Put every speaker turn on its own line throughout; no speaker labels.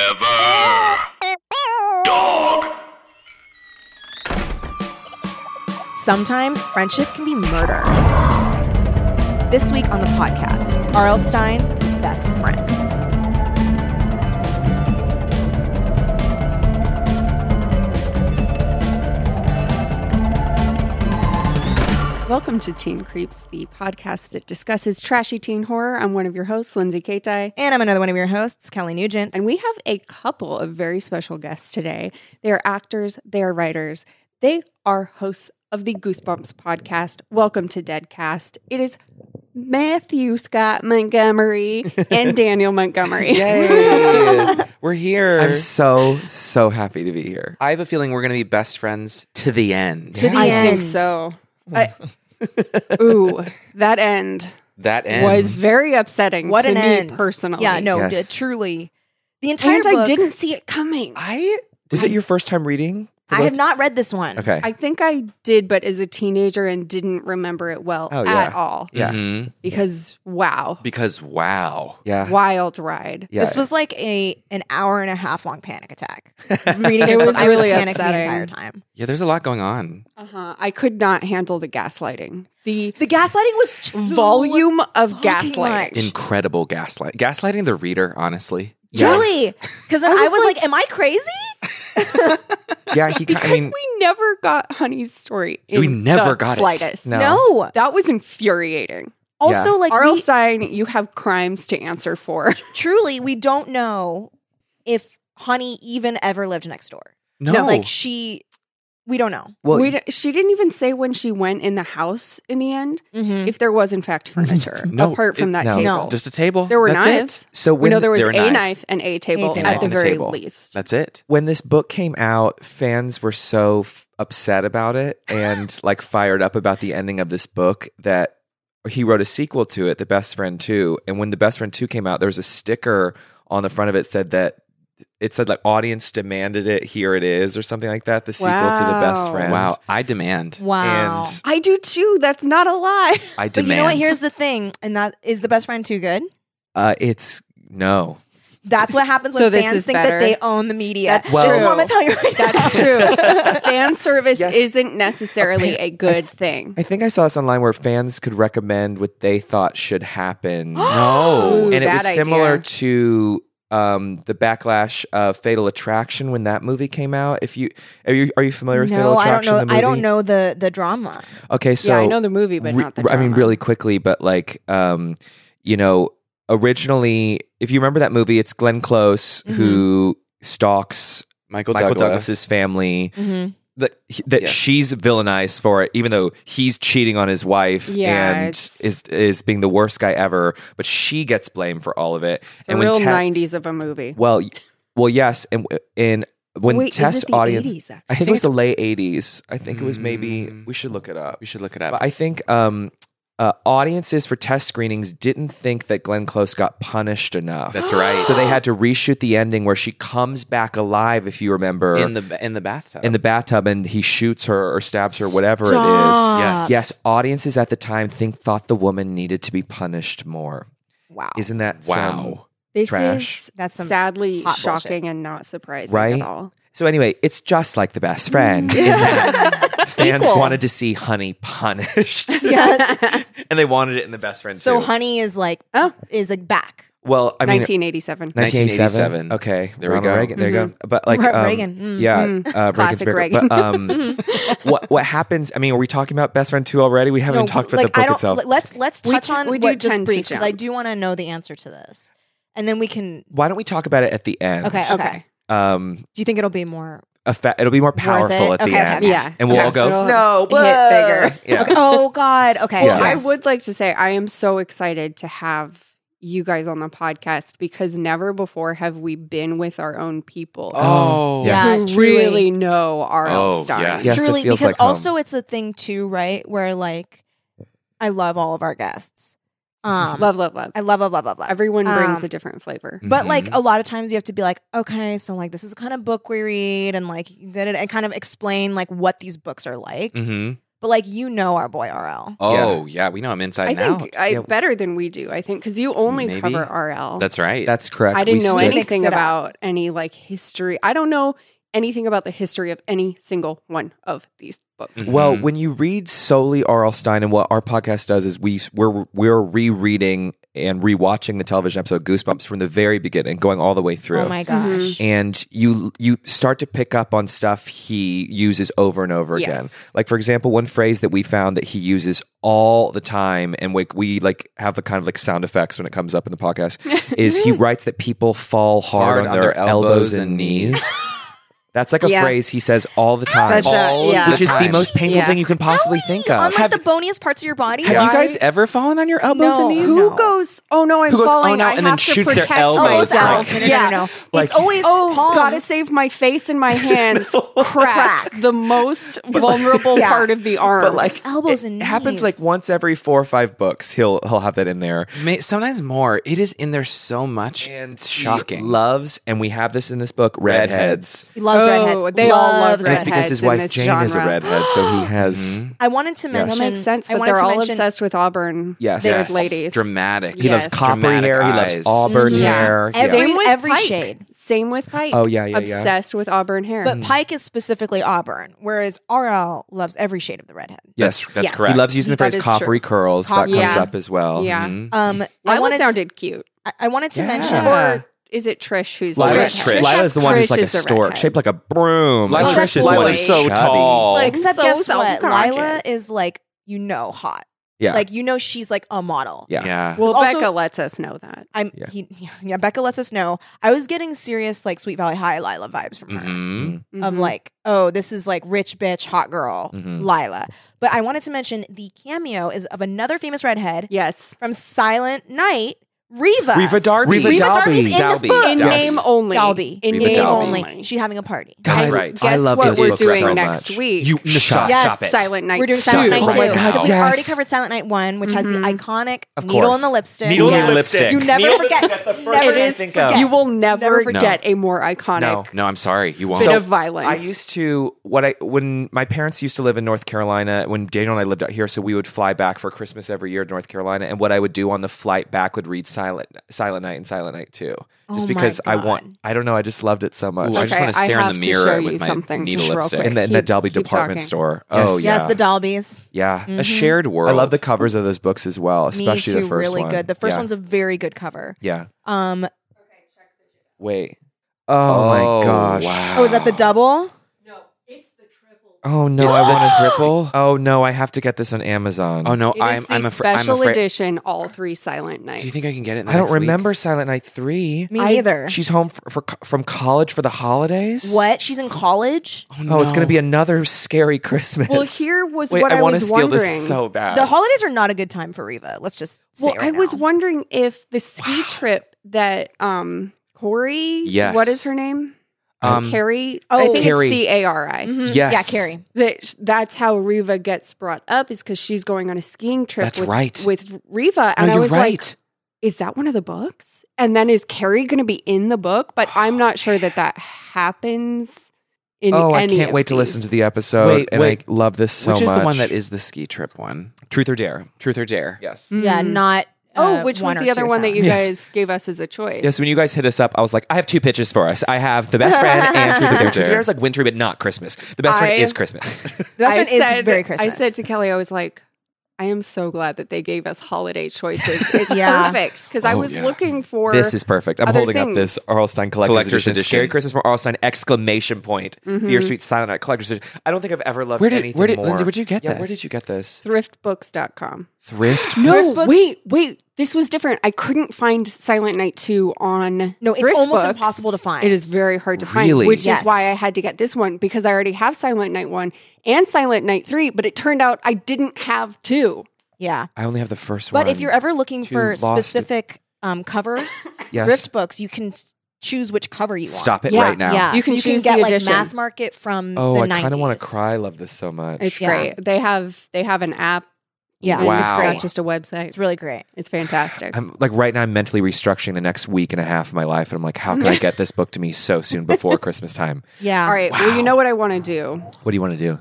Forever. Dog.
Sometimes friendship can be murder. This week on the podcast, R.L. Stein's best friend.
Welcome to Teen Creeps, the podcast that discusses trashy teen horror. I'm one of your hosts, Lindsay Kaitai.
And I'm another one of your hosts, Kelly Nugent.
And we have a couple of very special guests today. They are actors, they are writers, they are hosts of the Goosebumps podcast. Welcome to Deadcast. It is Matthew Scott Montgomery and Daniel Montgomery.
Yay! we're here.
I'm so so happy to be here.
I have a feeling we're going to be best friends to the end.
To the
I
end.
think so. I- ooh, that end
that end
was very upsetting
What
to
an
me
end.
personally.
Yeah, no,
Yes.
uh, truly. The entire
And
book.
I didn't see it coming.
I
Was it your first time reading?
I have not read this one.
Okay.
I think I did, but as a teenager and didn't remember it well
Oh,
at
yeah.
all.
Yeah.
Mhm.
Because wow,
because wow.
yeah.
wild ride.
Yeah.
This was like a an hour and a half long panic attack. Reading
It
this
was
book,
really
I was panicked
upsetting.
the entire time.
Yeah, there's a lot going on.
Uh-huh. I could not handle the gaslighting. The
The gaslighting was too
volume of
fucking
gaslight.
much.
Incredible gaslight. Gaslighting the reader, honestly.
Truly, because I was,
was
like, "Am I crazy?"
Yeah, he ki-
Because
I mean
we never got Honey's story. In
We never
the
got it.
slightest.
no.
No.
That was infuriating.
Also, like,
R.L.
we-
Stein, you have crimes to answer for.
truly, we don't know if Honey even ever lived next door.
No.
Like she, we don't know.
Well,
we d- she didn't even say when she went in the house in the end
Mm-hmm.
if there was in fact furniture
No,
apart from
it-
that
no.
table.
No.
just a table.
There were
That's
knives.
It.
so
we
when
know there was
there
a
were knives.
knife and a table,
table.
at the
And
a
very
table.
least.
That's it.
when this book came out, fans were so f- upset about it and like fired up about the ending of this book that he wrote a sequel to it, The Best Friend 2. And when The Best Friend 2 came out, there was a sticker on the front of it said that it said like audience demanded it, here it is or something like that, the sequel to The Best
Wow.
Friend.
Wow. I demand.
Wow.
And
I do too. That's not a lie.
I demand.
but you know what? Here's the thing, and that is the best friend too good.
uh, it's no.
That's what happens when
So this
fans
is
think that
better.
they own the media.
That's
This is
true.
what I'm gonna tell you right now.
That's true. Fan service
Yes.
isn't necessarily a good thing.
I think I saw this online where fans could recommend what they thought should happen.
Ooh,
no.
and it was
bad
similar
idea.
to um, the backlash of Fatal Attraction when that movie came out. If you are you, are you familiar with
No,
Fatal
I don't
Attraction?
know.
the
I don't
movie?
know the the drama.
Okay, so
yeah, I know the movie, but
re-
not the
I mean,
drama.
really quickly, but like, um, you know, originally, if you remember that movie, it's Glenn Close
Mm-hmm.
who stalks
Michael,
Michael
Douglas.
Douglas's family.
Mm-hmm.
that he- that
Yes.
she's villainized for it, even though he's cheating on his wife
Yeah,
and
it's-
is is being the worst guy ever. But she gets blamed for all of it.
It's a real 90s of a movie.
well, y- well, yes, and w- in when
Wait,
test
is it the
audience,
80s, actually?
I think it was the late eighties. I think it was maybe
Mm.
we should look it up.
We should look it up.
But I think um, uh, audiences for test screenings didn't think that Glenn Close got punished enough.
That's right.
So they had to reshoot the ending where she comes back alive. If you remember,
in the in the bathtub.
in the bathtub and he shoots her or stabs her, whatever it is.
Yes.
Yes, audiences at the time think thought the woman needed to be punished more.
Wow.
Isn't that some-
wow.
This
trash.
is
That's some
sadly
hot bullshit.
shocking and not surprising
Right?
at all.
So anyway, it's just like the best friend. in that fans
Equal.
wanted to see Honey punished,
Yes.
and they wanted it in the best friend
so
too.
honey is like
Oh.
is like back.
well, I mean,
1987.
1987.
1987.
Okay,
There we
Ronald
go.
Reagan. There you go. But like
Re-
um,
Mm-hmm. Reagan. Mm.
yeah,
Mm.
uh,
Classic
Reagan's
Reagan.
But, um, what what happens? I mean, are we talking about best friend two already? We
Mm-hmm. No,
haven't talked about
like,
the book
I don't,
itself.
le- Let's let's
We
touch
do-
on
we do
what just
tend to
brief because I
jump.
do want to know the answer to this, and then we can.
Why don't we talk about it at the end?
Okay.
Okay.
Um,
Do you think it'll be more?
effect. It'll be more powerful
it?
at the
Okay,
end.
okay,
Yeah.
And we'll
Okay.
all go,
It'll
no,
hit bigger.
Yeah.
Okay. Oh God. Okay.
Well,
I
Yes.
would like to say I am so excited to have you guys on the podcast because never before have we been with our own people.
Oh.
Yeah.
Yeah.
who
truly.
really know our
Oh,
stars.
yeah.
Yes, it
truly
feels
because
like home.
also it's a thing too, right? Where like I love all of our guests.
Mm-hmm.
Um,
Love, love, love.
I love love love love love.
Everyone brings
Um,
a different flavor.
But like
Mhm.
Mm-hmm.
a lot of times you have to be like, okay, so like this
Mm.
is the kind of book we read, and like da- da- da, and kind of explain like what these books are like. But
Mhm.
but like you know our boy RL.
Oh yeah, we know I'm inside
I
and out.
think I
Yeah.
better than we do. I think because you only
Maybe.
cover RL.
That's right.
That's correct.
I didn't
We
know
stick-
stick-
anything
Mix it up.
about any like history. I don't know anything about the history of any single one of these books.
Mhm.
Well, when you read solely R.L. Stein, and what our podcast does is we we're we're rereading and rewatching the television episode Goosebumps from the very beginning, going all the way through.
Oh my gosh.
Mhm.
and you you start to pick up on stuff he uses over and over
Yes.
again. Like for example, one phrase that we found that he uses all the time, and we, we like have a kind of like sound effects when it comes up in the podcast, is he writes that people fall hard, on, their, elbows, and knees. That's like a
Yeah.
phrase he says all the time,
That's a-
All
yeah.
which is the
time.
most painful
Yeah.
thing you can possibly think of.
Unlike
Have-
the boniest parts of your body.
have you guys ever fallen on your elbows
No.
and knees?
Who
No.
goes? Oh no, I'm
Who goes,
falling.
"Oh, no,"
I
and then
have to
shoots their
protect
Oh,
elbows out.
Oh,
myself.
No, no, no, no,
yeah.
no.
Like-
it's always
Oh,
palms.
gotta save my face and my hands. Crack, the most vulnerable
Yeah.
part of the arm.
but like
elbows
it
and
happens
knees.
like once every four or five books. He'll he'll have that in there.
May, sometimes more. It is in there so much.
and
It's
he
shocking.
loves and we have this in this book redheads,
He loves
Oh,
redheads.
they all love
Loves
and it's because
redheads
his
in
wife
this
jane is a
genre.
redhead so he has
Mhm.
I wanted to
Yes.
mention.
that makes sense.
I
But
wanted
they're
to
all
mention,
obsessed with Auburn.
yes,
They're
Yes.
ladies.
Dramatic.
he loves
Yes.
coppery
Dramatic
hair he
eyes.
loves auburn
Mhm. Yeah.
hair
Every-
yeah.
Same with
every
Pike.
Mm.
shade.
Same with Pike.
Oh, yeah, yeah, yeah.
Obsessed with auburn hair.
But Pike is specifically auburn, whereas RL loves every shade of the redhead.
yes
That's
Yes.
correct.
he loves using the
That
phrase
is
coppery curls
Copper-
that comes
Yeah.
up as well Mm-hmm.
yeah,
Mhm.
Um, I
Lila
wanted. To,
sounded cute.
I- I wanted to
Yeah.
mention.
Yeah.
Or is it Trish who's
Lila's
Trish.
Trish.
Trish
Lila's the one
Trish
who's like a
is the
stork,
redhead.
shaped like a broom.
Lila
Oh, that's
Trish is like
Lila's
so
chubby.
tall.
Like, except
So
guess what?
self-conscious.
Lila is like you know hot.
Yeah.
Like you know she's like a model.
Yeah.
yeah.
Well,
Also-
Becca lets us know that.
I'm.
Yeah.
He, yeah. Becca lets us know. I was getting serious like Sweet Valley High Lila vibes from her.
Mm-hmm.
Mhm.
Of
Mhm.
like, oh, this is like rich bitch, hot girl,
Mhm.
Lila. But I wanted to mention the cameo is of another famous redhead
yes,
from Silent Night, Riva.
Reva Darby.
Reva
Reva
Dalby.
Darby's in this
Dalby.
book.
in
Yes.
name only.
Dalby.
In
Reva
name
Dalby.
only.
She's having a party.
God,
And
Right.
I
Guess
love
what
those
we're
books
doing
so
next
much.
week.
You
Yes.
shut,
Yes.
stop it.
Silent Night.
We're doing
Stop
Silent
it.
Night
Oh my
too.
God,
Because we
yes.
already covered Silent Night 1, which has the
Mhm.
iconic
Of
needle
course.
and the lipstick.
Needle and
Yeah.
the lipstick.
You never forget. never
It is-
think of.
forget.
You will never,
Never
forget.
get a more iconic
No, no, I'm sorry. You won't.
bit
So,
of violence.
I used to what I when my parents used to live in North Carolina when Daniel and I lived out here, so we would fly back for Christmas every year to North Carolina, and what I would do on the flight back would read Silent Silent Night and Silent Night Two, just
Oh my
because I
God.
want I don't know I just loved it so much.
Ooh, I just
Okay,
want to
I
stare in
have
the
to
mirror
show you
with my
something
needle
just real
lipstick.
quick.
and that,
Keep-
that Dalby
keep
department
talking.
store.
Yes.
Oh
Yes,
yeah,
the Dalbies.
yeah.
A shared
Mhm.
world.
I love the covers of those books as well,
Me
especially
too,
the first
really
one.
good. The first
yeah.
one's a very good cover.
yeah.
Um,
Wait. Oh,
Oh,
my gosh.
wow.
oh, is that the double?
Oh no, I want a triple. Oh no, I have to get this on Amazon.
Oh no,
It is
I'm
the
I'm, afra- I'm
special
afraid.
edition, all three Silent Nights.
Do you think I can get it? in the
I don't
next week?
remember Silent Night 3.
Me
I-
neither.
She's home for, for co- from college for the holidays.
what? She's in college?
Oh, it's going to be another scary Christmas.
Well, here was
Wait,
what
I,
I,
want
was
to steal
wondering.
this so bad.
The holidays are not a good time for Riva. Let's just say
Oh. well,
it
I
right
was
now.
wondering if the ski trip that um Corey,
Yes.
what is her name?
Um,
Carrie. I
oh,
think
Carrie.
it's C A R I.
Mhm.
Yes.
Yeah, Carrie.
That that's how Riva gets brought up is because she's going on a skiing trip.
That's
with,
right.
with Riva, and
no,
I
you're
was
right.
like, "Is that one of the books?" And then is Carrie going to be in the book? But I'm not sure that that happens. In
oh, I
any
can't
of
wait to
these.
listen to the episode.
Wait,
and
wait.
I love this so
Which is
much.
the one that is the ski E trip one?
Truth or Dare?
Truth or dare?
Yes.
Yeah,
Mhm.
not.
Oh,
uh,
which was
one or
the other
two
one that you
Yes.
guys gave us as a choice?
Yes, when you guys hit us up, I was like, I have two pitches for us. I have the best friend and Truth or Dare. Truth or Dare is like wintry, but not Christmas. The best
I-
friend is Christmas.
That
I
one is
said-
very Christmas.
I said to Kelly, I was like, I am so glad that they gave us holiday choices. It's
Yeah.
perfect because I
Oh,
was
yeah.
looking for
this is perfect. I'm
other
holding up
things.
this Arlstein collector's,
Collector's
edition.
edition.
Scary Christmas from Arlstein! Exclamation point.
Mhm.
Dear sweet silent night collector's edition. I don't think I've ever loved
Where did-
anything
where did-
more.
Lindsay, where'd you get
yeah,
this?
Where did you get this?
thriftbooks.com.
Thrift.
No,
Thriftbooks-
wait, wait. This was different. I couldn't find Silent Night 2 on
No, it's
thrift
almost
books.
impossible to find.
It is very hard to find,
Really?
which
Yes.
is why I had to get this one because I already have Silent Night 1 and Silent Night 3, but it turned out I didn't have 2.
Yeah.
I only have the first one.
But if you're ever looking
Two
for
lost it.
specific um, covers,
yes.
thrift books, you can s- choose which cover you want.
Stop it
Yeah.
right now.
Yeah.
You can
so you can
choose
get
the
like
edition.
mass market from
oh,
the
I kind of want
90s.
to cry. I love this so much.
It's
Yeah.
great. They have they have an app.
Yeah.
and
Wow.
It's not just a website.
It's really great.
It's fantastic.
I'm like right now. I'm mentally restructuring the next week and a half of my life, and I'm like, how can I get this book to me so soon before Christmas time?
Yeah.
All right. Well, you know what I want to do?
What do you want to do?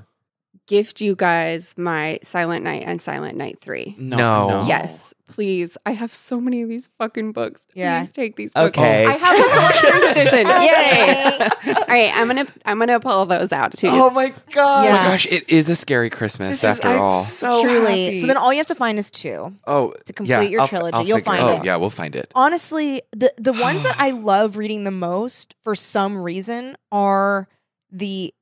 gift you guys my Silent Night and Silent Night 3.
No.
Uh-huh.
Oh.
Yes, please. I have so many of these fucking books.
Yeah.
Please take these books.
Okay.
I have a collector's edition. Yay. All right, I'm going to I'm going to pull those out too.
Oh my god.
Oh my
Yeah.
gosh, it is a scary Christmas after all.
so
Truly.
happy.
So then all you have to find is two.
oh,
to complete your trilogy, you'll
figure-
find
Oh,
it.
yeah, we'll find it.
Honestly, the the ones that I love reading the most for some reason are the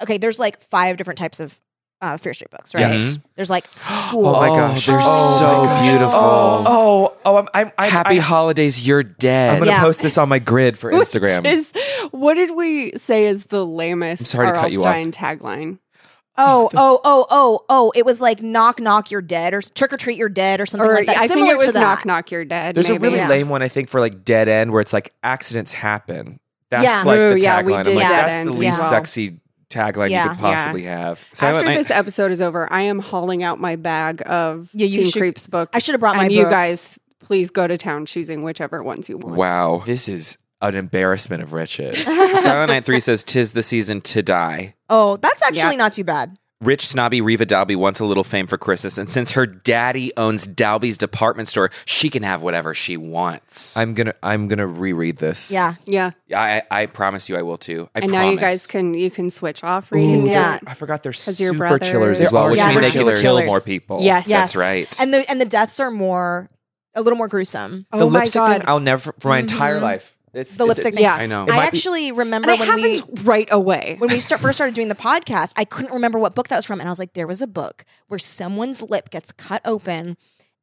okay. There's like five different types of uh, Fear Street books, right?
Yes.
There's like school.
Oh my gosh,
they're
Oh
so
my gosh.
beautiful.
Oh, oh, oh, I'm, I'm, I'm
Happy
I'm,
holidays, you're dead.
I'm gonna
Yeah.
post this on my grid for
Which
Instagram.
is- what did we say is the
I'm
lamest
sorry to cut
R.L.
you off.
Stein tagline?
Oh, oh, oh, oh, oh! It was like knock, knock, you're dead, or s- trick or treat, you're dead, or something
Or
like that.
I think
Similar
it was
to
knock
that.
knock you're dead.
There's a
maybe.
really
Yeah.
lame one I think for like dead end where it's like accidents happen. That's
Yeah.
like
Ooh,
the tagline.
yeah, we
I'm
did
like,
Dead
that's
End
the least
as well.
sexy tagline
Yeah.
you could possibly have.
Silent
After
Night-
this episode is over, I am hauling out my bag of
Yeah, you
Teen
should-
Creeps book.
I should have brought my
and you
books.
guys, please go to town choosing whichever ones you want.
Wow.
This is an embarrassment of riches.
Silent Night 3 says, Tis the season to die.
Oh, that's actually
Yeah.
not too bad.
Rich snobby Reva Dalby wants a little fame for Christmas, and since her daddy owns Dalby's department store, she can have whatever she wants. I,
I'm gonna I'm gonna reread this.
Yeah.
Yeah,
I, I promise you, I will too. I
and
promise.
now you guys can you can switch off
Ooh,
reading.
Yeah.
they're- I forgot they're
'Cause your
super
brother-
chillers
There
as well,
are
which
Yeah,
means
they're
they can
super
kill
chillers.
more people.
Yes.
Yes.
That's right.
And the and the deaths are more a little more gruesome.
Oh
the
my
lipstick
god!
thing I'll never for my entire
Mhm.
life. It's
The
it's-
lipstick thing.
yeah,
I know.
It
uh, I
might be-
actually remember
and it
when we
happens right away.
when we start, first started doing the podcast, I couldn't remember what book that was from. And I was like, there was a book where someone's lip gets cut open.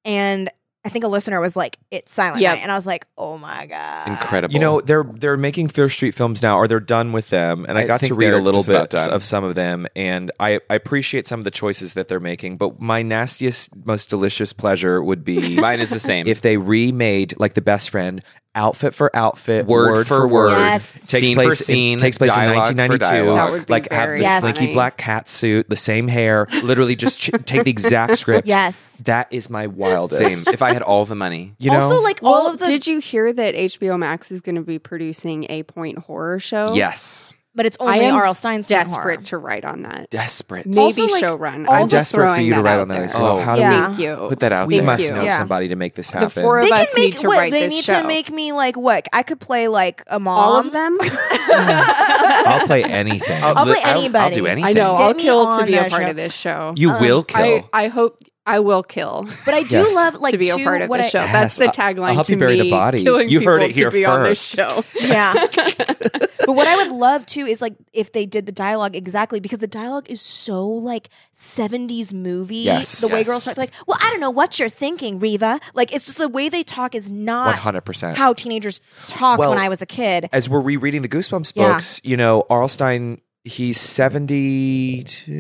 And I think a listener was like, it's Silent
Yep.
Night. And I was like, oh my God.
Incredible.
You know, they're they're making Fear Street films now, or they're done with them. And I,
I
got to
think
read a
they're
little
just about
bit
done.
of some of them, and I, I appreciate some of the choices that they're making. But my nastiest, most delicious pleasure would be
mine is the same.
if they remade like the best friend, outfit for outfit,
Word for word,
Yes.
Takes
scene
place
for scene,
in, takes place in
dialogue for
1992.
dialogue.
That would be
like have
very
the
Yes.
slinky
funny.
black cat suit, the same hair, literally just ch- take the exact script.
Yes.
That is my wildest.
same. if I had all the money,
You know,
also, like all
Well,
of the,
did you hear that HBO Max is going to be producing a point horror show?
yes,
but it's
I
only
am
R.L. Stein's point horror.
desperate to write on that.
desperate.
Maybe
Also, like,
showrun.
all
I'm
I'm
the-
just
desperate
throwing
for you to
that
write
out
on that
there.
as well.
Oh,
How
yeah.
do
Thank you.
Put that
we?
out
We
there.
must
you.
know
Yeah.
somebody to make this
The
happen.
four of
They can
us
make
need to
what?
write
they
this
need
show.
to make me like what? I could play like a mom.
all of them.
I'll play anything.
I'll play
I'll,
anybody.
do anything.
I know.
Get
I'll
me
kill
on
to be a
that
part
show.
of this show.
you will kill.
I, I hope I will kill
But I do
Yes.
love like
to be a
two-
part of
what
this
I-
show. That's
Yes,
the
I'll-
tagline.
I'll help
to
you bury the
me,
body.
Killing
You heard
people
it here
to be on this
first.
show.
Yeah. but what I would love too is like if they did the dialogue exactly because the dialogue is so like 70s movie.
Yes.
the way
Yes.
girls talk like, "Well, I don't know what you're thinking, Riva." Like it's just the way they talk is
One
not
hundred percent.
how teenagers talk
Well,
when I was a kid.
As we're rereading the Goosebumps
Yeah.
books, you know, Arlstein, he's seventy-two,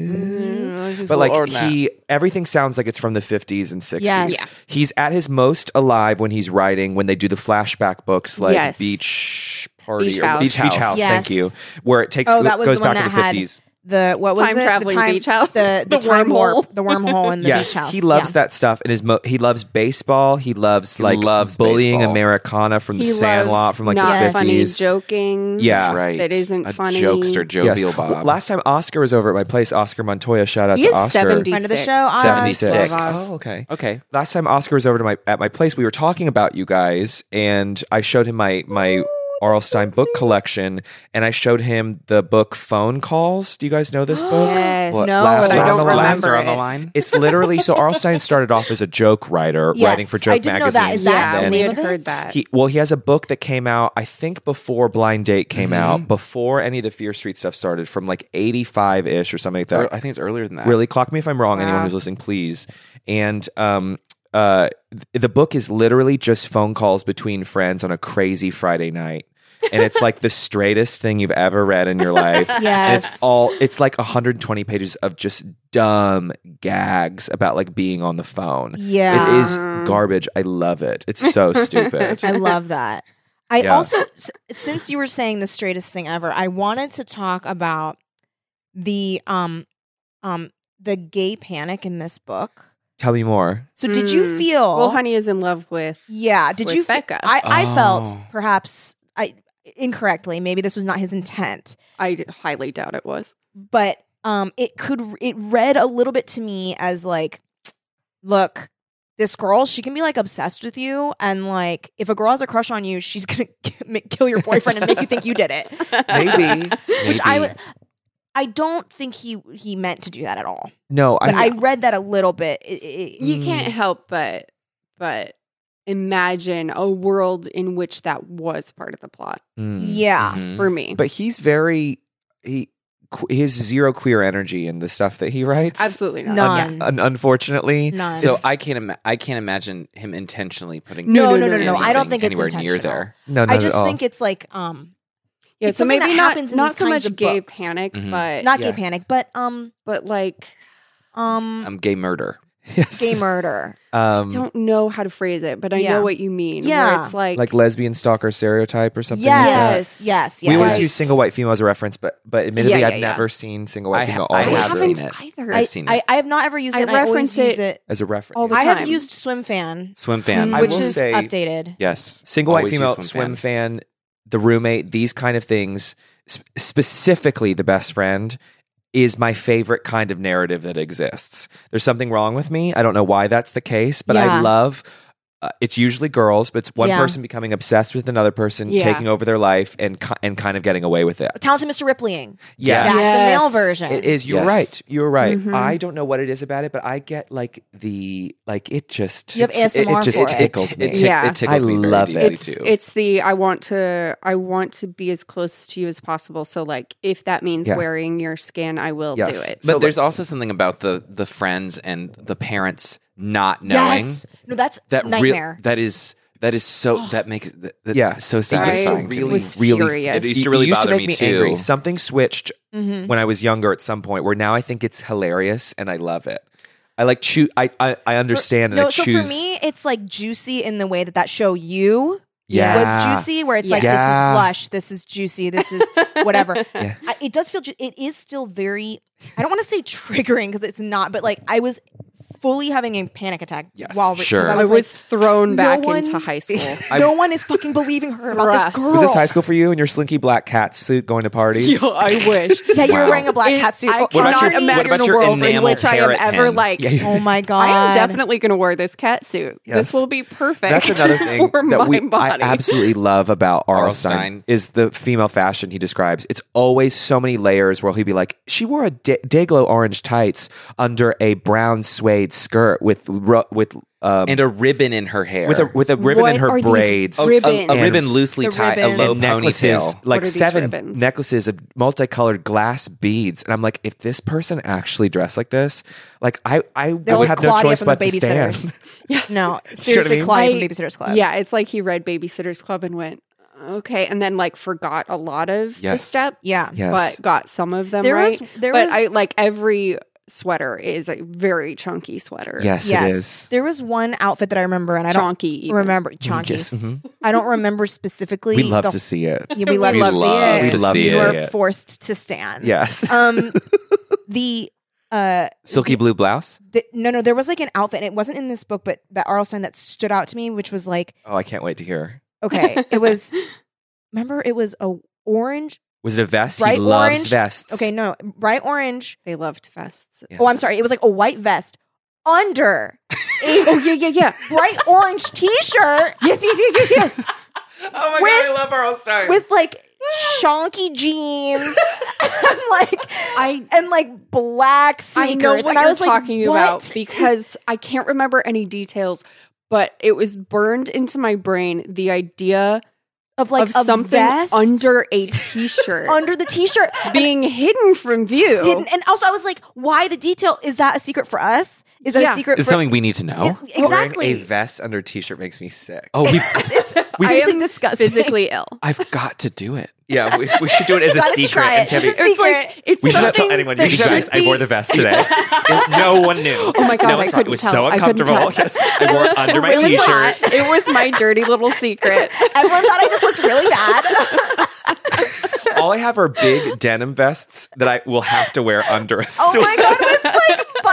Mm,
but like he, everything sounds like it's from the fifties and sixties.
Yes. Yeah.
He's at his most alive when he's writing. When they do the flashback books, like
Yes.
Beach Party
Beach
or
House.
Beach, Beach House.
Yes.
Thank you. Where it takes
Oh, that was
goes
the one
back to
that
the
had
fifties.
The what was
Time
it?
traveling
the
beach house.
The, the,
The
time
wormhole.
warp, the wormhole in the
yes,
beach house.
he loves
Yeah.
that stuff, and his mo- he loves baseball. He loves like
loves
bullying
baseball.
Americana from the
He
Sandlot
loves
from like
not
the
funny
fifties.
joking.
Yeah.
That's right.
That isn't
a
funny.
Jokester,
Yes.
jovial Bob.
Last time Oscar was over at my place, Oscar Montoya. Shout out
He
to
is
Oscar.
70.
friend of the
76.
show. Oz.
76.
Love Oz.
Oh, okay.
okay.
Last time Oscar was over to my at my place, we were talking about you guys, and I showed him my my Arlstein book collection, and I showed him the book Phone Calls. Do you guys know this book?
Yes.
What,
No,
laughs
but
are
I
on
don't
the line?
remember
Laughs are on the
it.
line.
It's literally so. Arlstein started off as a joke writer,
Yes,
writing for
I
joke
didn't know
magazines.
that. Is that
and
yeah,
then-
the
we
name of
had
it?
heard that.
he, well, he has a book that came out, I think, before Blind Date came out, before any of the Fear Street stuff started, from like 85 ish or something like that.
I think it's earlier than that.
Really, clock me if I'm wrong, anyone
Wow.
who's listening, please. And um, uh, th- the book is literally just phone calls between friends on a crazy Friday night. and it's like the straightest thing you've ever read in your life. And
Yes.
it's all it's like 120 pages of just dumb gags about like being on the phone.
Yeah.
It is garbage. I love it. It's so stupid.
I love that. I
Yeah.
also, s- since you were saying the straightest thing ever, I wanted to talk about the um, um, the gay panic in this book.
Tell me more.
So, did you
Mm.
feel?
Well, honey is in love with.
yeah. Did
with
you? fe-
Becca.
I, I
Oh.
felt perhaps I incorrectly. Maybe this was not his intent,
I d- highly doubt it was.
but um it could it read a little bit to me as like look this girl she can be like obsessed with you and like if a girl has a crush on you she's gonna ki- kill your boyfriend and make you think you did it
Maybe.
which i would i don't think he he meant to do that at all
No,
but i,
I,
read that a little bit it, it,
Hmm.
you can't help but but imagine a world in which that was part of the plot
Mm.
yeah
Mhm.
for me.
But he's very he qu- he has zero queer energy in the stuff that he writes.
Absolutely not.
None.
Un- unfortunately,
None.
So I can't. Ima- I can't imagine him intentionally putting.
No,
no, no,
no,
no, no. I don't
anything
think it's
anywhere near
intentional.
there.
no, not
I
at
just
all.
think it's like um,
Yeah,
It's
so
something
maybe
that
not
happens in
not
these
so
kinds
much
of
gay
books.
panic,
Mm-hmm.
Mhm.
but
not
Yeah.
gay panic, but um,
but like
um,
Um, gay murder.
yes.
gay murder.
Um,
I don't know how to phrase it, but I
Yeah.
know what you mean. where
Yeah.
it's like,
like lesbian stalker stereotype or something. like that.
Yes, yes, yes.
We always
Yes.
use single white female as a reference, but but admittedly,
Yeah,
I've
yeah, yeah.
never seen single
I
white
ha-
female
I
all the way
have
through
seen
haven't
it.
either.
I,
I've seen it.
I, I have not ever used
I
it. and I always
reference it
use it.
as a reference.
All the
I have
time.
used Swim Fan,
Swim fan.
I
which
will
is
say-
updated.
yes.
single white
Always use
female
swim
swim fan. the roommate these kind of things sp- specifically the best friend is my favorite kind of narrative that exists there's something wrong with me i don't know why that's the case but i
Yeah.
love uh, it's usually girls but it's one
Yeah.
person becoming obsessed with another person
Yeah.
taking over their life and ki- and kind of getting away with it
Talented Mr. Ripleying.
Yes.
That's
Yes.
the male version. Mm-hmm.
It is. You're
Yes.
right. You're right.
Mhm.
I don't know what it is about it, but I get like the like it just
You have
it, it
ASMR
just
for it.
tickles me.
It, tick-
Yeah.
it tickles
I
me very
love
deeply,
it.
it's
too.
it's the I want to I want to be as close to you as possible. So like if that means
Yeah.
wearing your skin, I will
Yes.
do it.
but
So,
there's also something about the the friends and the parents not knowing
Yes. No, that's
that real-
nightmare.
that is that is so that makes that, that
Yeah.
is so
I
satisfying. to
really-
me.
was
really-
furious.
it used to really bother
make
me,
me
too.
angry. Something switched
mm-hmm.
when I was younger at some point where now I think it's hilarious and I love it. I like choose. I, I I understand and
No,
I
so
choose.
for me, it's like juicy in the way that that show you
yeah,
was juicy, where it's like
Yeah.
this is lush, this is juicy, this is whatever.
Yeah.
I, it does feel. ju- It is still very. I don't want to say triggering because it's not, but like I was fully having a panic attack
Yes.
while re- 'cause
Sure.
I
I
was,
was,
like,
thrown
no
back
one-
into high school.
no one is fucking believing her about
Rough.
this girl.
Was this high school for you and your slinky black cat suit going to parties?
Yo, I wish.
Yeah, you were
Wow.
wearing a black
It-
hat suit.
I
Oh,
What about
cannot
your-
underneath-
what
imagine
about
a
your
world in
enamel
which I am
parrot
ever
pen?
like.
Yeah, you're-
Oh my god!
I am definitely going to wear this cat suit.
Yes.
This will be perfect.
That's another thing
for
that
my
we
body.
I absolutely love about Arl
Arl
Stein
Stein.
is the female fashion he describes. It's always so many layers where he'd be like, she wore a da- dayglow orange tights under a brown suede skirt with ru- with um,
and a ribbon in her hair
with a with a ribbon
What
in her
are these
braids.
a, a,
ribbons.
a ribbon loosely
The
tied, a
ribbons.
low
and necklaces,
ponytail.
like
What are these
seven
ribbons?
necklaces of multicolored glass beads. And I'm like, if this person actually dressed like this, like I, I
They
would
look
have no
Claudia
choice
from the
but to stand.
babysitters. No,
I
seriously,
mean?
Claudia
I-
from Babysitters Club.
Yeah, it's like he read Babysitter's Club and went, okay, and then like forgot a lot of
Yes.
the steps.
Yeah.
Yes.
But got some of them
There
right.
was- there
but
was-
I like every sweater is a very chunky sweater.
Yes,
Yes.
it is.
There was one outfit that I remember, and I don't
Chonky even.
remember chonky.
Yes, mhm.
I don't remember specifically.
We love
the-
to see it.
Yeah, we love
We
to
love
see it.
to see
you
it.
were forced to stand.
Yes.
Um, the uh,
silky blue blouse.
the, no, no, there was like an outfit, and it wasn't in this book, but that Arl Stein that stood out to me, which was like,
Oh, I can't wait to hear.
okay, it was. Remember, it was a orange.
Was it a vest?
Bright
he loves
orange.
vests.
Okay, no, bright orange.
They loved vests.
Yes.
Oh, I'm sorry. It was like a white vest under
oh yeah, yeah, yeah.
bright orange t-shirt
Yes, yes, yes, yes, yes.
Oh my
With- God,
I love Arl Stein.
with like chonky jeans and like
I
and like black sneakers.
I know what
and
you're
I was like,
talking
"What?"
about because I can't remember any details, but it was burned into my brain the idea
of like
of
a
something
vest
under a t-shirt
under the t-shirt
being hidden from view.
hidden. And also, I was like, why the detail? Is that a secret for us? Is that
Yeah.
a secret
it's
for
something we need to know.
Is-
Wearing a
exactly?
vest under a t-shirt makes me sick.
Oh, we
We
I
using
am
disgusting.
physically ill.
I've got to do it.
yeah, we, we should do it as a
Gotta
secret.
try
And
it.
tell me-
It's a secret.
it's
we should not tell
something
anyone.
that
You guys,
should
I wore
be-
the vest today. There's- no one knew.
Oh my God,
no
I
it's not.
couldn't
It was
tell.
so
I couldn't
uncomfortable.
tell.
Yes, I wore it under my
It was
t-shirt.
not. It was my dirty little secret.
Everyone thought I just looked really bad.
All I have are big denim vests that I will have to wear under a suit.
oh my god, with like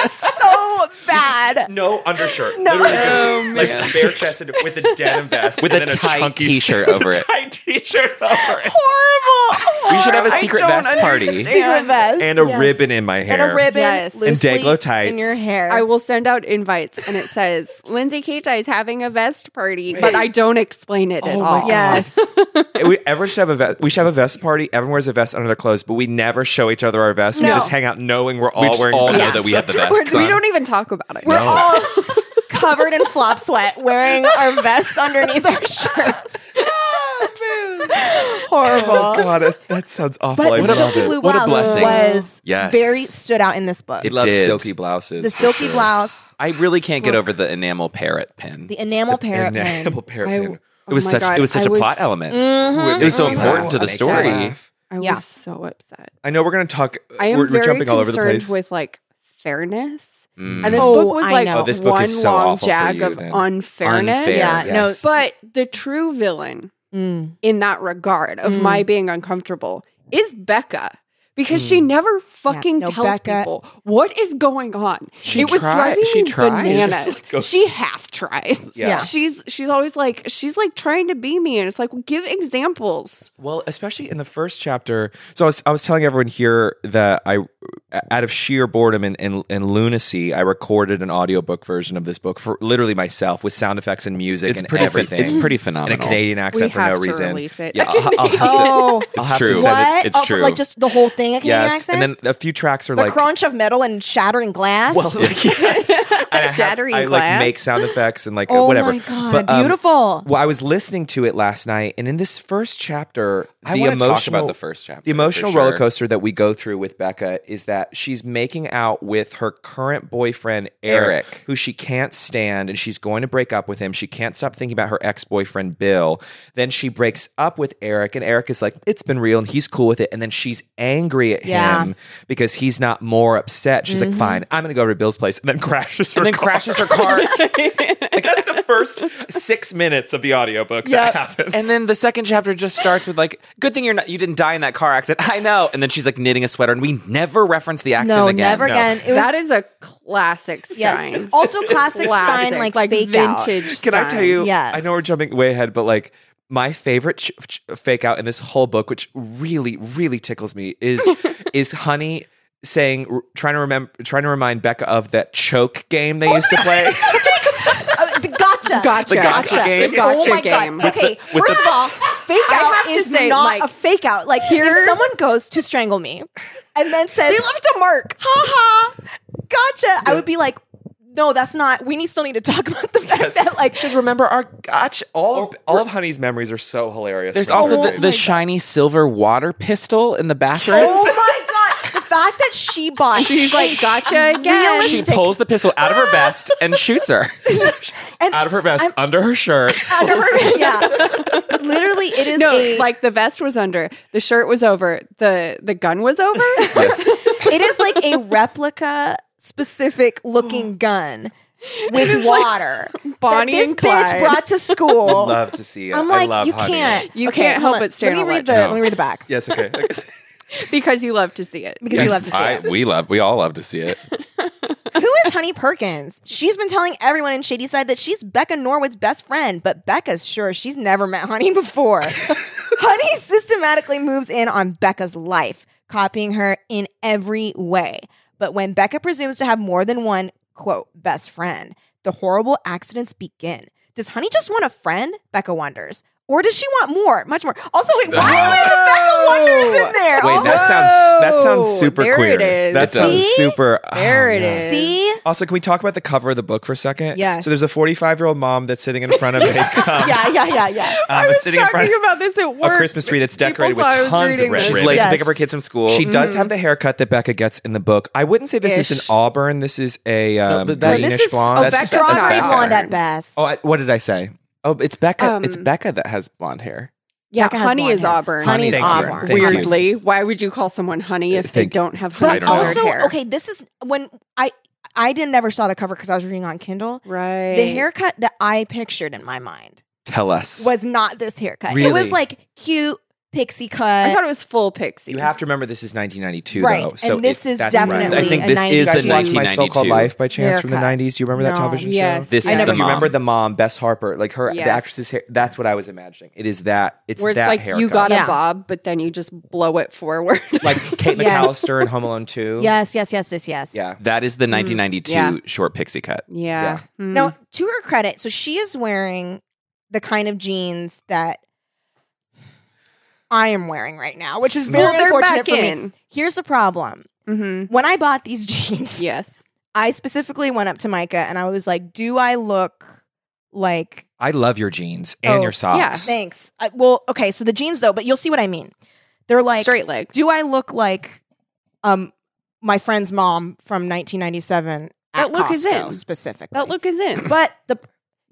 buttons, so bad.
No undershirt.
No.
Literally just
Oh,
like
man.
bare chested with a denim vest
With
and
a
then
tight
chunky
t-shirt
suit with
over
a
it.
Tight t-shirt over it.
Horrible,
We should have a
I
secret
don't
vest party
understand. Yeah.
Secret vest.
and a
Yes.
ribbon in my hair
And a ribbon
Yes. And
loosely
daglotites.
in your hair.
I will send out invites and it says Lindsay Keita is having a vest party, but I don't explain it at
Oh my
all.
God.
yes.
we ever should have a vest. We should have a vest party. Everyone wears a vest under their clothes, but we never show each other our vests. We
No.
just hang out knowing we're all
We just
wearing.
all know
vests.
that we have the best.
We're- we don't even talk about it.
We're all covered in flop sweat, wearing our vests underneath our shirts.
Oh
Horrible.
God, it- that sounds awful.
But
I
the
love
Silky
it.
Blue
What a
Blouse
blessing.
was
Yes.
very stood out in this book.
I love
Did.
silky blouses.
the
for
silky
sure.
blouse,
I really can't get over the enamel parrot pin.
the enamel parrot pin.
Enamel parrot
I-
pin.
it was
Oh my
such
God,
it was such
I
a plot element.
It
It was so important to the
Makes me
story.
laugh.
I
Yeah.
was so upset.
I know we're gonna talk.
I am
we're,
very
we're jumping all over the
concerned
place.
with like fairness.
Mm.
And this
Oh,
book was
I
like
know. Oh,
this book
one
is so
long
awful for
jag
you,
of
then.
unfairness.
Unfair.
Yeah,
Yes.
no, but
But the true villain in that regard of
Mm.
my being uncomfortable is Becca. Because she never fucking
no,
tells
Becca-
people what is going on.
She
it was
try-
driving
she
me
tries.
bananas.
Goes-
She half tries.
Yeah.
Yeah.
She's she's always like she's like trying to be me and it's like well, give examples.
Well, especially in the first chapter. So I was, I was telling everyone here that I, out of sheer boredom and, and, and lunacy, I recorded an audiobook version of this book for literally myself with sound effects and music
It's
and
pretty
everything.
it's pretty
in a
phenomenal.
Canadian accent
We
for
have
no
to
reason.
release it.
Yeah, I'll, I'll have to-
oh,
I'll have to
true.
send
What?
it.
what?
it's
Oh, for,
true.
Like just the whole thing, a Canadian
Yes,
accent.
and then a few tracks are
the
like
crunch of metal and shattering glass.
Well, like, yes. And I have-
Shattering
I like
glass.
make sound effects and like
oh
whatever.
my god,
But, um,
beautiful.
Well, I was listening to it last night, and in this first chapter,
I
the
want to
emotional
talk about the first chapter.
the emotional
for sure.
roller coaster that we go through with Becca is that she's making out with her current boyfriend Eric,
Eric.
who she can't stand, and she's going to break up with him. She can't stop thinking about her ex boyfriend Bill. Then she breaks up with Eric, and Eric is like, "It's been real," and he's cool with it. And then she's angry at
Yeah.
him because he's not more upset. She's like, "Fine, I'm going to go to Bill's place," and then crashes her
and then
car.
crashes her car.
like that's the first six minutes of the audiobook
Yep.
that happens.
and then the second chapter just starts with like, "Good thing you're not you didn't die in that car accident." I know. And then she's like knitting a sweater, and we never reference the accident
no,
again.
never
No.
again. It was
that is a classic Stein.
yeah. also classic Stein
Classic,
like, fake out.
vintage.
Can I tell
Stein.
you?
Yes.
I know we're jumping way ahead, but like my favorite ch- ch- fake out in this whole book, which really, really tickles me, is is Honey saying, r- trying to remember, trying to remind Becca of that choke game they used to play.
Uh, the gotcha.
Gotcha. The
gotcha game.
The gotcha
Gotcha
oh my
game.
God.
With
Okay,
with
first
the-
of all, fake
I
out
have to
is
say,
not
like,
a fake out. Like
here-
if someone goes to strangle me and then says they left a mark. Ha ha. Gotcha. I would be like, no, that's not. We need still need to talk about the fact that like
Just remember our gotcha. All of, all of Honey's memories are so hilarious.
There's
from this
also
movie.
the, the shiny silver water pistol in the bathroom.
Oh my god! The fact that she bought
She's like, gotcha again.
she
realistic-
pulls the pistol out of
Ah!
her vest and shoots her.
and
out of her vest, under her shirt.
under her- yeah. Literally, it is
no,
a,
like the vest was under, the shirt was over, the the gun was over.
it is like a replica specific looking
Mm.
gun with water.
Bonnie
that this
and
bitch
Clyde.
brought to school.
love to see it.
Oh, I'm
I
like,
love
you
Honey.
can't.
You can't
hold
help
on.
but stare
Let me
and
read
watch
the.
it.
Let me read the back
Yes. Okay.
because you love to see it.
because you love to see
I,
it.
we love. We all love to see it.
Who is Honey Perkins? She's been telling everyone in Shadyside that she's Becca Norwood's best friend, but Becca's sure she's never met Honey before. Honey systematically moves in on Becca's life, copying her in every way. But when Becca presumes to have more than one, quote, best friend, the horrible accidents begin. Does Honey just want a friend? Becca wonders. Or does she want more? Much more. Also, wait, why are there Becca wonders in there?
Wait, that
Oh,
sounds that sounds
Whoa,
super
there
queer.
it is.
That
It does.
sounds
See?
super. oh,
There
it is.
it is.
See?
Also, can we talk about the cover of the book for a second?
Yes.
So there's a 45 year old mom that's sitting in front of a, um,
Yeah, yeah, yeah, yeah.
I was
sitting in front
talking
of
about this at work.
a Christmas tree that's decorated
People
with
saw I was
tons of
reading
red.
this.
She's
She's
ribbons.
late
Yes. Mm-hmm.
to pick up her kids from school.
She does have the haircut that Becca gets in the book. I wouldn't say this is
Ish.
an auburn. This is a um,
but that-
Well,
greenish
this is
blonde.
a
That's- that's
strawberry
not
blonde
bad.
at best.
oh, I, what did I say?
Oh, it's Becca.
Um,
it's Becca that has blonde hair.
yeah,
Becca has
honey
blonde
is
hair.
auburn.
Honey is
Thank you.
auburn.
Thank you.
Weirdly, why would you call someone honey if they
Thank-
don't have honey
But
don't know.
colored
also,
hair?
okay, this is when I I didn't ever saw the cover because I was reading on Kindle.
right.
The haircut that I pictured in my mind
Tell us.
was not this haircut. It
Really?
was like cute, pixie
I
cut.
thought it was full pixie.
You have to remember this is 1992,
Right,
though.
and this is
that's
definitely
right.
I think
a
this
You
is
guys
the
watched My
1992.
So-Called Life by chance from the
haircut.
90s. Do you remember that
No.
television
Yes.
show?
This
I
is
never
the
Do you
mom.
remember the mom, Bess Harper? Like her,
Yes.
the actress's hair. That's what I was imagining. It is that. It's
Where it's
that
like
haircut.
you got
Yeah.
a bob, but then you just blow it forward.
like Kate
Yes.
McAllister in Home Alone 2.
yes, yes, yes, yes, yes.
Yeah.
That is the 1992
Yeah.
short pixie cut.
yeah. Hmm.
Now, to her credit, so she is wearing the kind of jeans that I am wearing right now, which is very
Well, they're
unfortunate
back
for me.
in.
Here's the problem.
Mm-hmm.
When I bought these jeans,
Yes.
I specifically went up to Micah and I was like, "Do I look like
I love your jeans and
Oh,
your socks.
Thanks. I, well, okay, so the jeans though, but you'll see what I mean. They're like
Straight leg.
Do I look like um my friend's mom from 1997 at
That look is
Costco
in.
specifically?
That look is in. But
But the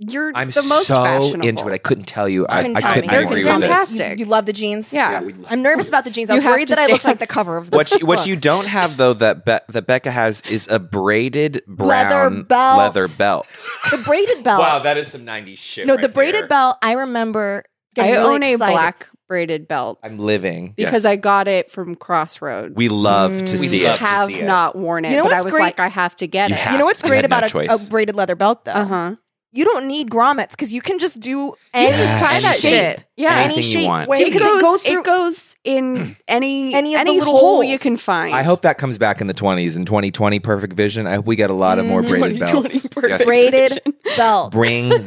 you're
I'm
the most
so
fashionable.
into it. I couldn't tell you. I,
couldn't
I
tell
couldn't
me.
I
They're
agree with
fantastic.
You, you love the jeans?
Yeah.
we love
I'm nervous about the jeans. I
You
was
have
worried
to
that I looked
stay-
like the cover of the
What you, what
book.
you don't have though that Be- that Becca has is a braided brown
Leather belt.
leather belt.
the braided belt.
that is some 90s shit.
no, the braided belt. I remember.
I
getting really
own a
excited.
black braided belt
I'm living.
because
Yes.
I got it from Crossroads.
We love to
Mm. We
see
love
it.
to
have
see it.
not worn it,
You know
but I
what's
was
great?
like, I have to get
You
it.
have-
You know what's
I
great
had no
about a, a
choice.
braided leather belt though?
Uh huh.
You don't need grommets because you can just do
You
any
Yeah.
just tie that
shape.
shit. Yeah.
Any
Anything you
shape,
want.
way,
it,
because
goes,
it goes through
it goes in any
Any
any,
of the little
hole
holes.
you can find.
I hope that comes back in the 20s and 2020 Perfect Vision. I hope we get a lot of more
Mm-hmm.
Mhm.
braided
2020
belts.
perfect
Yes.
braided
vision.
belts.
Bring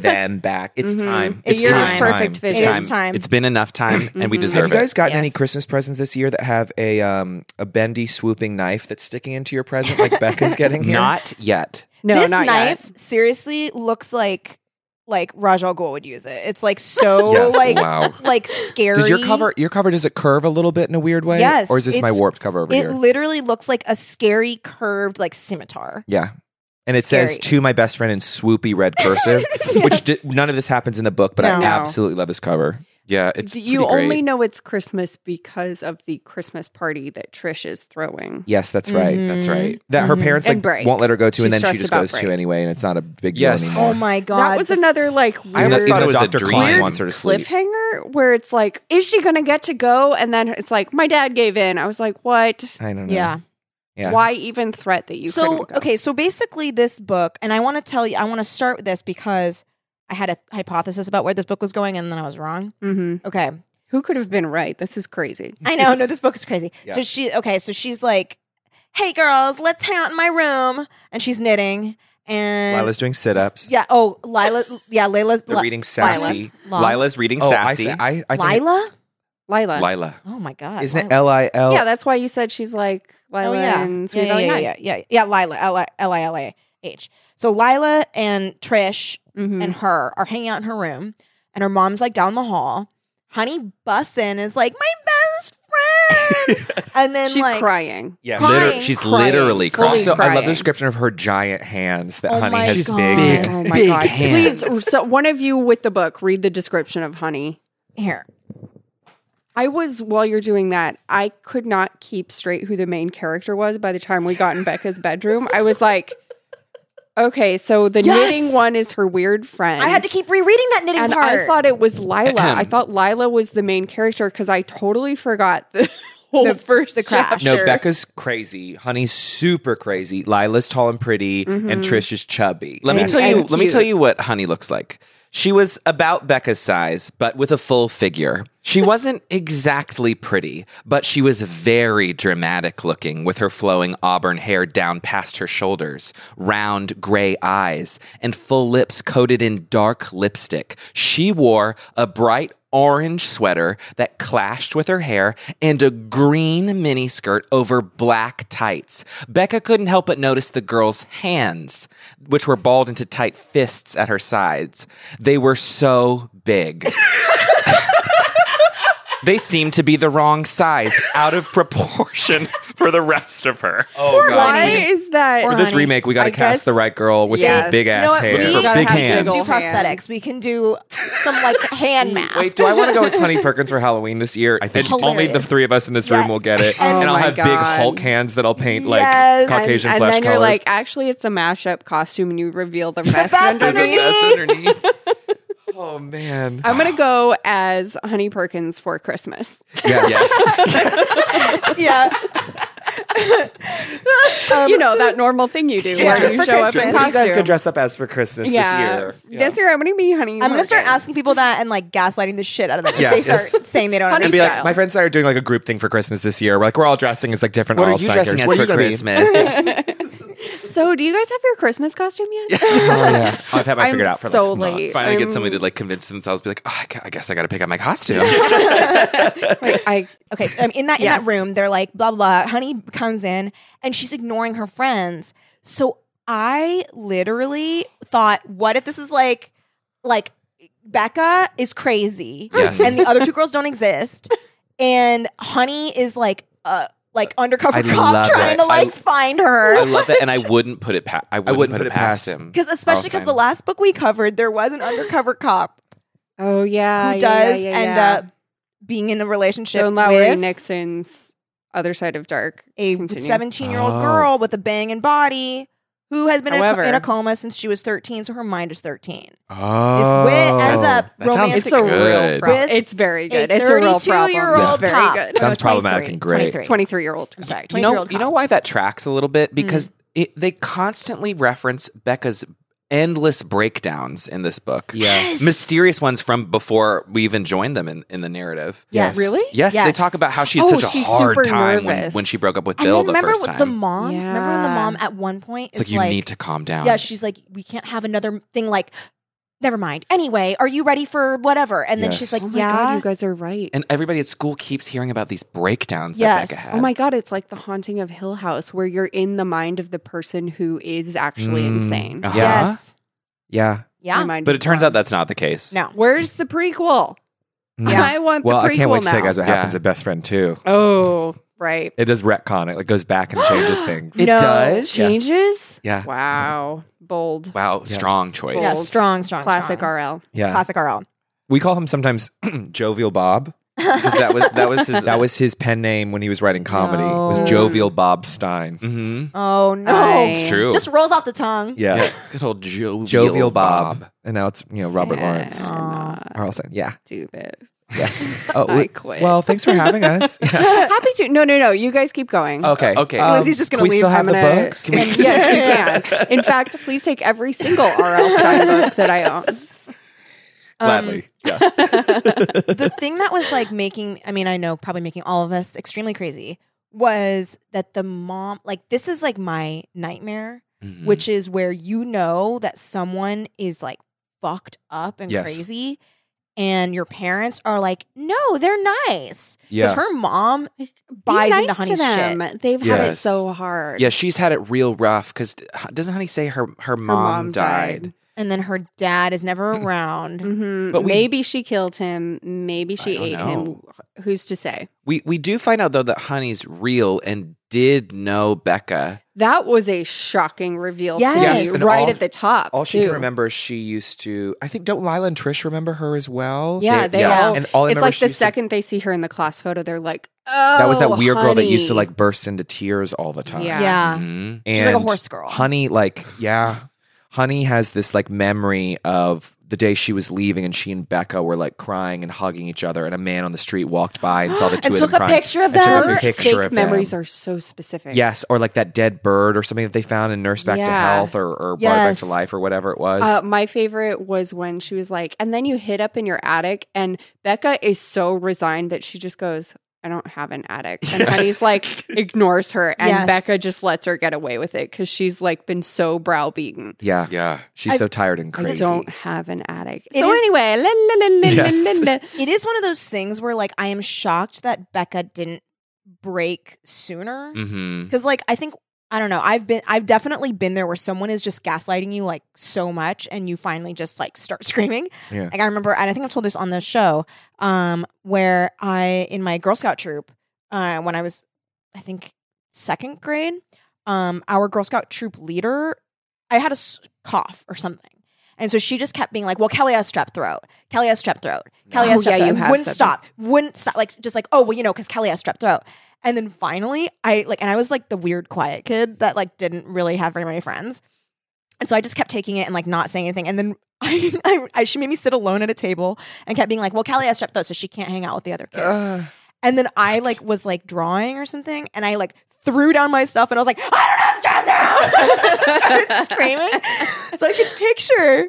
them back. It's
Mhm.
time.
It's
It's
time.
time.
Perfect
Time.
It
vision.
is time.
It's been enough time, and we
Mhm.
Have you
deserve it.
guys gotten any
Yes.
Christmas presents this year that have a um a bendy swooping knife that's sticking into your present like Becca's getting here?
Not yet.
No,
this
not
knife
yet.
seriously looks like like Raj Al Ghul would use it. It's like so
Yes.
Oh, like
wow.
like scary.
Does your cover your cover does it curve a little bit in a weird way?
Yes,
Or is this my
it's-
warped cover over
It
here?
literally looks like a scary curved like scimitar.
Yeah. And it says
Scary.
to my best friend in swoopy red cursive, which di- none of this happens in the book, but I
No.
absolutely love this cover.
Yeah, it's
you
pretty
only
great.
know it's Christmas because of the Christmas party that Trish is throwing.
Yes, that's right.
That's right.
That her
Mhm.
parents
And
like
break.
won't let her go to,
She's
and then she
stressed
just
about
goes
break.
to anyway, and it's not a big deal
Yes.
anymore.
Oh my god.
That was
the
another like
I almost
Even
weird
thought
though
it was
it was a
Dr.
dream.
Klein
Weird
wants her to sleep.
cliffhanger where it's like, is she gonna get to go? And then it's like, my dad gave in. I was like, what?
I don't know.
Yeah.
Uh, Yeah.
Why even threat that you?
so
couldn't go?
okay, so basically this book, and I want to tell you, I want to start with this because I had a hypothesis about where this book was going, and then I was wrong.
hmm
Okay,
who could have been right? This is crazy.
I know. No, this book is crazy.
Yeah.
So she, okay, so she's like, "Hey girls, let's hang out in my room," and she's knitting. And
Lila's doing sit ups.
yeah. Oh, Lila. Yeah, Layla's
They're
Li-
reading sassy.
Lila.
Lila's reading
Oh, I,
sassy.
see. I, I think,
Lila.
Lila.
Lila.
Oh my god.
isn't it
Lila.
L I L?
Yeah, that's why you said she's like Lila
Oh yeah.
and Sweet
Yeah, yeah,
Valley
yeah,
Nine.
yeah, yeah, yeah. Lila. L i l i l a h. So Lila and Trish
Mhm.
and her are hanging out in her room, and her mom's like down the hall. Honey Bussin is like my best friend, and then
she's
like
crying.
Yeah.
Crying,
Liter- she's
crying,
literally
fully
crying.
So I love
crying.
the description of her giant hands that
Oh
Honey
my
has
God.
big,
oh my
big
god!
hands.
Please, so one of you with the book, read the description of Honey.
here.
I was while you're doing that, I could not keep straight who the main character was by the time we got in Becca's bedroom. I was like, okay, so the
Yes!
knitting one is her weird friend.
I had to keep rereading that knitting
and
part.
I thought it was Lila. I thought Lila was the main character because I totally forgot the whole
The-
first
the crash.
chapter.
No, Becca's crazy. Honey's super crazy. Lila's tall and pretty, and Trish is chubby.
Let me
And
tell you.
and
Let me
cute.
tell you what Honey looks like. She was about Becca's size, but with a full figure. She wasn't exactly pretty, but she was very dramatic looking, with her flowing auburn hair down past her shoulders, round gray eyes, and full lips coated in dark lipstick. She wore a bright orange sweater that clashed with her hair and a green miniskirt over black tights. Becca couldn't help but notice the girl's hands, which were balled into tight fists at her sides. They were so big. they seemed to be the wrong size, out of proportion for the rest of her.
Oh,
Why
Honey.
is that?
Or
For this
Honey.
remake, we got
I
to cast
guess-
the right girl with
Yes.
some big
You
ass
know what?
hair.
We
We
Her
gotta
big
have
hands.
do
Big hands.
prosthetics. We can do some like hand masks.
Wait, do I want to go as Honey Perkins for Halloween this year? I think
Hilarious.
only the three of us in this room
Yes.
will get it,
Oh
and I'll
my
have big
God.
Hulk hands that I'll paint like
Yes.
And-
Caucasian
and,
flesh
then
color.
you're like, actually, it's a mashup costume, and you reveal the rest
best
underneath.
underneath.
underneath.
Oh man.
I'm gonna go as Honey Perkins for Christmas.
Yes.
yeah.
Oh
Um,
you know that normal thing you do
Yeah,
where you
for
show up in
Christmas.
costume.
You guys could dress up as for Christmas
yeah.
this year.
This year I'm gonna be Honey.
I'm gonna start
Perkins.
asking people that and like gaslighting the shit out of them if
Yeah,
they
it's-
start saying they don't
Honey
And be
understand.
like,
Style.
my friends and I are doing like a group thing for Christmas this year. We're like, we're all dressing as like different
What are
all
you dressing as
What
for Christmas?
So, do you guys have your Christmas costume yet?
Oh, yeah. I've had mine
I'm
figured out for
so
like six
late.
months.
Finally, get
I'm-
somebody to like convince themselves, be like, oh, I gu- I guess I got to pick up my costume.
Like, I
Okay, so, um, in that in
Yes.
that room, they're like blah blah. blah. Honey comes in and she's ignoring her friends. So I literally thought, what if this is like, like Becca is crazy,
Yes.
and the other two girls don't exist, and Honey is like uh like undercover
I
cop
love
trying
it.
to like
I-
find
I
her.
love that, and I wouldn't put it past. I wouldn't,
wouldn't
put, it past, him.
Because especially because
Awesome.
the last book we covered, there was an undercover cop
oh
who
yeah, yeah,
does
yeah, yeah,
end
yeah.
up being in a relationship
Joan Lowry
with
Nixon's Other Side of Dark.
a
Continue.
17 year old
Oh.
girl with a banging body who has been in a co-
However-
in a coma since she was 13, so her mind is 13.
Oh.
This wit ends up
that sounds-
romantic.
It's a real
Good.
problem.
With
It's very good.
a
It's a real problem.
32-year-old
It's
cop.
very good.
Sounds problematic and great.
23.
23 year old.
I'm sorry, 23
You
year
know,
old
you know why that tracks a little bit because it, they constantly reference Becca's endless breakdowns in this book.
Yes.
mysterious ones from before we even joined them in, in the narrative.
Yes.
Really?
Yes, they
Yes.
talk about how she had
Oh,
such a
she's
hard
super
time when,
nervous.
when she broke up with
And
Bill
then
the
remember
first
what
time.
the mom? Remember when the
Yeah.
mom at one point
it's
is
like you need to calm down.
Yeah, she's like, we can't have another thing like, never mind. Anyway, are you ready for whatever? And then
Yes.
she's like,
Oh my
yeah.
God, you guys are right.
and everybody at school keeps hearing about these breakdowns
Yes.
that Becca had.
Oh my god, it's like the haunting of Hill House where you're in the mind of the person who is actually
Mm.
insane.
Uh-huh. Yeah.
Yes.
Yeah.
Yeah.
My mind is
But it turns
blown.
out that's not the case.
No.
Where's the prequel?
Mm.
Yeah.
I want
Well,
the prequel
I can't wait to
now.
tell you guys what
Yeah.
happens at Best Friend too.
Oh, right.
It does retcon. It like goes back and changes things.
It
No.
does.
Changes?
Yeah.
Wow. Bold.
Wow,
Yeah.
strong choice.
Yeah,
Old.
strong, strong.
Classic
strong.
RL.
Yeah.
Classic RL.
We call him sometimes Jovial Bob.
'Cause that was that was his
That was his pen name when he was writing comedy. It
No.
was Jovial Bob Stein.
hmm
Oh, no.
I-
It's true.
Just rolls off the tongue.
Yeah.
yeah. good old jovial,
Jovial Bob. And now it's, you know, Robert Lawrence.
Cannot
Arlson. Yeah.
do this.
Yes. Oh,
I quit.
Well, thanks for having us.
Happy to. No, no, no. You guys keep going.
Okay. Um,
Okay.
Lindsay's just
can
gonna
We still
leave.
have
I'm
the
gonna-
books.
And yes, you can. In fact, please take every single RL Stein book that I own.
Gladly. yeah.
the thing that was like making i mean i know probably making all of us extremely crazy was that the mom like this is like my nightmare
Mm.
Mhm.
which is where you know that someone is like fucked up and
Yes.
crazy and your parents are like no they're nice because
yeah.
her mom buys
Be nice
into honey's
to them.
shit
They've had it
Yes.
so hard.
Yeah, she's had it real rough because doesn't Honey say her her
Her
mom, died?
and then her dad is never
Mm.
around
Mhm.
But we-
maybe she killed him. Maybe she
I don't
ate
know.
him. Who's to say?
We we do find out though that Honey's real and did know Becca.
That was a shocking reveal to
Yes.
me
And
right
all-
at the top.
All she
too.
can remember, is she used to. I think don't Lila and Trish remember her as well.
Yeah, they
yes.
all.
And all I
it's
remember
like
she
the
used to-
second they see her in the class photo, they're like, "Oh,
that was that weird girl that used to
honey."
like burst into tears all the time.
Yeah.
yeah,
Mhm.
and
she's like a horse girl
Honey, like yeah, Honey has this like memory of the day she was leaving, and she and Becca were like crying and hugging each other, and a man on the street walked by and saw the two
and
of
took
them
a
crying.
picture of
and took a
them
Her
picture
fake
of them.
memories are so specific.
Yes, or like that dead bird or something that they found and nursed back to
Yeah.
health or, or brought it back
Yes.
to life or whatever it was.
Uh, my favorite was when she was like, and then you hid up in your attic, and Becca is so resigned that she just goes, I don't have an attic. And
Yes.
Honey's like, ignores her, and
Yes.
Becca just lets her get away with it because she's like been so browbeaten.
yeah,
Yeah.
she's
I-
so tired and
I
crazy.
don't have an attic.
It
so,
is-
anyway, la, la, la, la,
Yes.
la, la, la.
it is one of those things where like i am shocked that becca didn't break sooner
Mm-hmm.
Because like I think I don't know. I've been I've definitely been there where someone is just gaslighting you like so much, and you finally just like start screaming.
Yeah.
Like I remember, and I think I've told this on the show, um, where I in my Girl Scout troop, uh, when I was, I think second grade, um, our Girl Scout troop leader, I had a s- cough or something. And so she just kept being like, "Well, Kelly has strep throat. Kelly has strep throat. Kelly has
Oh,
strep
yeah,
throat."
you have
wouldn't
said
stop. Wouldn't stop. Like just like, "Oh, well, you know, because Kelly has strep throat." And then finally, I like, and I was like the weird, quiet kid that like didn't really have very many friends. And so I just kept taking it and like not saying anything. And then I, I, I, she made me sit alone at a table and kept being like, "Well, Callie has strep throat, so she can't hang out with the other kids."
Ugh.
and then I like was like drawing or something, and I like threw down my stuff, and I was like, "I don't know, strep throat!" Started screaming, so I could picture.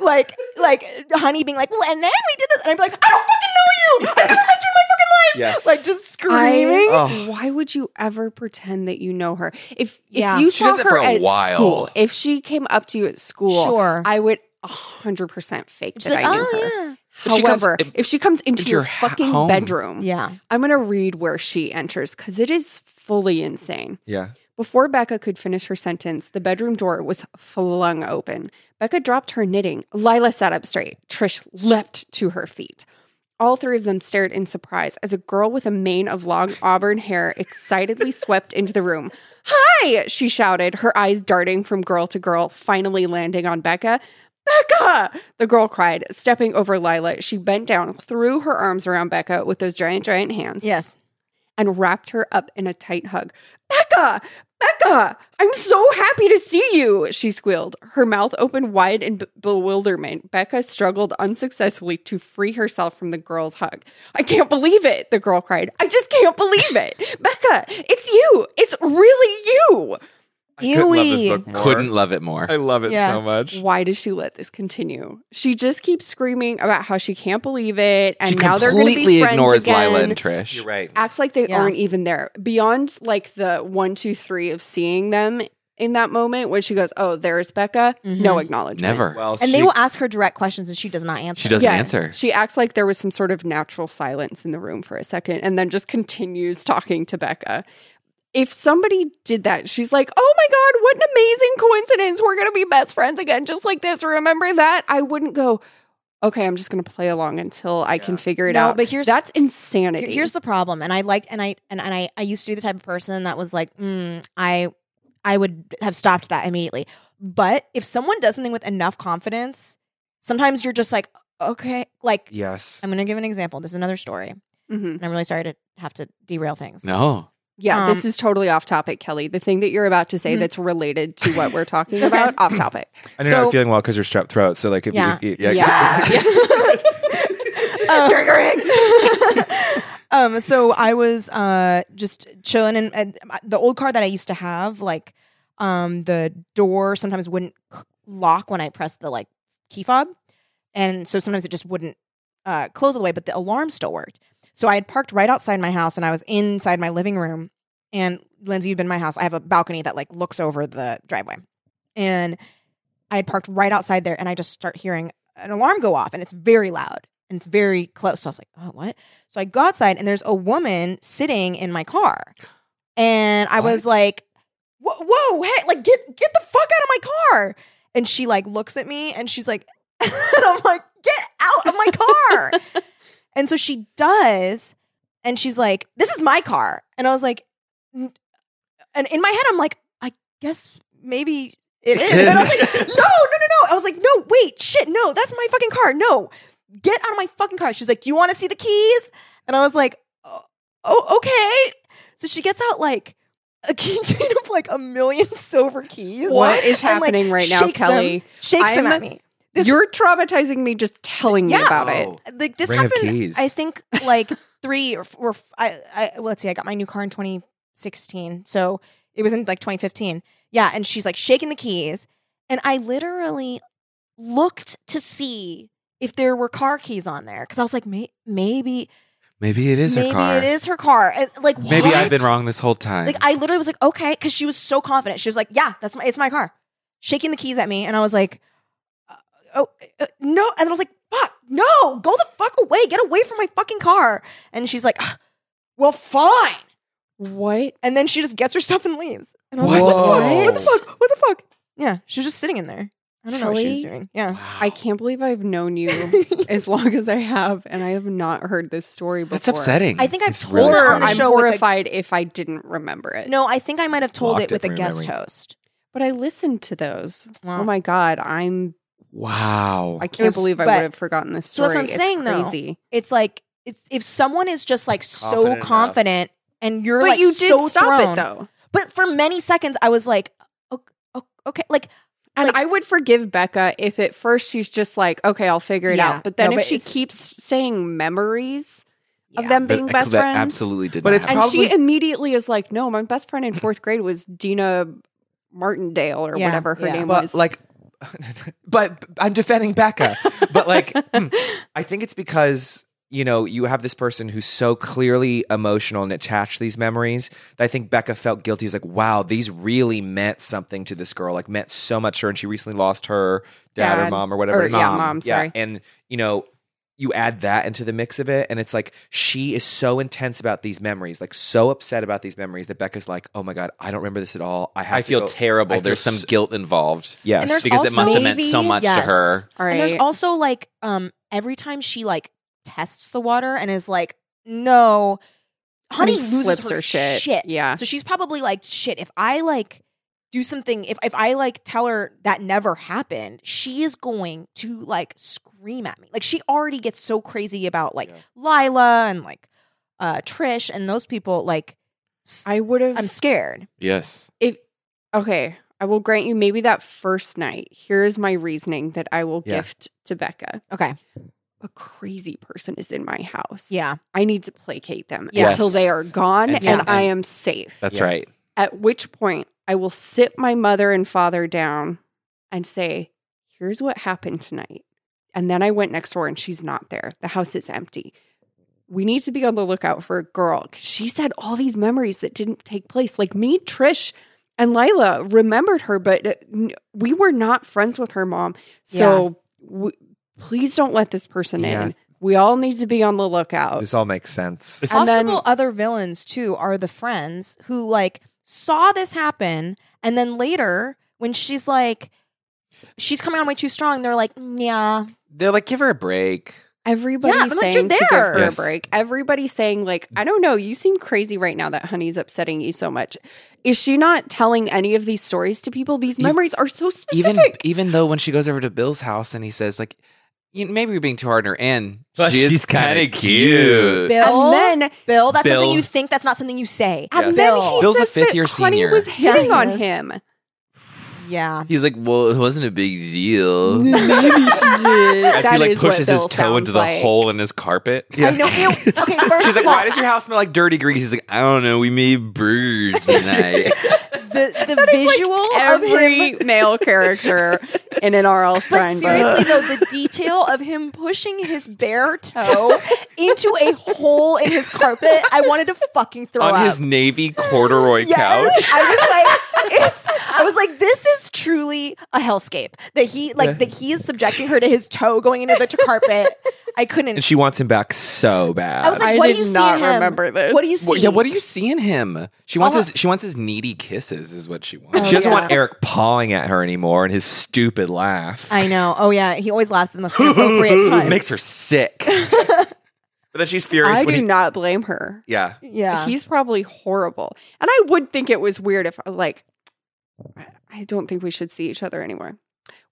Like, like, honey being like, well, and then we did this, and I'd be like, I don't fucking know you. I never met you in my fucking life.
Yes.
Like, just
I-
screaming.
Oh.
Ugh.
Why would you ever pretend that you know her? If if
Yeah.
you
She
saw
does it
her
for a
at
while.
school, if she came up to you at school,
Sure.
I would hundred percent fake
Just
that
like,
I knew
"Oh,
her.
yeah."
If she comes-
However,
if-
if she comes into,
into
your,
your ha-
fucking
home.
bedroom,
Yeah.
I'm gonna read where she enters because it is fully insane.
Yeah.
Before Becca could finish her sentence, the bedroom door was flung open. Becca dropped her knitting. Lila sat up straight. Trish leapt to her feet. All three of them stared in surprise as a girl with a mane of long auburn hair excitedly swept into the room. Hi! She shouted, her eyes darting from girl to girl, finally landing on Becca. Becca! The girl cried, stepping over Lila. She bent down, threw her arms around Becca with those giant, giant hands
Yes.
and wrapped her up in a tight hug. Becca! Becca! I'm so happy to see you! She squealed, her mouth open wide in b- bewilderment. Becca struggled unsuccessfully to free herself from the girl's hug. I can't believe it, the girl cried. I just can't believe it! Becca, it's you! It's really you!
Couldn't love this
Ewy.
book more.
Couldn't love it more.
I love it
Yeah.
so much.
Why does she let this continue? She just keeps screaming about how she can't believe it, and
she
now they're going to
completely
be friends
ignores
again.
Lila and Trish.
right.
acts like they
Yeah.
aren't even there beyond like the one two three of seeing them in that moment when she goes oh there's becca
Mm-hmm.
no acknowledgement
Never.
Well,
And
she-
they will ask her direct questions and she does not answer.
she doesn't answer.
she acts like there was some sort of natural silence in the room for a second and then just continues talking to becca if somebody did that she's like oh my god what an amazing coincidence we're gonna be best friends again just like this remember that i wouldn't go okay i'm just gonna play along until i can figure it
No,
out
but here's-
that's
Here-
insanity
Here's the problem. And I liked and I and, and I, I used to be the type of person that was like, mm, I I would have stopped that immediately. But if someone does something with enough confidence, sometimes you're just like, okay, like
Yes.
I'm gonna give an example. There's another story. And
Mhm.
I'm really sorry to have to derail things.
No.
Yeah,
Um,
this is totally off topic, Kelly. The thing that you're about to say
Mhm.
that's related to what we're talking about, off topic.
And you're not feeling well because you're strep throat. So like, if
Yeah.
you, if you-
Yeah.
Um, um, so I was uh, just chilling, and, and the old car that I used to have, like um, the door sometimes wouldn't c- lock when I pressed the like key fob, and so sometimes it just wouldn't uh, close all the way, but the alarm still worked. So I had parked right outside my house, and I was inside my living room. And Lindsay, you've been to my house. I have a balcony that like looks over the driveway, and I had parked right outside there, and I just start hearing an alarm go off, and it's very loud and it's very close. So I was like, "Oh, what?" So I go outside, and there's a woman sitting in my car, and I was
What?
like, "Whoa, whoa, hey, like get get the fuck out of my car!" And she like looks at me, and she's like, and "I'm like, get out of my car!" and so she does, and she's like, "This is my car," and I was like, "N- and in my head, I'm like, I guess maybe it is. And I was like, no, no, no, no. I was like, no, wait, shit, no, that's my fucking car. No, get out of my fucking car. She's like, do you want to see the keys? And I was like, oh, oh, okay. So she gets out like a keychain of like a million silver keys.
What is
And, like,
happening right now,
shakes them-
Kelly?
shakes them
I'm-
at me. This-
you're traumatizing me just telling me
Yeah.
about it.
Oh.
like this
Ring of
happened
keys.
i think like three or, f- or f- I, I well, let's see i got my new car in 2016 so it was in like 2015 yeah and she's like shaking the keys and i literally looked to see if there were car keys on there because i was like May- maybe
Maybe it is
maybe
her car.
it is her car and like
Maybe
what?
I've been wrong this whole time.
like i literally was like okay because she was so confident she was like yeah that's my it's my car shaking the keys at me and i was like uh, oh uh, no and i was like fuck no go the fuck away get away from my fucking car and she's like "Ah, well fine
What?
and then she just gets her stuff and leaves and i was
Whoa.
like what the fuck what the fuck what the fuck yeah she was just sitting in there i don't know what she was
Kelly?
doing yeah
Wow.
I can't believe I've known you as long as I have, and I have not heard this story before.
That's upsetting.
i think i've
It's
told
really
her on
Or
the
I'm
show with a,
horrified if I didn't remember it.
no i think i might have told
Locked
it
it
with a
from your
guest
memory.
host
but I listened to those.
Wow.
Oh my god, I'm
Wow.
I can't
was-
believe I
but-
would have forgotten this
So
story.
that's what I'm
It's
saying, though.
crazy.
it's like it's if someone is just like
Confident
so
enough.
confident and you're
but
like
you did
so
stop
thrown,
it though.
But for many seconds, I was like, okay, okay like
And
Like-
I would forgive Becca if at first she's just like, okay, I'll figure it
Yeah.
out. But then
No,
if
but
she
it's-
keeps saying memories of
Yeah.
them
But
being
I-
best
that
friends.
Absolutely did
But
not
it's
happen.
And
Probably-
she immediately is like, no, my best friend in fourth grade was Dina Martindale or
Yeah,
whatever her
yeah.
name
but
was.
like but I'm defending Becca. But like hmm, I think it's because you know you have this person who's so clearly emotional and attached to these memories that I think Becca felt guilty. Is like, wow, these really meant something to this girl. Like meant so much to her, and she recently lost her dad, or
Dad.
mom or whatever.
Or,
it is. Um,
yeah, mom, sorry.
and you know. You add that into the mix of it, and it's like she is so intense about these memories, like so upset about these memories that Becca's like, "Oh my god, I don't remember this at all. I have
I
to
feel
go-
terrible.
I feel
There's some
s-
guilt involved.
Yes,
And there's
because it
also-
must have meant so
Maybe,
much to
yes.
her.
All
And there's
right.
also like um every time she like tests the water and is like, no, honey loses
flips
her,
shit.
shit.
Yeah.
So she's probably like, shit, if I like do something, if, if I like tell her that never happened, she is going to like scream at me. Like she already gets so crazy about like
Yeah.
Lila and like uh Trish and those people. Like s-
I would have
I'm scared.
Yes.
if okay i will grant you maybe that first night here is my reasoning that i will
Yeah.
gift to becca
Okay.
a crazy person is in my house
Yeah.
i need to placate them
Yes.
until they are gone
And-
and
Yeah.
i am safe
That's
Yeah.
right.
at which point i will sit my mother and father down and say here's what happened tonight and then i went next door and she's not there the house is empty we need to be on the lookout for a girl 'cause she said all these memories that didn't take place. Like me, Trish, and Lila remembered her, but uh, n- we were not friends with her mom. So w please don't let this person
Yeah.
in. We all need to be on the lookout.
This all makes sense.
This-
And then-
Possible other villains too are the friends who like saw this happen and then later when she's like she's coming on way too strong, they're like, "Mm, yeah,
They're like, give her a break.
Everybody's
Yeah, I'm like,
saying
you're
to give
there.
her
Yes.
a break. Everybody's saying like, I don't know, you seem crazy right now that honey's upsetting you so much. Is she not telling any of these stories to people? These
You-
memories are so
Even
specific.
even though when she goes over to Bill's house and he says like, you, maybe you're being too hard on her, and
But
she is
she's kinda
kinda Uh,
cute.
Bill,
and then
Bill, that's
Bill.
something you think, that's not something you say."
And
Yes.
then
Bill.
he
Bill's a
says that
fifth-year
Connie
senior.
was
Yeah,
hitting
he
on
is.
him.
Yeah.
He's like, well, it wasn't a big deal. As
That
he like
is what
pushes his
Bill
toe into
sounds
the
like.
hole in his carpet.
I know. Ew. Okay, first
She's
of
like,
all,
why does your house smell like dirty grease? He's like, I don't know. We made burgers tonight.
the, the visual of
Every
him.
male character in an R.L.
But
Steinberg.
seriously, though, the detail of him pushing his bare toe into a hole in his carpet, I wanted to fucking throw
on
up.
his navy corduroy couch.
Yes. I was like, it's, I was like, this is truly a hellscape that he like that he is subjecting her to his toe going into the carpet. I couldn't.
and she wants him back so
Oh,
bad.
I was like,
I
what do
did
you see
not
in him?
remember this.
What do you see?
Well, yeah, what do you see in him? She wants
Oh,
his she wants his needy kisses, is what she wants.
Oh,
she doesn't
yeah.
want Eric pawing at her anymore and his stupid laugh.
I know. Oh yeah, he always laughs at the most inappropriate
It
time.
makes her sick.
but then she's furious
I do
when he.
not blame her.
yeah.
yeah.
He's probably horrible. And I would think it was weird if, like, I- I don't think we should see each other anymore.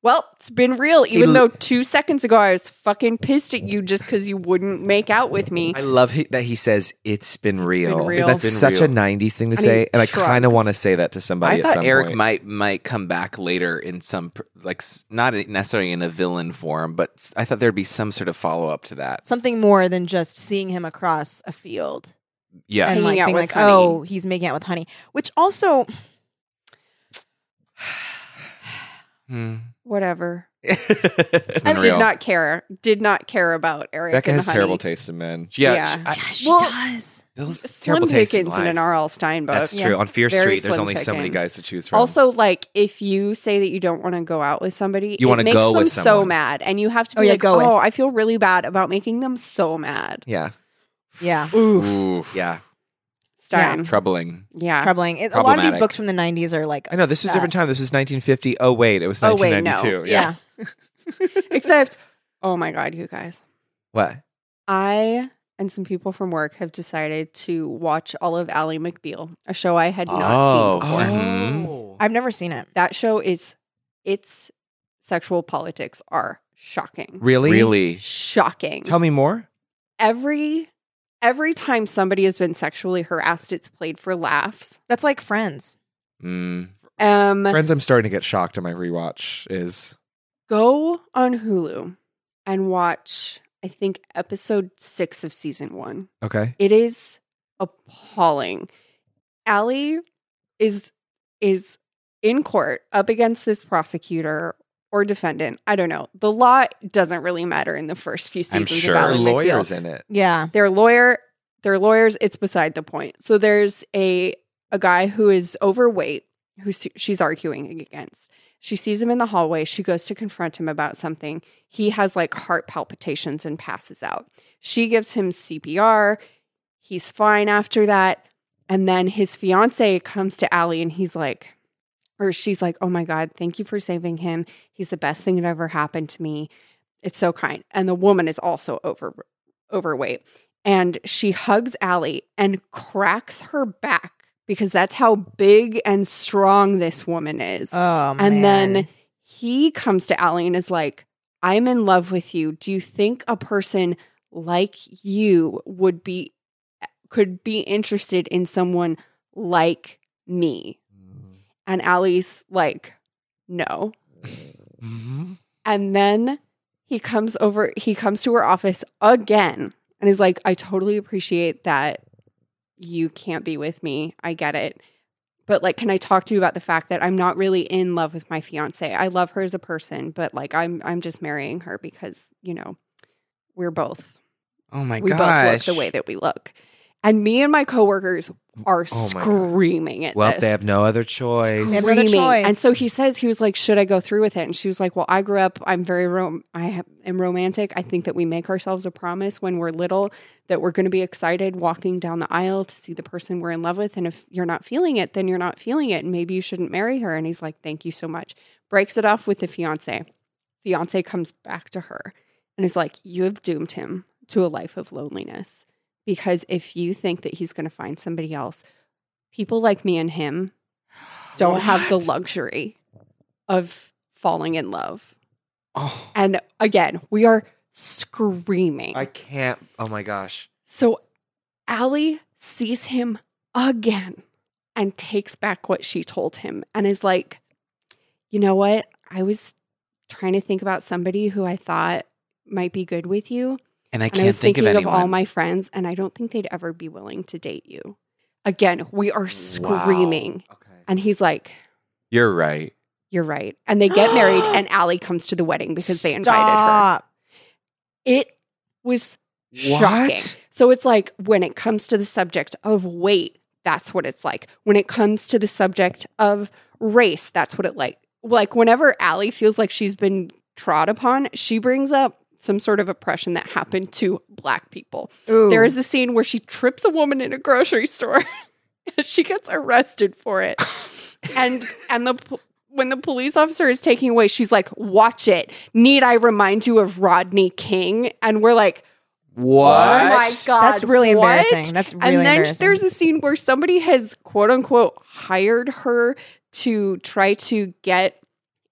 Well, it's been real, even
l-
though two seconds ago I was fucking pissed at you just because you wouldn't make out with me.
I love he, that he says it's been real.
real.
That's
It's been
such
real.
a '90s thing to
And he
say, and I kind of
shrugs.
want to say that to somebody.
I
at
thought
some
Eric
point.
might might come back later in some pr- like s- not necessarily in a villain form, but s- I thought there'd be some sort of follow up to that.
Something more than just seeing him across a field
Yes,
and
Hanging
like
out
being
with
like,
honey.
oh, he's making out with honey, which also
Hmm.
Whatever.
it's been
I'm
Did
real.
not care. Did not care about Eric.
Becca
and
has
Honey.
terrible taste in men.
yeah,
yeah.
sh- I-
yeah, she
well,
does.
Bill's
Slim
terrible taste in
Pickens in,
life.
an R.L. Stein book.
That's
Yeah.
true. On Fear
Very
Street, there's
slim
only so many
pickings.
guys to choose from.
Also, like if you say that you don't want to go out with somebody,
You
it
wanna
makes
go
them
with
so
someone.
mad, and you have to
Oh,
be
yeah,
like,
go with.
"Oh, I feel really bad about making them so mad."
yeah,
Yeah,
Ooh,
oof,
yeah.
Mm-hmm. Stein. Yeah,
troubling.
troubling. It, a lot of these
Problematic.
books from the '90s are like,
I know this was a different time. This was 1950. Oh wait, it was
Oh, wait, no.
1992.
yeah.
Except, oh my god, you guys,
What?
I and some people from work have decided to watch all of Ally McBeal, a show I had not seen before.
Oh.
Mm-hmm.
Mhm.
I've never seen it.
That show is its sexual politics are shocking,
Really?
Really,
shocking.
Tell me more.
every every time somebody has been sexually harassed, it's played for laughs.
That's like Friends.
Mm.
Um,
Friends, I'm starting to get shocked on my rewatch. Is
go on Hulu and watch, I think, episode six of season one.
okay.
It is appalling. Allie is is in court up against this prosecutor or defendant. I don't know. The law doesn't really matter in the first few
I'm
seasons.
sure.
Of
Our
Ally McBeal.
lawyers in it.
Yeah.
Their lawyer, their lawyers. It's beside the point. So there's a a guy who is overweight who s- she's arguing against. She sees him in the hallway. She goes to confront him about something. He has like heart palpitations and passes out. She gives him CPR. He's fine after that. And then his fiance comes to Allie and he's like, or she's like, oh my God, thank you for saving him. He's the best thing that ever happened to me. It's so kind. And the woman is also over overweight. And she hugs Allie and cracks her back because that's how big and strong this woman is.
Oh,
And
man.
then he comes to Allie and is like, I'm in love with you. Do you think a person like you would be could be interested in someone like me? And Allie's like, no.
Mm-hmm.
And then he comes over, he comes to her office again and is like, I totally appreciate that you can't be with me. I get it. But like, can I talk to you about the fact that I'm not really in love with my fiance? I love her as a person, but like I'm I'm just marrying her because, you know, we're both
Oh my
we both look
gosh.
the way that we look. And me and my coworkers are
Oh my God.
screaming at
Well,
this
they have no other choice.
They have another
screaming.
choice.
And so he says he was like, "Should I go through with it?" And she was like, "Well, I grew up. I'm very rom- I ha- am romantic. I think that we make ourselves a promise when we're little that we're going to be excited walking down the aisle to see the person we're in love with. And if you're not feeling it, then you're not feeling it, and maybe you shouldn't marry her." And he's like, "Thank you so much." Breaks it off with the fiance. Fiance comes back to her and is like, "You have doomed him to a life of loneliness." Because if you think that he's going to find somebody else, people like me and him don't have the luxury of falling in love.
Oh,
And again, we are screaming.
I can't. Oh my gosh.
so Allie sees him again and takes back what she told him and is like, you know what? I was trying to think about somebody who I thought might be good with you.
And
And
I
I
can't
was
think of
thinking of,
anyone.
all my friends, and I don't think they'd ever be willing to date you. Again, we are screaming.
Wow. Okay.
And he's like,
You're right.
You're right. And they get married, and Allie comes to the wedding because they invited her.
Stop.
It was
What?
shocking. So it's like when it comes to the subject of weight, that's what it's like. When it comes to the subject of race, that's what it like. Like whenever Allie feels like she's been trod upon, she brings up some sort of oppression that happened to black people.
Ooh.
There is a scene where she trips a woman in a grocery store. and she gets arrested for it. and and the po- when the police officer is taking away, she's like, "Watch it. Need I remind you of Rodney King?" And we're like, "Oh my god,
That's really
what?"
embarrassing. That's really
and then
embarrassing.
there's a scene where somebody has quote unquote hired her to try to get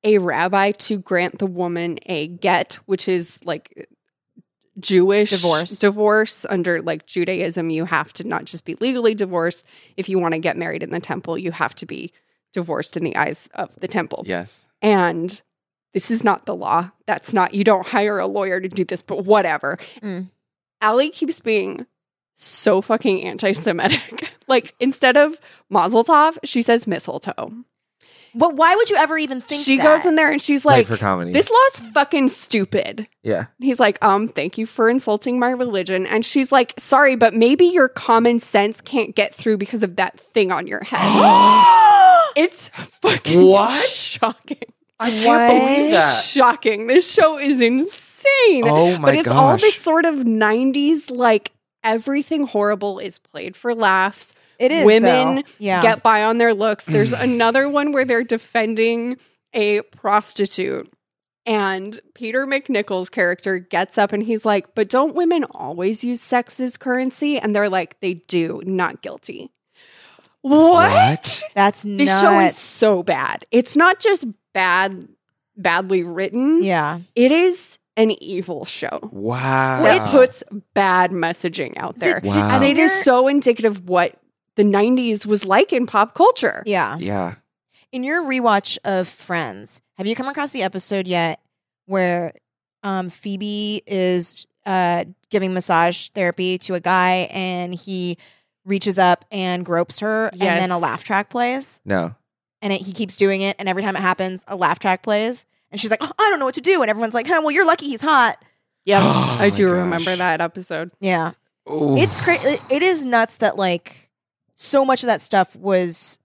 a rabbi to grant the woman a get, which is like Jewish
Divorce.
Divorce under like Judaism, you have to not just be legally divorced. If you want to get married in the temple, you have to be divorced in the eyes of the temple.
Yes.
And this is not the law. That's not, you don't hire a lawyer to do this, but whatever.
Mm.
Allie keeps being so fucking anti Semitic. like instead of Mazel Tov, she says mistletoe.
But why would you ever even think
she
that?
goes in there and she's
Played
like,
for comedy.
this law's fucking stupid.
yeah.
And He's like, um, thank you for insulting my religion. And she's like, sorry, but maybe your common sense can't get through because of that thing on your head. it's fucking
What?
shocking.
I can't
What?
believe that.
Shocking. This show is insane.
Oh my
but it's all
gosh.
this sort of 90s, like everything horrible is played for laughs.
It is
women
though. Yeah.
Get by on their looks. There's another one where they're defending a prostitute. And Peter McNichol's character gets up and he's like, But don't women always use sex as currency? And they're like, They do, not guilty. What?
That's
This
nuts.
show is so bad. It's not just bad, badly written,
yeah.
it is an evil show.
Wow.
It puts bad messaging out there.
Wow.
And it is so indicative of what the 90s was like in pop culture.
Yeah.
Yeah.
In your rewatch of Friends, have you come across the episode yet where um, Phoebe is uh, giving massage therapy to a guy and he reaches up and gropes her
Yes.
and then a laugh track plays
No.
and it, he keeps doing it and every time it happens a laugh track plays and she's like oh, I don't know what to do and everyone's like huh well you're lucky he's hot
Yep.
Oh
I do
my gosh.
remember that episode.
yeah
Ooh.
it's cra- it- it is nuts that like so much of that stuff was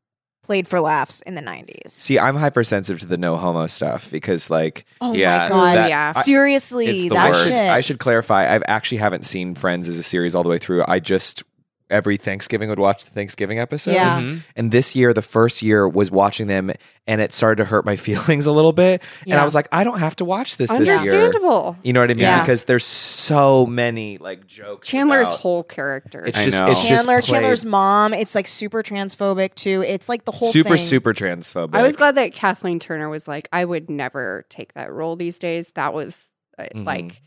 played for laughs in the 90s
See, I'm hypersensitive to the no homo stuff because, like,
oh
Yeah,
my god
that- I-
seriously
it's the
that
worst.
shit
I should clarify. I actually haven't seen Friends as a series all the way through. I just every Thanksgiving would watch the Thanksgiving episodes.
Yeah.
Mhm.
And this year, the first year was watching them, and it started to hurt my feelings a little bit. And
Yeah.
I was like, I don't have to watch this this year.
Understandable.
You know what I mean?
Yeah.
Because there's so many like jokes.
Chandler's
about-
whole character.
It's
I
just
know.
it's just
Chandler,
"Oh, played
Chandler's mom. It's like super transphobic too. It's like the whole
super
thing.
super transphobic.
I was glad that Kathleen Turner was like, I would never take that role these days. That was uh,
Mhm.
like,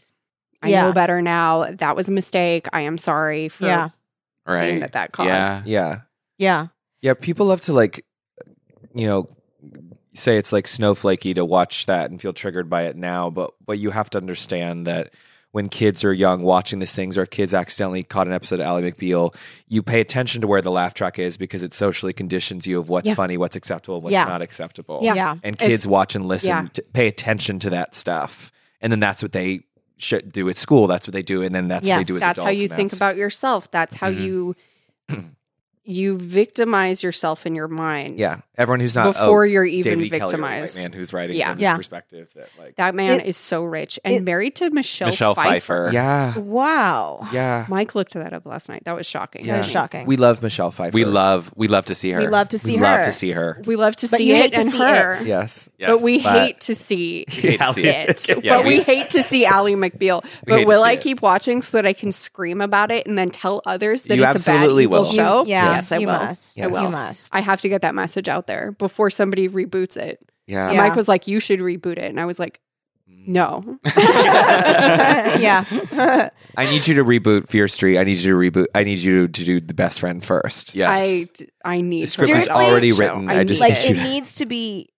I
Yeah.
know better now. That was a mistake. I am sorry for
Yeah,
right.
that that caused.
Yeah.
Yeah,
yeah,
yeah. People love to like, you know, say it's like snowflakey to watch that and feel triggered by it now, but but you have to understand that when kids are young watching these things or if kids accidentally caught an episode of Ally McBeal, you pay attention to where the laugh track is because it socially conditions you of what's
Yeah.
funny, what's acceptable, and what's
Yeah.
not acceptable.
yeah,
Yeah.
yeah,
and
If-
kids watch and listen
yeah.
to pay attention to that stuff and then that's what they should do at school that's what they do and then that's what
Yes.
they do as
That's how
adults,
you
and
think
that's-
about yourself. That's how
Mhm.
you you victimize yourself in your mind.
yeah everyone who's not
Before
oh,
you're even
David E. Kelley or the white
victimized.
man who's writing
Yeah.
from
Yeah.
this perspective that like
That man
It-
is so rich and
it-
married to Michelle,
Michelle Pfeiffer.
yeah
Wow,
yeah
Mike looked that up last night. That was shocking.
Yeah.
that is shocking.
we love Michelle Pfeiffer
We love we love to see her.
We love to see
we
her.
love to see her
We love to
But
see
you
it
hate to
and
see
her,
it.
yes
Yes.
but we
but-
hate to see
hate to see
it.
Yeah,
but we,
we-
hate to see Ally McBeal.
We hate
But
to
will
see
I
it.
keep watching so that I can scream about it and then tell others that
You
it's
absolutely
a bad evil
will.
You-
show?
yeah,
Yes, I
you
will.
must.
I will.
You must.
I have to get that message out there before somebody reboots it.
yeah
And
Yeah.
Mike was like, "You should reboot it," and I was like, "No."
yeah,
I need you to reboot Fear Street I need you to reboot I need you to, to do the best friend first
Yes.
I I need
the script is
Seriously?
already
Show.
written
I
I, just
need
need
like
you
it
to
needs to be,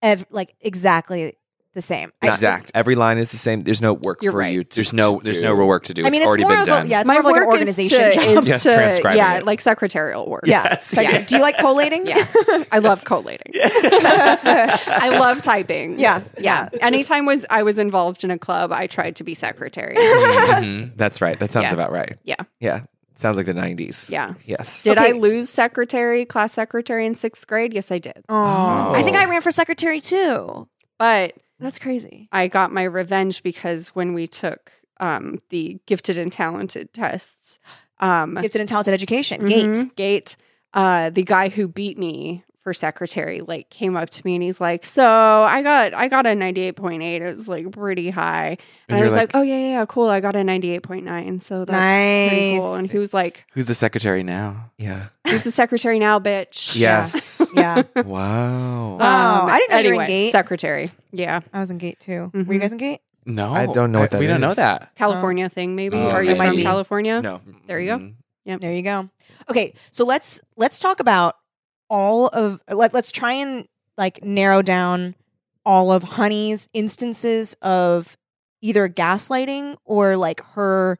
ev- like exactly the same. I-
Not- every line is the same there's no work
You're
for
right.
you to,
There's no
to
there's
do.
no work to do.
I mean,
it's
it's
already
more
been
of a
done.
yeah, it's
My
more of like an
work
organization
is to,
job.
is
Yes,
to-
transcribing
yeah,
it.
like secretarial work.
Yeah.
Yes,
So
yeah.
Do you like collating?
Yeah. I love collating. I love typing.
Yeah,
Yeah. Anytime was I was involved in a club, I tried to be secretary.
Mhm.
That's right. That sounds
Yeah.
about right.
Yeah.
Yeah. Sounds like the 90s.
Yeah.
Yes.
Did I
Okay.
lose secretary, class secretary in sixth grade? Yes, I did.
Oh. I think
Oh.
I ran for secretary too.
But
That's crazy.
I got my revenge because when we took um, the gifted and talented tests, um,
Gifted and talented education. Gate.
Mhm, Gate. Uh, the guy who beat me for secretary like came up to me and he's like, "So I got I got a ninety eight point eight. It was like pretty high." And, I
you're
was like, "Oh yeah, yeah, yeah, cool. I got a ninety eight point nine. So that's pretty cool."
Nice.
And he was like,
Who's the secretary now?
Yeah.
"He's the secretary now, bitch." Um,
Yes.
Yeah.
wow.
Wow, Um, I didn't know you were in
anyway,
Gate. Oh.
Secretary, yeah,
I was in gate too.
Mhm.
Were you guys in gate?
No,
I don't know what that
we don't know
is.
that.
California thing maybe.
Oh,
Are you
it might
from
be.
California?
No.
There you go.
Mhm.
There you go. Okay, so let's let's talk about all of let, let's try and like narrow down all of Honey's instances of either gaslighting or like her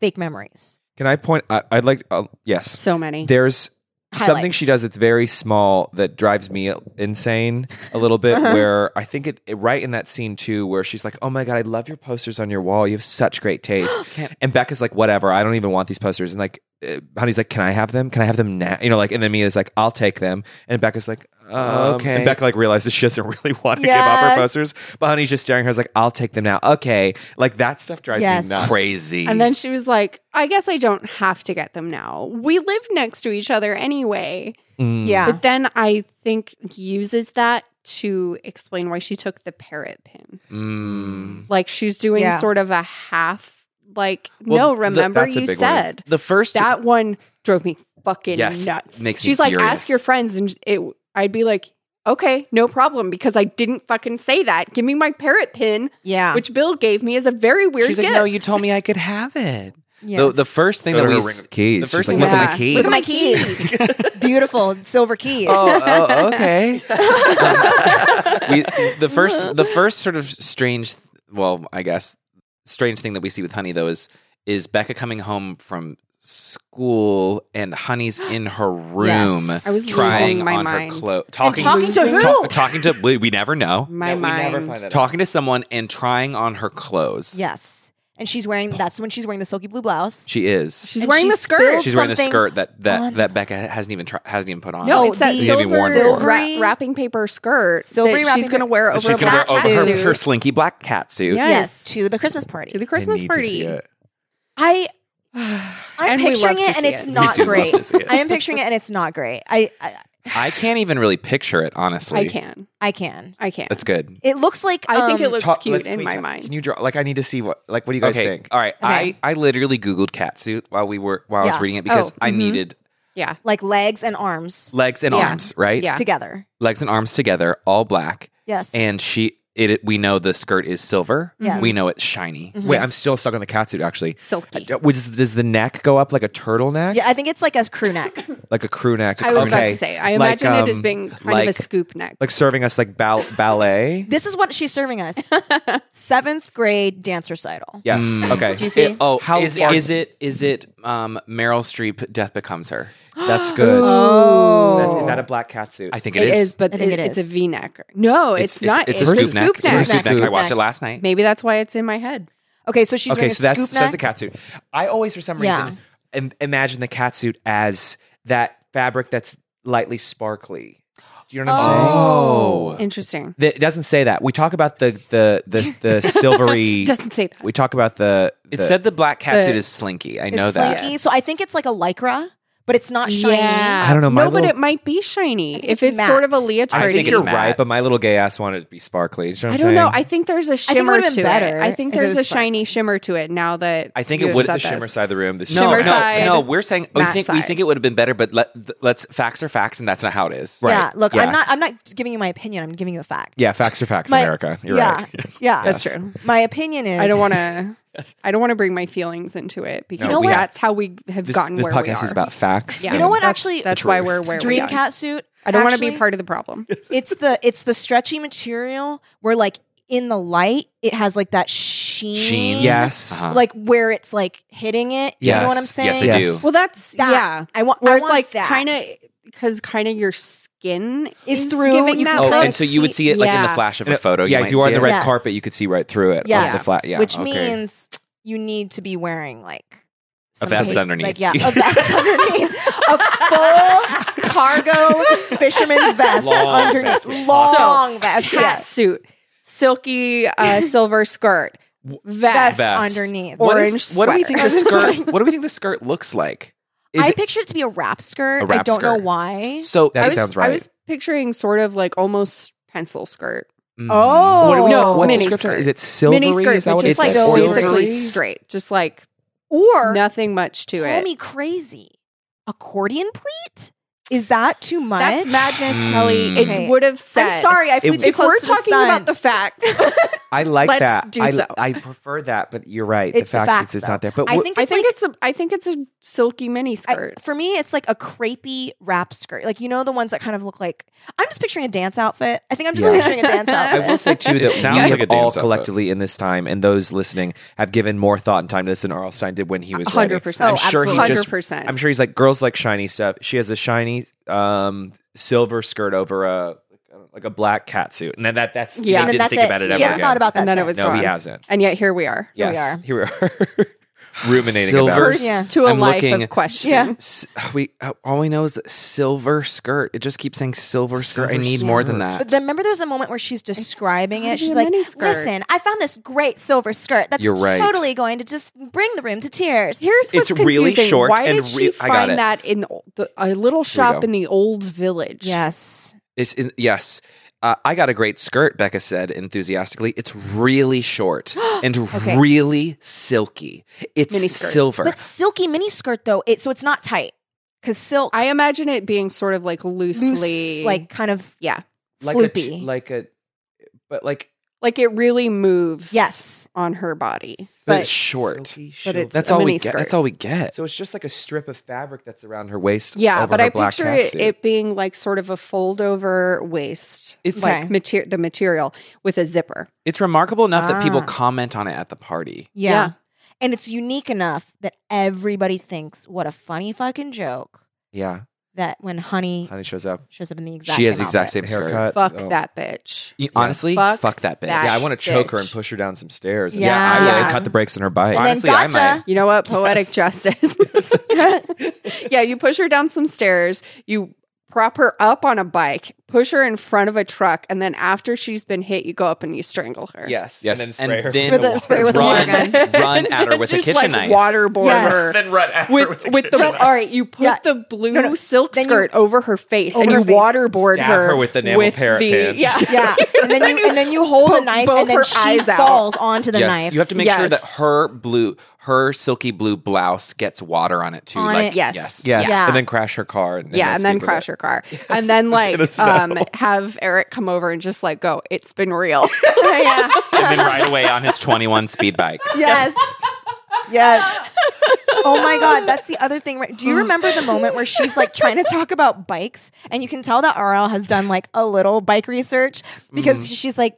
fake memories.
Can I point? I, I'd like, uh, yes.
So many.
There's something
Highlights.
she does that's very small that drives me insane a little bit.
Uh-huh.
Where I think it, it- right in that scene too, where she's like, "Oh my god, I love your posters on your wall. You have such great taste."
Can't-
and Becca's like, "Whatever, I don't even want these posters." And like, uh, Honey's like, "Can I have them? Can I have them now?" You know, like, and then Mia's like, "I'll take them." And Becca's like, um,
Okay.
And Becca like realizes she doesn't really want to give up
Yeah.
her posters, but Honey's just staring at her. Is like, "I'll take them now." Okay, like that stuff drives
Yes.
me nuts.
Crazy.
And then she was like, I guess I don't have to get them now. We live next to each other anyway.
Mm.
Yeah.
But then I think uses that to explain why she took the parrot pin.
Mm.
Like she's doing
Yeah.
sort of a half, like,
Well,
no,
th-
remember
that's a
you
big one.
said.
the first
That one drove me fucking
Yes,
nuts.
makes me
she's like,
furious.
ask your friends. And it, I'd be like, okay, no problem, because I didn't fucking say that. Give me my parrot pin,
Yeah.
which Bill gave me as a very weird
she's
gift.
like, no, you told me I could have it.
Yeah.
The, the first thing
Go
that
to
we
her
s-
ring of keys.
the
She's
first
like,
thing
look
that
at
we-
my keys.
Look at my keys. Beautiful silver keys.
oh, oh, okay. Um, we, the first, the first sort of strange, well, I guess strange thing that we see with Honey though is is Becca coming home from school and Honey's in her room
Yes.
I was
trying
losing my
on
mind.
her clothes, talking,
talking to who?
ta- talking to we, we never know,
My
Yeah, we
mind.
never find that out.
talking to someone and trying on her clothes.
Yes. And she's wearing that's when she's wearing the silky blue blouse.
she is.
She's
And
wearing
she
the skirt.
spilled
She's wearing a
something
skirt that
on
that, that Becca hasn't even tri- hasn't even put on.
No,
Oh,
it's that
the
silver,
Maybe worn
silver-
wra- wrapping paper skirt
Silvery
that
wrapping
she's going to
paper-
wear over
she's
a
gonna
black
wear over her,
suit
her slinky black cat suit.
Yeah.
Yes.
Yes.
to the Christmas party.
to the
I
Christmas
need to see
party.
it.
I I'm
And we
picturing
love to
it and
see
it's
it.
not
We do love
great.
to see it.
I am picturing it and it's not great. I I,
I can't even really picture it, honestly.
I can.
I can.
I can.
That's good.
It looks like
I think it
um,
looks
Talk-
cute
let's-
in
wait,
my
can-
mind.
Can you draw? Like, I need to see what. Like, what do you guys
okay.
think? Uh,
All right.
Okay.
I, I literally Googled cat suit while we were while I was
Yeah.
reading it because
Oh,
I
mhm.
needed
yeah.
like legs and arms
legs and
Yeah.
arms, right?
Yeah.
together.
Legs and arms together, all black.
Yes.
And she it, it- we know the skirt is silver.
Yes.
We know it's shiny.
Mhm.
Mm-hmm.
Wait, I'm still stuck on the cat suit. Actually,
Silky.
Uh, does, does the neck go up like a turtleneck?
yeah, I think it's like a crew neck.
like a crew neck.
I was about
Okay.
to say. uh, I
Like,
imagine it as
um,
being kind
like-
of a scoop neck.
like serving us like bal- ballet.
This is what she's serving us. Seventh grade dance recital.
Yes.
Mm.
Okay.
Do you see?
It-
Oh,
How
is,
far-
is it is it um, Meryl Streep? Death becomes her.
that's good.
Oh.
That's- is that a black cat suit?
I think
it is, but
I think
it-
it
it's
is.
a V neck. No, it's, not. It's,
a
a
scoop neck.
scoop
It's
neck.
a scoop neck. I
Scoop
watched
neck.
it last night.
Maybe that's why it's in my head.
Okay, so she's
okay,
wearing
so
a
that's
scoop
so that's
neck.
the cat suit. I always, for some
Yeah.
reason, im- imagine the cat suit as that fabric that's lightly sparkly. Do you know what I'm
Oh.
saying?
Interesting.
Th- It doesn't say that. We talk about the the the, the silvery.
Doesn't say that.
we talk about the.
It
the-
said the black cat
the-
suit is slinky. I
It's
know that.
slinky, so I think it's like a lycra, but it's not shiny.
Yeah.
I don't know, my
No,
little-
but it might be shiny
think
if
it's
it's sort of a
matte.
leotard.
I
it's
think you're
matte.
right, but my little gay ass wanted it to be sparkly. Do you know
I
what
don't
I'm
know. I
saying?
think there's a
think it
shimmer
would've been
to
better
it. I
if
think
it
there's a
was
shiny shimmer to it now that
I think
you
it would-
It's
said
the shimmer
this.
side of the room. The
No,
shimmer
Shimmer
no,
side.
side.
no. We're saying we
matte
think we
side.
think it would have been better, but let th- let's facts are facts, and that's not how it is.
Right.
Yeah, look,
Yeah.
I'm not I'm not giving you my opinion, I'm giving you a fact.
Yeah, facts are facts,
My-
America. You're
yeah.
right.
Yeah.
That's true.
My opinion is
I don't want to. I don't want to bring my feelings into it because
we have-
that's how we have
This,
gotten
this
where we
podcast
are.
is about facts.
Yeah.
You know what
That's-
actually
That's why we're where we
dream
are.
cat suit?
I don't want to be
actually-
part of the problem.
it's the it's the stretchy material where like in the light it has like that sheen.
Sheen.
Yes.
Uh-huh.
Like where it's like hitting it. You know what I'm
Yes.
saying?
Yes, I
Yes.
do.
Well, that's
That.
yeah.
I want
Where
I
it's
want
like
that.
kind of because kind of your skin
Is
is,
through,
Giving
you
that
can
Oh,
kinda
and so you would
see-
see it like in the
yeah.
flash of a photo.
yeah,
might
if you were on
see
the
it.
red
Yes.
carpet, you could see right through it. Yeah,
Yes.
the flat. Yeah,
Which
okay.
means you need to be wearing like
A
some
vest
type-
underneath.
Like yeah, a vest underneath. A full cargo fisherman's vest
Long
underneath.
vest with
Long vest.
cat
Yes.
suit, silky uh, silver skirt,
Vest,
vest.
Vest.
underneath.
Or-
What
orange
is- What do we think the
sweater.
skirt? What do we think the skirt looks like? Is
I
it-
picture it to be a wrap skirt.
A wrap
I don't know
skirt.
why.
so
That
I was,
sounds right.
I was picturing sort of like almost pencil skirt,
Mm.
Oh,
Hmm. What are we,
No,
what's the
mini
description?
skirt.
Is it silvery?
mini skirt,
Is that
but
what
just
it
like
says?
so
Silvery?
basically straight, just like
or
nothing much to
call
it.
me crazy. Accordion pleat? Is that too much?
That's madness, Kelly.
Mm.
It
Okay.
would have said.
I'm sorry, I flew
It-
too
If
close
we're
to
talking
the sun.
about the facts,
I like
Let's
that.
do
I,
so.
I prefer that, but you're right.
It's the
the
facts,
fact it's
though.
not there. But
I
what-
think
I
it's
think
like
it's a. I think it's a silky mini
I-
skirt.
for me, it's like a crepey wrap skirt. Like you know the ones that kind of look like I'm just picturing a dance outfit. I think I'm just
Yeah.
picturing a dance
I
outfit.
will say too
It
that we
sounds like a
have
dance
all
outfit.
collectively in this time, and those listening have given more thought and time to this than Arl Stein did when he was writing.
100%.
I'm
Oh,
sure he
absolutely.
just.
100%.
I'm sure he's like girls like shiny stuff. She has a shiny um, silver skirt over a like a black cat suit, and then that that's he
Yeah.
and then
didn't
that's
think
it.
about it
he
ever
hasn't
again.
thought about that.
And then it
since.
was
no, he
gone.
hasn't.
and yet here we are.
Here we
Yes,
are.
here we are. Ruminating
silver
about it.
s-
Yeah.
To a
I'm
life
looking-
of questions.
Yeah.
S- we Oh, all we know is that silver skirt. It just keeps saying silver skirt. I
Silver
need more than
skirt.
that.
But then remember, there's a moment where she's describing
gotta
it.
be
She's
a
like,
mini skirt.
"Listen, I found this great silver skirt that's
You're right.
totally going to just bring the room to tears."
Here's what's
It's really
confusing.
short
Why
and
did she
re- I got it.
find that in the, the- a little shop
go.
in the old village?
Yes,
It's in, yes. Uh, I got a great skirt, Becca said enthusiastically. It's really short and
Okay.
really silky. It's
Mini skirt.
silver.
but silky mini skirt though, it so it's not tight because silk
I imagine it being sort of like loosely
loose, like kind of
yeah.
like a,
floopy.
ch- like a, but like
Like it really moves
Yes.
on her body.
But
But
it's short.
Silky
but it's
That's
a
all we
miniskirt.
get. That's all we get.
So it's just like a strip of fabric that's around her waist.
yeah,
over
but
her
I
black
picture it,
catsuit.
it being like sort of a fold over waist.
It's-
like
Okay.
mater- the material with a zipper.
It's remarkable enough that people
Ah.
comment on it at the party.
Yeah.
Yeah.
And it's unique enough that everybody thinks, what a funny fucking joke
yeah,
that when Honey
honey shows up,
shows up in the exact
she
same
has the exact
outfit.
same skirt.
haircut.
Fuck
oh.
that bitch.
Y- Honestly,
Fuck
fuck, that bitch.
that
Yeah, I want to choke her
bitch.
and push her down some stairs. and-
Yeah.
I would
Yeah.
cut the brakes on her bike.
And then
Honestly, I
gotcha.
You know what? Poetic justice. yeah, you push her down some stairs, you prop her up on a bike, push her in front of a truck, and then after she's been hit, you go up and you strangle her.
yes,
Yes,
and then spray her.
With the- spray with a
run,
water
run at her with a
Just,
kitchen
like,
knife.
Waterboard
Yes.
her.
then run after
With, with, the all right, you put
Yeah.
the blue
No, no.
silk
Then you-
skirt over her face
Over
and you
her face.
waterboard
Stab
her,
her with the enamel parrot
the-
pin.
Yeah,
Yeah. And then you and then you hold a
Poke
knife
both
and then
her
she
eyes out.
falls onto the
yes,
knife.
you have to make sure that
Yes.
her blue, her silky blue blouse gets water on it too.
On
like
it.
Yes.
Yes,
Yeah.
and then crash her car. And,
yeah, and then crash her car, and then like
In the
um, have Eric come over and just like go. It's been real.
yeah.
and then ride away on his 21 speed bike.
Yes. yes. Oh my God. That's the other thing. right? Do you remember the moment where she's like trying to talk about bikes? And you can tell that RL has done like a little bike research because she's like,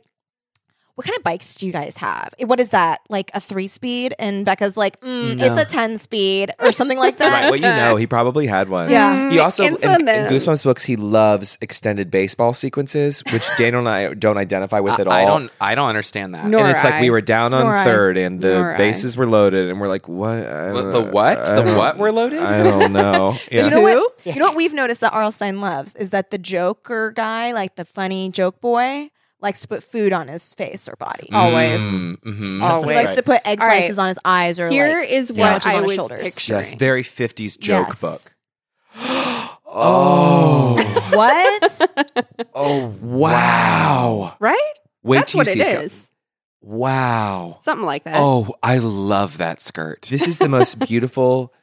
what kind of bikes do you guys have? What is that? Like a three speed? And Becca's like, mm,
No.
it's a 10 speed or something like that.
Right, well, you know, he probably had one.
Yeah.
Mm-hmm.
He also in, in
Infamous.
Goosebumps books, he loves extended baseball sequences, which Daniel and I don't identify with at all.
I don't. I don't understand that.
No.
and it's
Nor
like
I.
we were down on
Nor I.
third, and the
Nor I.
bases were loaded, and we're like, "What? I
What-
don't-
the what?
I
The
don't-
what were loaded?
I don't know." Yeah.
You know what?
Who?
You know what we've noticed that Arlstein loves is that the Joker guy, like the funny joke boy, likes to put food on his face or body.
Mm-hmm.
Always.
mhm.
Always.
He likes to put egg
All Oh, right.
slices on his eyes or
Here
like
is
yeah.
what
slouches
I
on his
was
shoulders.
picturing.
yes, very fifties joke
Yes.
book. Oh,
what?
oh,
Wow.
right?
Wait
That's
till
what
you
it
see Scout.
is.
wow!
Something like that.
Oh, I love that skirt.
This is the most beautiful.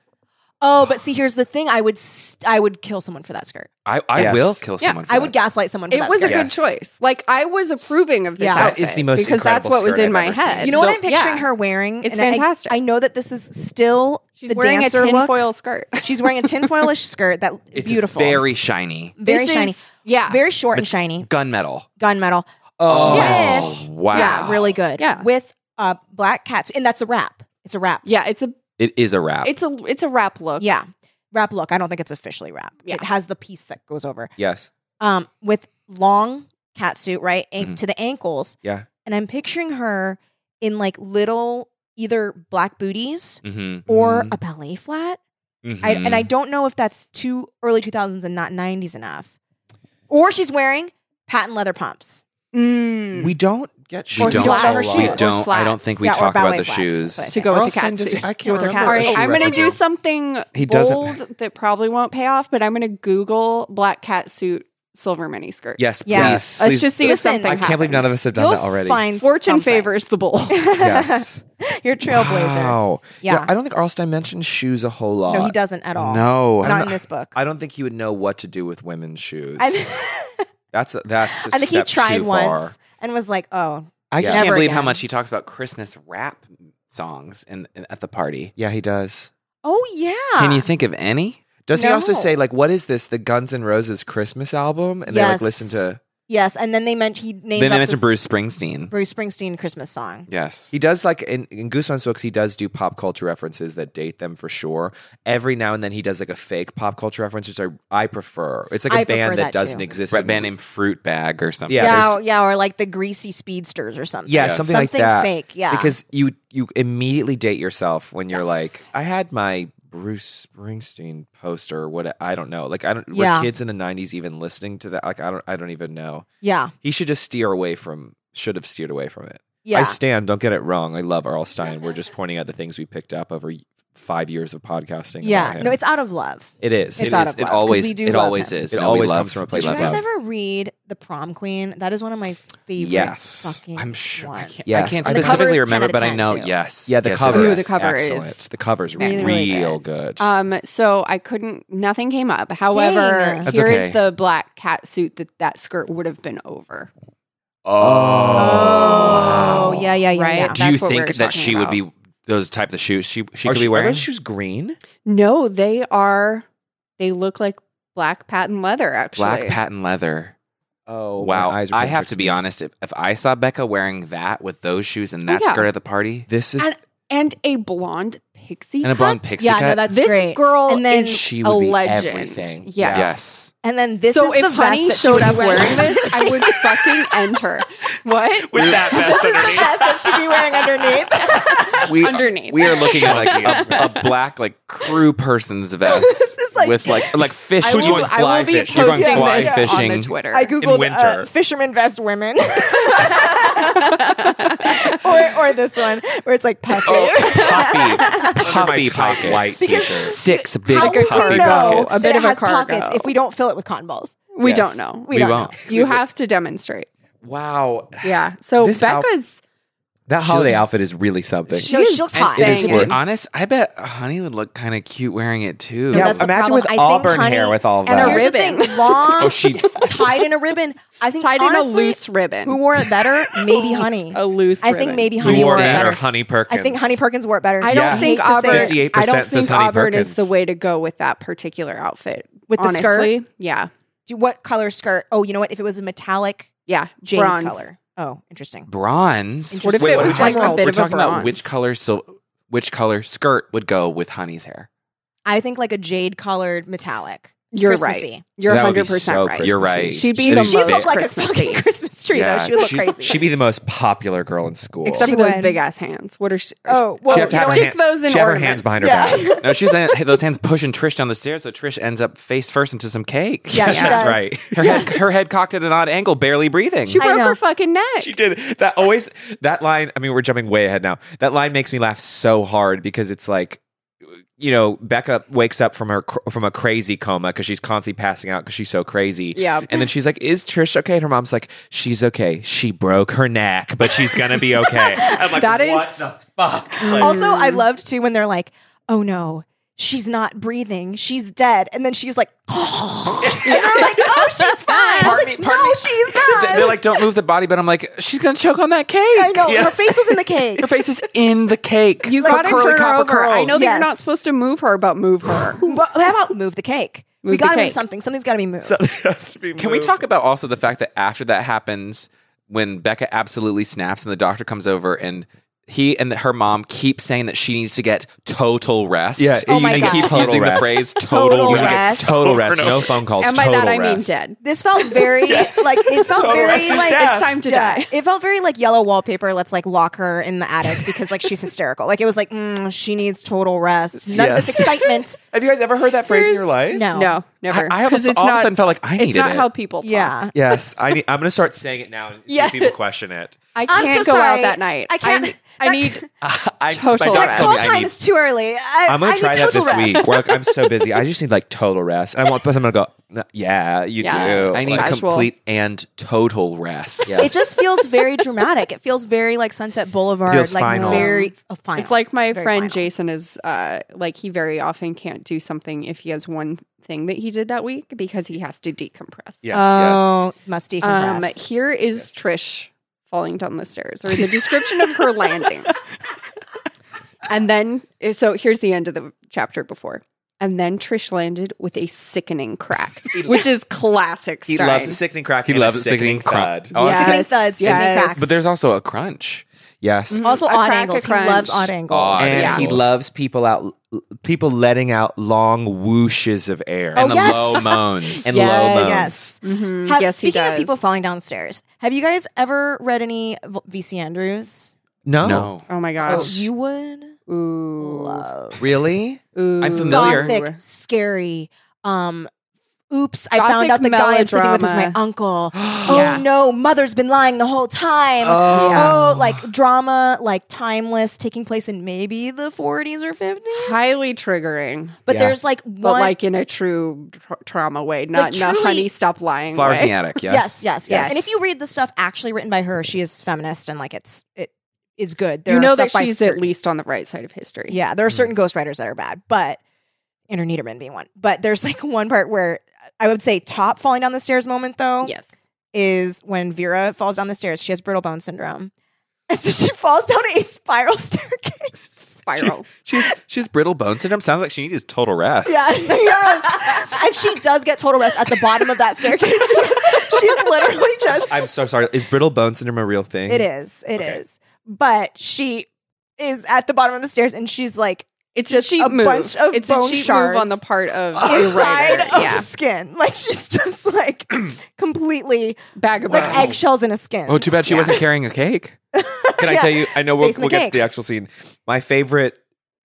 oh, but see, here's the thing. I would st- I would kill someone for that skirt.
I, I
Yes.
will kill
Yeah,
someone. For
I
that.
would gaslight someone. For
it
that
was a
skirt.
good
Yes.
choice. Like I was approving of this.
Yeah.
That is the
outfit
most
because that's
incredible
what was
skirt
in
I've
my
ever seen.
head.
You know what I'm
So,
picturing
yeah.
her wearing?
It's
And I-
fantastic.
I, know that this is still
She's
the
wearing a
dancer look.
tinfoil skirt.
She's wearing a tinfoilish skirt that
It's
beautiful,
very shiny.
very
This
shiny,
is- yeah,
very short and shiny.
Gunmetal.
Gunmetal.
Oh,
Yeah.
wow.
Yeah, really good.
Yeah.
With uh, black cats. And that's a wrap. It's a wrap.
yeah. It's a
It is a wrap.
it's a it's a wrap look.
Yeah. Wrap look. I don't think it's officially wrap.
Yeah.
It has the piece that goes over.
yes,
Um, with long catsuit, right? an-
Mhm.
To the ankles.
Mm-hmm. Yeah.
And I'm picturing her in like little either black booties
mm-hmm.
or
Mm.
a ballet flat. I, and I don't know if that's too early 2000s and not 90s enough. Or she's wearing patent leather pumps.
Mm.
we don't get
we
or
shoes.
don't.
flat
or
we
shoes.
don't.
Or
I don't think we
flats. Yeah, or
talk about
ballet
the
flats.
shoes.
But-
to go with the
Ralston
cat
does-
suit.
I can't
With her
remember.
cat
All
Or
a
right,
shoe
I'm gonna
reference.
do something
He does it.
bold that probably won't pay off, but I'm gonna Google black cat suit silver mini skirt.
Yes, please.
Yeah.
please.
Let's just see if
Listen,
something.
I can't believe none of us have done
You'll
that already.
find
Fortune
something.
favors the bull.
yes.
You're a trailblazer.
Wow.
Yeah.
I don't think Arlstein mentions shoes a whole lot.
No, he doesn't at all.
No.
Not in this book.
I don't think he would know what to do with women's shoes.
I,
that's that's. a
I think he
step
tried
too
once
far.
and was like, "Oh,
I just
Never
can't believe how
again.
much he talks about Christmas rap songs in, in- at the party.
Yeah, he does.
oh yeah."
Can you think of any?
Does he also
No.
say like, "What is this? The Guns N' Roses Christmas album?" And they like
Yes.
listen to.
yes, and then they meant he named
Then
up
they mentioned
this
Bruce Springsteen.
Bruce Springsteen Christmas song.
Yes.
He does like in, in Goosebumps books. He does do pop culture references that date them for sure. Every now and then he does like a fake pop culture reference, which I, I prefer. It's like a
I prefer
band that,
that, too.
doesn't exist.
Red
in-
band named Fruit Bag or something.
Yeah,
yeah,
there's-
or, yeah, or like the greasy speedsters or something.
Yeah,
Yes.
something, like that.
fake. Yeah,
because you you immediately date yourself when you're
Yes.
like, I had my Bruce Springsteen poster. or What I don't know. Like I don't.
Yeah.
Were kids in the '90s even listening to that? Like I don't. I don't even know.
yeah,
He should just steer away from. Should have steered away from it. I
yeah,
stand. Don't get it wrong. I love Earl Stein. We're just pointing out the things we picked up over y- five years of podcasting. about
yeah.
him.
No, it's out of love.
it is.
it's
it,
out
is-
of
it
love, 'cause
always
we do
it
love
always
him.
is.
It
No, we
always
love-
comes from a
we
place
Did
of
you
love
guys
him.
love.
ever read The Prom Queen? That is one of my favorite.
Yes.
fucking
I'm sure. I can't,
Yes.
I can't
And the cover
specifically
is 10
remember,
out of
but I
10
know.
too.
Oh, Yes.
Yeah, the
Yes,
cover.
Ooh,
is
the cover is
excellent. The cover is
really,
real
really
good.
Um, so I couldn't. Nothing came up. However,
Dang.
That's
here is
okay.
the black cat suit that that skirt would have been over.
Oh.
Oh, yeah, yeah, yeah.
Right?
yeah.
Do you
That's what we were
think that
talking
she
about.
would be those type of shoes she she
Are
could be wearing?
Are those shoes green?
No, they are. They look like black patent leather. Actually,
Black patent leather.
Oh
Wow.
my eyes are
I have
gonna
to
fix
be
me.
honest. If, if I saw Becca wearing that with those shoes and that
yeah.
skirt at the party,
This is
and a blonde pixie.
And a blonde
cut.
pixie
yeah, no,
cut?
that's
this
great.
girl
And then-
is
she
a
would be
legend.
everything.
Yes.
yes.
And then this
so
is the
if Honey
vest that she
showed
would
up
be wearing.
wearing this, I would fucking enter. What?
With that vest underneath.
vest that she'd be wearing underneath.
we,
Underneath.
We are looking at like a, a black like crew person's vest
is like-
with like like fish.
I
Who's
will,
going
I will
fly
be
fish?
posting
You're going fly
this
fishing.
on the Twitter.
I googled uh,
winter.
fisherman vest women, or or this one where it's like puffy.
puffy, puffy
my tight
pockets.
white
Because-
t-shirt.
Six big
How
puffy
would
cargo.
we know
pockets.
A bit
that
of
it
a
has pockets
cargo.
if we don't fill it with cotton balls?
we
Yes.
don't know.
We,
We
don't
won't.
know.
You have to demonstrate.
wow.
Yeah. So
This out-
Becca's
That
She
holiday
looks-
outfit is really something.
She, she looks
And
hot.
it is
If
Dang
we're
it.
honest, I bet Honey would look kind of cute wearing it too.
yeah,
that's the
imagine
problem.
with
I think
auburn hair
honey
with all of
and a
that.
Here's
ribbon.
the thing: long,
Oh, she.
tied in a ribbon. I think
tied
honestly,
in a loose ribbon.
Who wore it better? Maybe Honey.
a loose
I
ribbon.
think maybe
Who
Honey
wore
wore it
that or
better.
Honey Perkins?
I think Honey Perkins wore it better.
I don't
Yeah.
think
hate to say
Auburn.
it.
I
58%
don't
says
think
Honey
Auburn
Perkins.
is the way to go with that particular outfit.
With the skirt?
honestly. yeah,
What color skirt? Oh, you know what? If it was a metallic
yeah,
jade
bronze.
color. Oh, interesting.
Bronze.
What if
Wait,
it
what
was
are we
like a
talking
bit
We're
of a
talking about
bronze?
which color so which color skirt would go with Honey's hair.
I think like a jade colored metallic.
You're
Christmassy.
right. You're
That would be
100 percent
so
right.
Christmas.
You're right.
She'd be
It
the
is
She
most
would
big.
look like a
Christmassy.
fucking Christmas tree
Yeah,
though. She would look
she-
crazy.
She'd be the most popular girl in school.
Except
She
for those
would.
big ass hands. What are she?
oh, well, you
She have to
know
have her
what?
stick those in
she had her
ornaments.
hands behind her
Yeah.
back.
No, she's in, those hands pushing Trish down the stairs, so Trish ends up face first into some cake.
Yeah, she
That's
does.
right.
Her head, her head cocked at an odd angle, barely breathing.
She
I
broke
know.
her fucking neck.
She did. That always that line, I mean, we're jumping way ahead now. That line makes me laugh so hard because it's like you know, Becca wakes up from her cr- from a crazy coma because she's constantly passing out because she's so crazy.
Yeah.
and then she's like, "Is Trish okay?" And her mom's like, "She's okay. She broke her neck, but she's gonna be okay." I'm like,
That
"What
is-
the fuck?" Like,
Also, I loved too when they're like, "Oh no, she's not breathing. She's dead." And then she's like, and they're like, "Oh, she's fine." I was like, "No, she's not."
They're like, don't move the body, but I'm like, she's gonna choke on that cake.
I know her
Yes.
face was in the cake.
Her face is in the cake.
You
Her
gotta
curly
turn her
copper
over. I
curls.
know that
Yes.
you're not supposed to move her, but move her.
But how about move the cake? we
Move the
gotta move
cake.
something. Something's gotta be moved.
has to be
Can we
moved.
talk about also the fact that after that happens, when Becca absolutely snaps and the doctor comes over and he and her mom keep saying that she needs to get total rest.
Yeah,
Oh
and
my God.
keeps
Total
using
rest.
the phrase total,
Total
rest.
rest.
total rest, no phone calls,
and by
total
that I mean
rest.
dead.
This felt very like it felt very like
It's time to
yeah,
die.
It felt very like yellow wallpaper. Let's like lock her in the attic because like she's hysterical. Like it was like mm, she needs total rest. None of this
Yes.
excitement.
Have you guys ever heard that phrase in your life?
No,
No, never.
I, I almost
'Cause it's
all of a
not-
sudden felt like I needed
It's not
it.
how people talk.
yeah.
Yes, I need, I'm going to start saying it now and see
Yes.
if people question it.
I
I'm
can't
so
go
sorry.
out that night.
I can't-
I, I
that-
need.
I,
Total rest.
my doctor
That
told
call
me I
time
need-
is too early. I,
I'm
I
going
need
to try that
total
this
rest.
week. We're like, I'm so busy. I just need like total rest. And I want, plus I'm going to go, "N- yeah, you
Yeah.
do.
I need
Like,
Casual.
complete and total rest.
Yeah.
It just feels very dramatic. It feels very like Sunset Boulevard,
Feels
like
final.
very uh, final.
It's like my
Very
friend
final.
Jason is uh, like he very often can't do something if he has one thing that he did that week because he has to decompress.
yes,
oh, must decompress.
Um, here is Trish falling down the stairs, or the description of her landing. And then, eh, so here's the end of the chapter before. And then Trish landed with a sickening crack, which is classic.
He
Stein.
loves a sickening crack.
He
and
loves a sickening
thud.
crunch. Oh,
Sydney thuds, Sydney cracks.
But there's also a crunch.
Yes.
also
a
odd
crack, a
angles. He
crunch.
loves odd angles.
Odd.
And
Yeah.
he loves people out, people letting out long whooshes of air.
And the
yes.
low moans.
And
Yes.
low moans.
Oh, Mm, Yes.
Mhm.
Have-
yes, he
speaking
does.
of people falling downstairs, have you guys ever read any V- VC Andrews?
No.
No.
oh my
Oh,
gosh.
you would
Ooh.
love
Really?
Ooh.
I'm familiar.
gothic, scary. Um, oops, I
Gothic
found out the guy I'm sleeping with is my
melodrama.
uncle. oh
Yeah.
no, mother's been lying the whole time.
Oh.
Oh, like drama, like timeless, taking place in maybe the 40s or 50s.
Highly triggering,
But
Yeah.
there's like
but
one.
like in a true tra- trauma way, not in
truly-
a honey stop lying
Flowers
way.
in the attic. Yes.
yes, yes, yes,
Yes.
And if you read the stuff actually written by her, she is feminist and like it's it is good. There
you
are
know
stuff
that
by
she's
certain-
at least Mm. on the right side of history.
Yeah, there are certain ghostwriters that are bad, but Andrew Niederman being one. But there's like one part where I would say top falling down the stairs moment though
Yes.
is when Vera falls down the stairs. She has brittle bone syndrome. And so she falls down a spiral staircase.
Spiral.
She's she's brittle bone syndrome. Sounds like she needs total rest.
Yeah, yes. and she does get total rest at the bottom of that staircase. because She's literally just.
I'm so sorry.
Is brittle bone syndrome a real thing?
It is. It is. But she is at the bottom of the stairs, and she's like
It's
Just
a cheap
a
move.
bunch of
it's
bone
a cheap
shards
move on the part of the
Oh,
inside
writer.
of
yeah,
skin. Like she's just like completely
bag of
like
bones.
eggshells in a skin.
Oh, too bad she wasn't carrying a cake.
Can
Yeah.
I tell you? I know we'll,
Facing the
we'll get
cake.
to the actual scene. My favorite,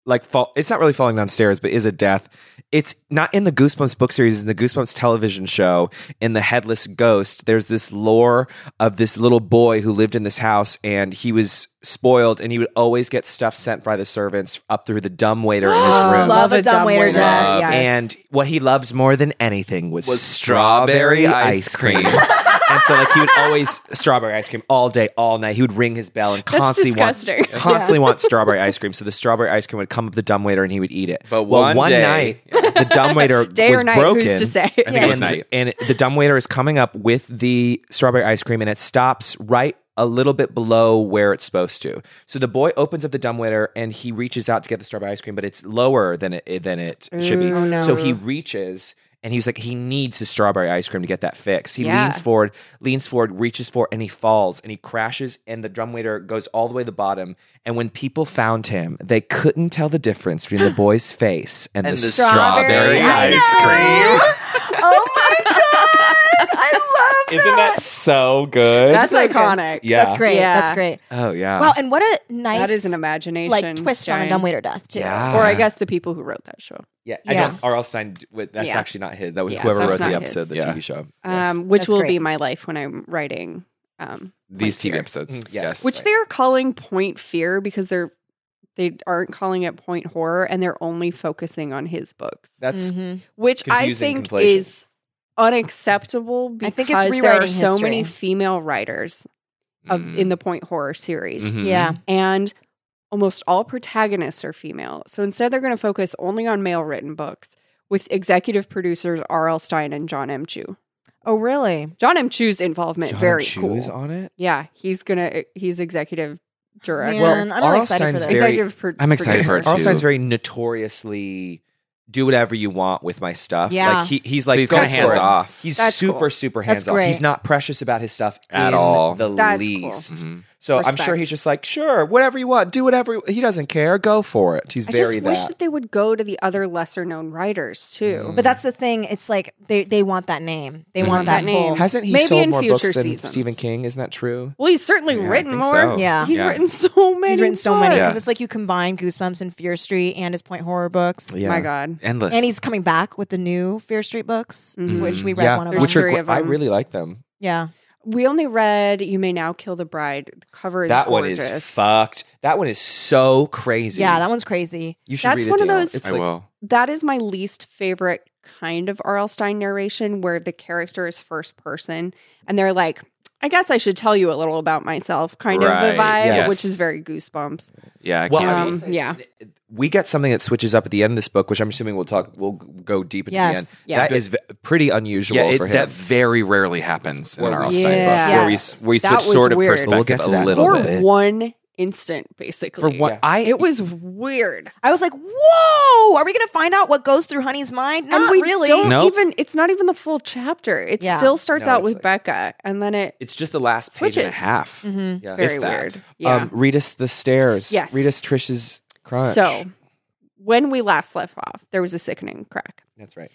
like, fall. It's not really falling downstairs, but is a death. It's not in the Goosebumps book series, in the Goosebumps television show, in the Headless Ghost. There's this lore of this little boy who lived in this house, and he was spoiled, and he would always get stuff sent by the servants up through the dumb waiter in his room.
Love a dumb waiter, Dad.
Love.
Yes.
And what he loved more than anything was,
Was
strawberry,
strawberry
ice,
ice
cream. and so, like, he would always strawberry ice cream all day, all night. He would ring his bell and constantly
disgusting.
want constantly want strawberry ice cream. So the strawberry ice cream would come up the dumbwaiter and he would eat it.
But
well,
one day-
night, the dumbwaiter
day
was
or night,
broken.
who's to say?
I think it was
and,
night.
and the dumbwaiter is coming up with the strawberry ice cream and it stops right a little bit below where it's supposed to. So the boy opens up the dumbwaiter and he reaches out to get the strawberry ice cream, but it's lower than it than it should be.
Ooh, no.
So he reaches and he's like, he needs the strawberry ice cream to get that fix. He
Yeah.
leans forward, leans forward, reaches for, and he falls and he crashes. And the dumbwaiter goes all the way to the bottom. And when people found him, they couldn't tell the difference between the boy's face and,
And
the,
the
strawberry,
strawberry ice
ice cream.
Oh my god! I love
Isn't that so good?
That's
so good.
iconic.
yeah.
That's great.
Yeah.
That's great.
Oh yeah.
Wow, and what a nice
That is an imagination.
like twist on a
Stein.
dumbwaiter death too.
yeah.
Or I guess the people who wrote that show,
yeah.
Yeah.
I guess R.L. Stein. w- That's
Yeah.
actually not his. That was
Yeah,
whoever
that's
wrote
not
the
his.
episode, the
Yeah.
TV show.
um, which
That's
will
great.
be my life when I'm writing um,
These
Point
TV
Fear.
episodes.
Mm, yes.
which
Right.
they are calling Point Fear because they're they aren't calling it Point Horror, and they're only focusing on his books,
That's Mm-hmm.
Mhm.
which I
confusing
think
conflation.
is unacceptable
I
because
think it's
there are
rewriting
so
history.
many female writers of
Mm.
in the Point Horror series,
Mm-hmm.
Mhm.
Yeah.
and almost all protagonists are female. So instead, they're going to focus only on male written books. With executive producers R.L. Stein and John M. Chu.
Oh really?
John M. Chu's involvement
John
very
Chu
cool.
is on it.
Yeah, he's gonna he's executive director.
Man, I'm really excited
R.L.
for
Stein's
this.
very-
executive pro-
I'm excited for
producer.
it
R.L.
too.
Stein's very notoriously do whatever you want with my stuff.
Yeah.
Like he, he's
Like,
like
so he's
go
kind of
for
hands
it.
off.
He's
That's
super,
cool.
super
That's
hands off.
great.
He's not precious about his stuff
At
in
all.
The
That's cool.
least.
Mhm.
So I'm sure
Respect.
he's just like, sure, whatever you want, do whatever. He doesn't care. Go for it. He's
I
very
just wish
that.
that they would go to the other lesser known writers too.
Mm.
But that's the thing. It's like they they want that name. They
Mm-hmm.
They
want
want
that,
that name.
whole-
Hasn't he
Maybe
sold
in
more books
future
than
seasons.
Stephen King? Isn't that true?
Well, he's certainly
Yeah, I
written
think
more.
so.
Yeah.
He's
Yeah.
written so many.
He's written so many
books.
because
Yeah.
it's like you combine Goosebumps and Fear Street and his Point Horror books.
Yeah.
My God.
Endless.
And he's coming back with the new Fear Street books,
Mhm.
which we read
Mm, Yeah.
one of
There's
them.
Which are,
three
gr-
of
I
them.
really like them.
yeah.
We only read "You May Now Kill the Bride." The cover is
that
gorgeous.
one is fucked. That one is so crazy.
Yeah, that one's crazy.
you should
That's
read it.
one of
Dale.
those-
It's
I
like,
will.
That is my least favorite kind of R.L. Stein narration, where the character is first person and they're like, "I guess I should tell you a little about myself," kind of
Right,
a vibe,
yes.
which is very goosebumps.
Yeah. I
Well,
can't.
I will
Um,
say,
yeah.
we get something that switches up at the end of this book, which I'm assuming we'll talk. We'll g- go deep into
Yes.
the end.
Yeah.
That is v- pretty unusual
yeah, it-
for him.
that very rarely happens in
Well,
an R.L.
we-
Stein
Yeah.
book where we,
Yes.
s- we
That
switch
was
sort of
weird.
perspective
We'll get to
a
that.
little
for
Or
bit.
one instant, basically.
For one,
Yeah.
I
it was weird.
I was like, whoa, are we going to find out what goes through Honey's mind? Not
and we
really.
don't
Nope.
even. It's not even the full chapter. It
Yeah.
still starts
No,
out
it's
with
like-
Becca, and then it.
it's just the last page and a
Switches. Mm-hmm.
half.
Mhm.
Yeah.
Very
if that.
weird. Yeah.
Um, read us the stairs.
Yes.
Read us Trish's crunch.
so, when we last left off, there was a sickening crack.
that's right.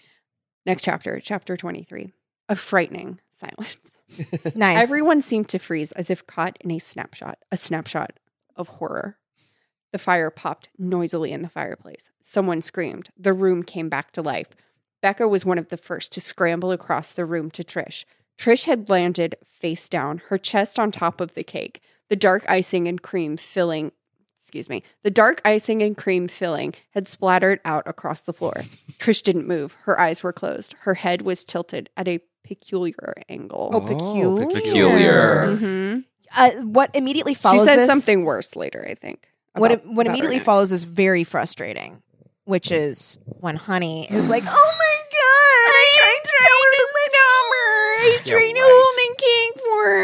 Next chapter, chapter twenty-three, a frightening silence.
Nice.
Everyone seemed to freeze as if caught in a snapshot, a snapshot of horror. The fire popped noisily in the fireplace. Someone screamed. The room came back to life. Becca was one of the first to scramble across the room to Trish. Trish had landed face down, her chest on top of the cake, the dark icing and cream filling, excuse me, the dark icing and cream filling had splattered out across the floor. Trish didn't move. Her eyes were closed. Her head was tilted at a peculiar angle.
Oh,
Oh,
peculiar.
peculiar.
Mm-hmm.
Mhm.
Uh, what immediately
She
follows
says
this-
something worse later, I think.
What,
about-
what
about her
immediately
neck.
follows is very frustrating, which is when Honey is like, oh my God, I tried to tell her to let go. I tried
Yeah,
to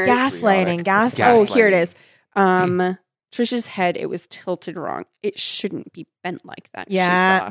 right.
hold the king gaslighting, gaslighting.
Gaslighting.
Oh, here it is. Um, Trisha's head, it was tilted wrong. It shouldn't be bent like that. she
Yeah.
saw.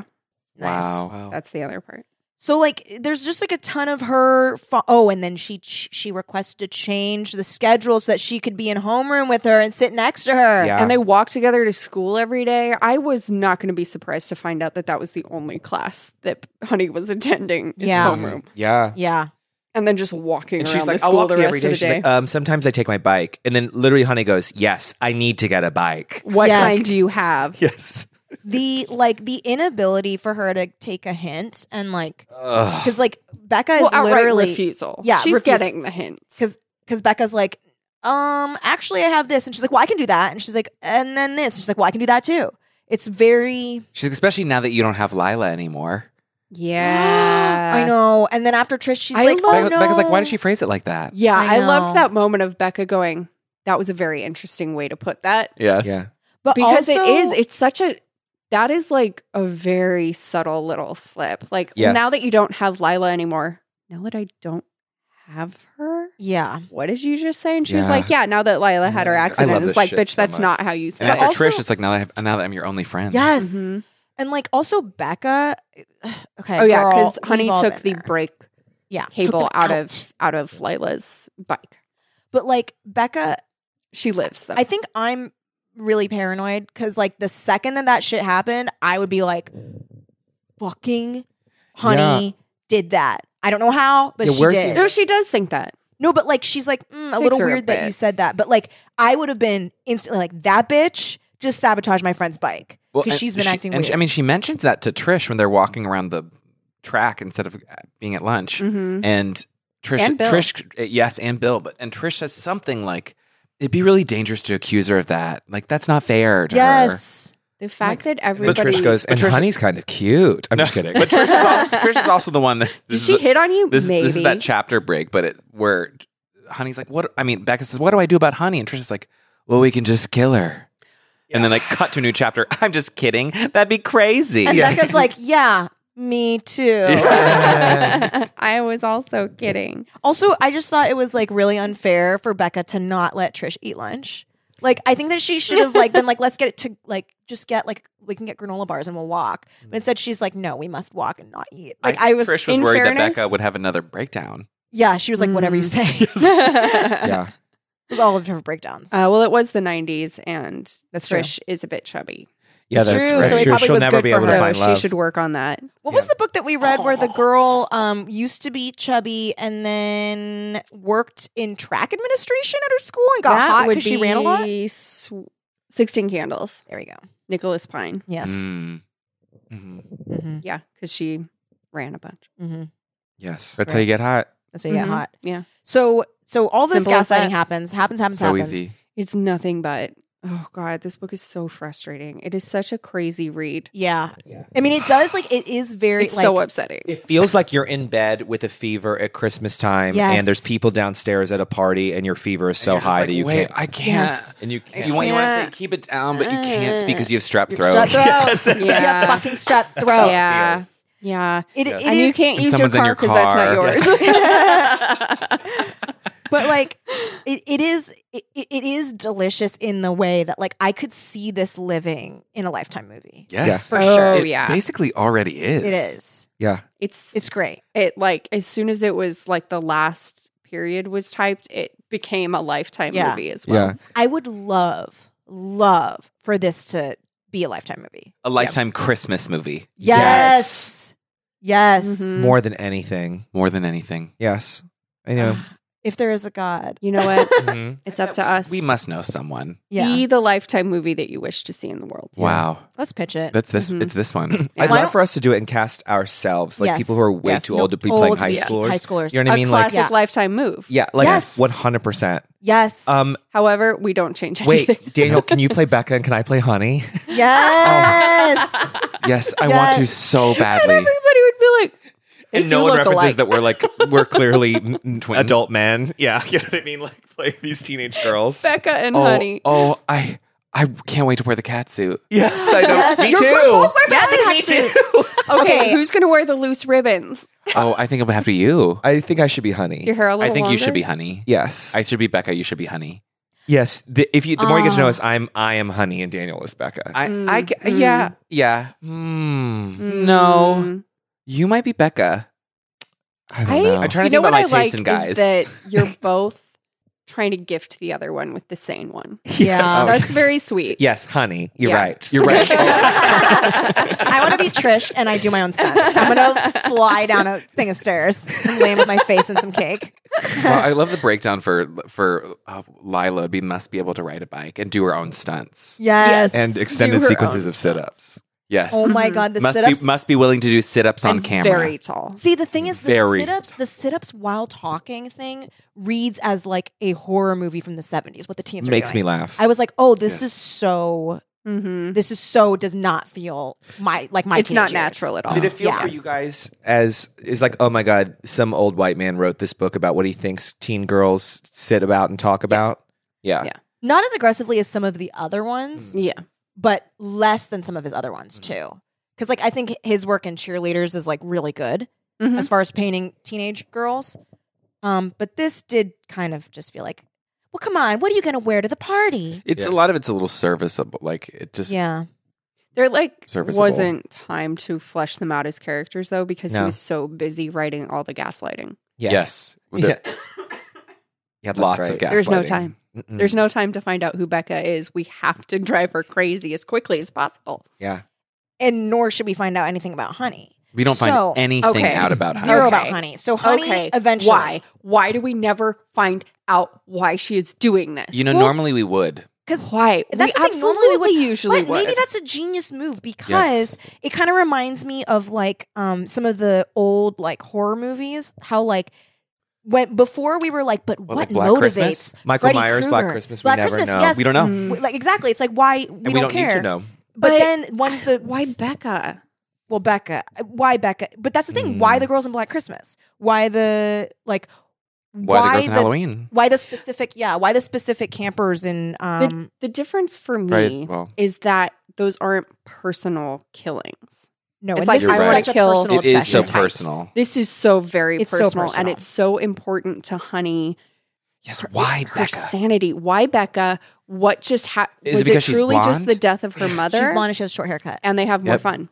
Nice.
Wow.
That's the other part.
So like, there's just like a ton of her. Fo- oh, and then she she requested to change the schedule so that she could be in homeroom with her and sit next to her.
Yeah.
And they walk together to school every day. I was not going to be surprised to find out that that was the only class that Honey was attending is
Yeah.
homeroom.
yeah.
Yeah.
And then just walking
Mm-hmm. And
around
she's
the
like, I'll
school
walk
the
you
rest
every day.
of the
She's
day.
like, um, sometimes I take my bike. And then literally Honey goes, Yes, I need to get a bike.
what
Yes.
kind do you have?
Yes.
The like the inability for her to take a hint and like
Ugh.
because like Becca is
Well, outright
literally
refusal.
Yeah,
she's
refusal.
getting the hints.
because Becca's like, um, actually I have this, and she's like, well, I can do that, and she's like, and then this, and she's like, well, I can do that too. It's very
She's especially now that you don't have Lila anymore.
Yeah,
I know. And then after Trish, she's
I
like,
love-
oh
Becca-
no,
Becca's like, why did she phrase it like that?
Yeah,
I
I, loved
know.
that moment of Becca going. That was a very interesting way to put that
Yes.
Yeah.
But
because it
also-
is. It's such a. That is like a very subtle little slip. Like
Yes.
now that you don't have Lila anymore, now that I don't have her,
yeah.
what did you just say? And she was
Yeah.
like, "Yeah, now that Lila had her
Yeah. I love
accident,
this
it's like,
shit
bitch,
so
that's
much.
not how you
And
said
after
it."
also-
Trish, it's like now that I have, now that I'm your only friend.
Yes.
Mhm.
And like also Becca. Okay.
Oh yeah,
girl,
because Honey
we've all
took
been
the
there.
brake
yeah, took
cable
them
out, of out of Lila's bike.
But like Becca,
She lives though.
I think I'm really paranoid because like the second that that shit happened, I would be like, fucking honey did that. I don't know how, but
Yeah,
she
where's the-
did.
no, she does think that.
No, but like she's like mm, a
Takes
little
her a
weird that
bit.
you said that, but like I would have been instantly like that bitch just sabotaged my friend's bike because
and
she's been
she-
acting
and
weird.
she- I mean, she mentions that to Trish when they're walking around the track instead of uh, being at lunch.
Mm-hmm.
And Trish,
And Bill.
Trish, uh, yes, and Bill, but and Trish says something like, "It'd be really dangerous to accuse her of that. Like, that's not fair." To her.
yes.
The fact that
But
everybody
Trish goes, and
Trish-
Honey's kind of cute. I'm just kidding.
But Trish is, also, Trish is also the one that
Did
this is
she
the-
hit on you?
This,
Maybe.
this is that chapter break, but it, where Honey's like, "What?" I mean, Becca says, "What do I do about Honey?" And Trish is like, "Well, we can just kill her." And then like cut to a new chapter. I'm just kidding. That'd be crazy.
And
Yes.
Becca's like, yeah, me too.
I was also kidding.
Also, I just thought it was like really unfair for Becca to not let Trish eat lunch. Like, I think that she should have like been like, let's get it to like just get like we can get granola bars and we'll walk.
Mm.
But instead, she's like, no, we must walk and not eat. Like, I, was,
Trish was
in
worried that
fairness-
Becca would have another breakdown.
yeah, she was like, whatever you
Mm.
say. it
uh,
yeah.
was all of her breakdowns.
well, it was the 90s, and
That's true.
Trish is a bit chubby.
Yeah,
It's
that's
true,
right.
so it
Sure,
probably
She'll
was
never
good
be
for
able to
her.
So
find
she
love.
should work on that.
What was the book that we read where the girl um, used to be chubby and then worked in track administration at her school and got
that
hot
would
because she ran a lot?
be sw- 16 Candles,
There we go.
Nicholas Pine.
Yes.
Mm. Mhm.
Mm-hmm.
Yeah, because she ran a bunch.
Mm-hmm.
Yes.
That's how you get hot.
That's how you
Mhm.
get hot.
Yeah.
So so all this
Simple as that.
gaslighting happens, happens, happens,
so
happens.
easy.
It's nothing but, oh God, this book is so frustrating. It is such a crazy read.
Yeah. I mean, it does like it is very
It's
like
so upsetting.
It feels like you're in bed with a fever at Christmas time,
Yes.
and there's people downstairs at a party, and your fever is
And
so
you're just
high
like,
that you
"Wait,
can't.
I can't.
Yes.
And you can't.
You want you want to say
Yeah.
keep it down, but you can't speak because you have strep throat.
strep throat.
Yes, that's-
You have
Yeah.
fucking strep throat.
yeah. Yeah.
It,
Yes.
it
and you
is-
can't
And
use your
someone's in
car
your
because that's not yours.
but like it, it is it, it is delicious in the way that like I could see this living in a lifetime movie.
Yes.
For
Oh,
sure.
It
yeah.
basically already is.
It is.
Yeah.
it's
It's great.
it like as soon as it was like the last period was typed, it became a lifetime
Yeah.
movie as well.
I would love, love for this to be a lifetime movie.
A lifetime Christmas movie
Yes. Yes.
Mhm.
More than anything.
more than anything.
Yes. I know.
If there is a God.
You know what?
Mhm.
It's up to us.
We must know someone.
Yeah.
be the lifetime movie that you wish to see in the world.
Yeah.
Wow.
Let's pitch it.
That's this
Mhm.
it's this one.
I'd
Why
love
don't-
for us to do it and cast ourselves, like
Yes.
people who are way
Yes.
too old to be
Old
playing
to
high
be
schoolers.
High schoolers.
You know what I
a
mean? Like,
classic
Yeah.
lifetime move.
yeah, like
Yes.
100%.
Yes.
Uh,
Um,
However, we don't change anything.
wait, Daniel, can you play Becca and can I play Honey?
yes.
yes, I want to
Yes.
so
And
badly.
everybody would be like, they
and
do
no one
look
references
alike.
that we're like we're clearly m- m-
Twin.
adult men. Yeah, you know what I mean. Like play these teenage girls.
Becca and
oh,
Honey.
oh, I I can't wait to wear the cat suit.
Yes, I
Yes,
know. Me
you're- we're
Oh,
too.
both wearing the catsuit.
Okay,
Okay.
who's gonna wear the loose ribbons?
Oh, I think I'm gonna have to you.
I think I should be honey.
Your hair a
I
little
think you
longer?
should be honey.
Yes.
I should be Becca. You should be honey.
yes. The, if you, the more you get to know
Ah.
us, I'm I am honey, and Daniel is Becca.
I,
Mm.
I ca-
Mm.
yeah, yeah. Mm.
Hmm.
No,
Mm.
you might be Becca.
I
I-
I'm trying
You
to
know
think
what
about
I
my taste
like
in
is
guys.
that you're both trying to gift the other one with the sane one.
Yeah.
Oh.
That's very sweet.
Yes, honey. You're
Yeah.
right.
You're right.
I want to be Trish and I do my own stunts. I'm going to fly down a thing of stairs and land with my face in some cake.
well, I love the breakdown for for uh, Lila. Be must be able to ride a bike and do her own stunts.
Yes.
and
Do
extended
her
sequences
own
of sit-ups.
Yes.
oh my
Mm-hmm.
God, the
must
sit ups.
be must be willing to do sit ups on
I'm
camera.
Very tall.
See, the thing is, the
Very.
sit ups, the sit ups while talking thing reads as like a horror movie from the 70s, what the teens
Makes
are
me
doing.
laugh.
I was like, oh, this
Yes.
is so,
Mm-hmm.
this is so, does not feel my, like my
It's not
teenage years.
natural at all.
Did it feel
Yeah.
for you guys as is like, oh my god, some old white man wrote this book about what he thinks teen girls sit about and talk about? Yeah.
Yeah.
Not as aggressively as some of the other ones,
yeah.
but less than some of his other ones
Mm-hmm.
too. Because like I think his work in cheerleaders is like really good
Mm-hmm.
Mhm.
as far as painting teenage girls. Um, but this did kind of just feel like, well, come on, what are you gonna wear to the party?
It's
Yeah.
a lot of it's a little serviceable. Like it just
yeah,
There like
Serviceable.
wasn't time to flesh them out as characters though because he
No.
was so busy writing all the gaslighting.
Yes.
With the-
Yeah. Yeah, that's
lots of gaslighting.
right.
Mm-hmm.
There's no time.
Mm-mm.
There's no time to find out who Becca is. We have to drive her crazy as quickly as possible.
yeah.
and nor should we find out anything about Honey.
We don't find
So-
anything
Okay.
out about honey.
Zero
Okay.
about Honey. So Honey eventually.
Why? Why do we never find out why she is doing this?
You know,
Well-
normally we would.
Because
why?
That's
we
the thing, normally we
absolutely
would-
usually
but
would.
maybe that's a genius move because
Yes.
it kind of reminds me of like um some of the old like horror movies how like when before we were like but
What,
what,
like Black
motivates
Christmas?
Michael
Freddy
Myers,
Krueger.
Black Christmas, we
Black
never
Christmas,
know.
yes.
We don't know.
Mm.
W- like exactly it's like why we,
and we don't,
care
need to know.
but,
But-
then once the
why Becca?
well becca why becca but that's the thing
Mm.
why the girls in black christmas why the like
Why, the girls in Halloween?
why the specific yeah why the specific campers in um
The difference for me
Right. Well,
is that those aren't personal killings.
no
It's
and
like
this
I
is
wanna
such a
kill-
personal
it is
obsession
so
type.
personal.
This is so very
It's so
personal, and
personal.
it's so important to Honey.
Yes. Why,
her
Becca?
sanity? Why Becca? What just happened?
Is it
Was it,
because she's
truly just
blonde?
the death of her mother?
she's blonde and she has a short haircut
and they have more
Yep.
fun.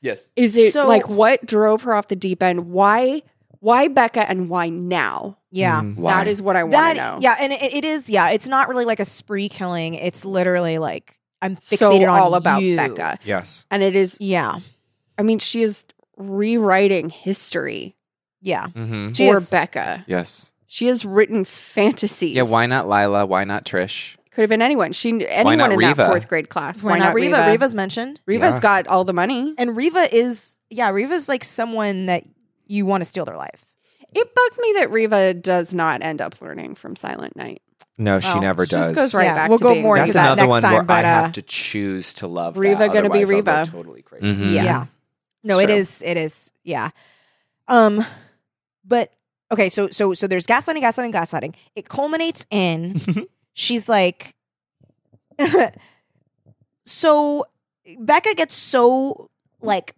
Yes.
Is it
So-
like what drove her off the deep end? Why? Why Becca and why now?
yeah
Mhm.
Why?
That is what I want to
That
know.
yeah, and it, it is yeah. It's not really like a spree killing. It's literally like I'm fixated
so
on
all about
you.
Becca,
Yes.
and it is.
Yeah,
I mean, she is rewriting history
yeah.
Mm-hmm.
She
for
is-
Becca.
Yes.
She has written fantasies.
Yeah. Why not Lila? Why not Trish?
Could have been anyone. She anyone
not
in
Reva?
that fourth grade class.
Why, not Riva?
Reva?
Riva's mentioned,
Reva's
Yeah.
got all the money.
and Riva is yeah. Riva's like someone that you want to steal their life.
It bugs me that Reva does not end up learning from Silent Night.
No, she
Well,
never
she just
does.
goes right
yeah,
back
we'll
to
go
being-
more
That's
into that
another
next
one
time.
where
but
I
uh,
have to choose to love. that,
Reva gonna be
otherwise I'll go
Reva.
Totally crazy.
Mhm.
Yeah.
yeah. No,
It's
it
true.
is. It is. Yeah. Um, but okay. So so so there's gaslighting, gaslighting, gaslighting. It culminates in she's like, so Becca gets so like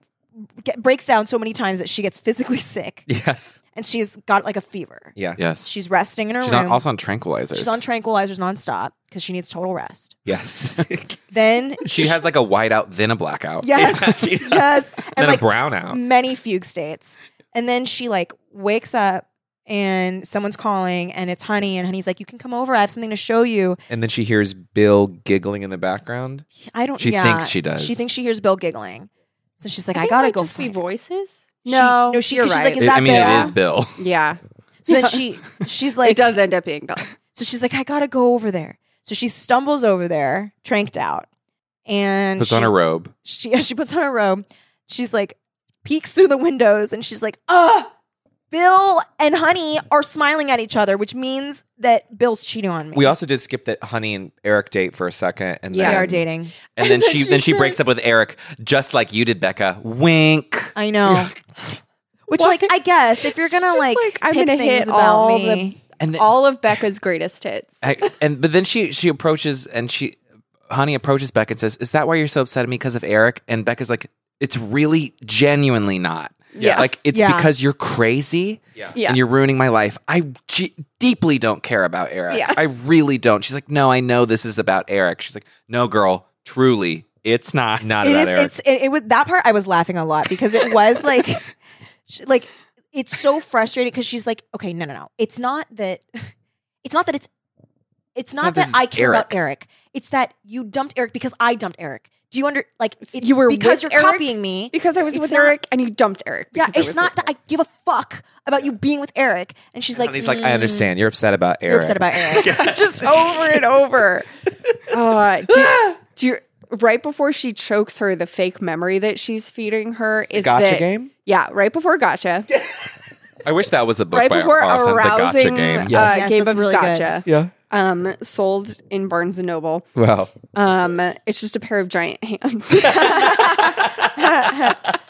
get, breaks down so many times that she gets physically sick
Yes.
and she's got like a fever.
Yeah.
Yes.
She's resting in her
She's
room.
on, also on tranquilizers.
she's on tranquilizers nonstop because she needs total rest.
Yes.
Then
she has like a whiteout, then a blackout.
yes,
she does.
yes,
then
and like
a brownout.
many fugue states. And then she like wakes up and someone's calling and it's honey and honey's like you can come over i have something to show you
And then she hears Bill giggling in the background.
i don't
She
yeah.
thinks she does.
she thinks she hears bill giggling so she's like i,
think it
gotta
might
go
just be
find her."
voices.
She-
no,
no, she-
you're
she's like,
right.
is that-
I mean,
Bill?
it is Bill.
yeah,
so then she she's
it
like
does end up being Bella.
so she's like i gotta go over there so she stumbles over there tranked out and
Puts on
she's-
her robe.
she yeah, she puts on her robe. She's like peeks through the windows and she's like, "Uh, Bill and Honey are smiling at each other, which means that Bill's cheating on me.
We also did skip that Honey and Eric date for a second, and
Yeah.
We
then
are dating.
And then she then she breaks up with Eric, just like you did, Becca. Wink.
I know. Which,
What?
like, I guess if you're
She's
gonna
just
like,
like, I'm
pick
gonna
things
hit
about
all
me,
And then,
all of Becca's greatest hits.
I, and but then she she approaches and she Honey approaches Beck and says, "Is that why you're so upset at me because of Eric?" And Beck is like, "It's really genuinely not.
Yeah.
Like it's
Yeah.
because you're crazy
Yeah.
Yeah.
and you're ruining my life. I g- deeply don't care about Eric.
Yeah.
I really don't." She's like, "No, I know this is about Eric." She's like, "No, girl, truly, it's not.
Not
It
about
is.
Eric.
It's it, it was that part. I was laughing a lot because it was like, sh- like it's so frustrating because she's like, okay, no, no, no. It's not that. It's not that it's. It's not
No,
that
this is
I care about
Eric.
Eric. It's that you dumped Eric because I dumped Eric. Do you under like?
It's-
It's
you were
because
with
you're
Eric?
copying me.
because I was
It's
with
not-
Eric and you dumped Eric.
Yeah,
because I
it's
was
not
with
that I give a fuck about you being with Eric. And she's like,
and he's like, I
"Mm,
understand. You're upset about Eric.
You're upset about Eric.
just over and over. Uh, do, do you, right before she chokes her, the fake memory that she's feeding her is
gotcha
that-
game.
Yeah, right before gotcha,
I wish that was a book
right
by
before
Orson, The Gotcha
arousing
Game.
Yeah.
uh,
Yes.
Yes,
game
that's
of
really good.
gotcha.
Yeah.
Um, sold in Barnes and Noble.
Wow.
Um, it's just a pair of giant hands.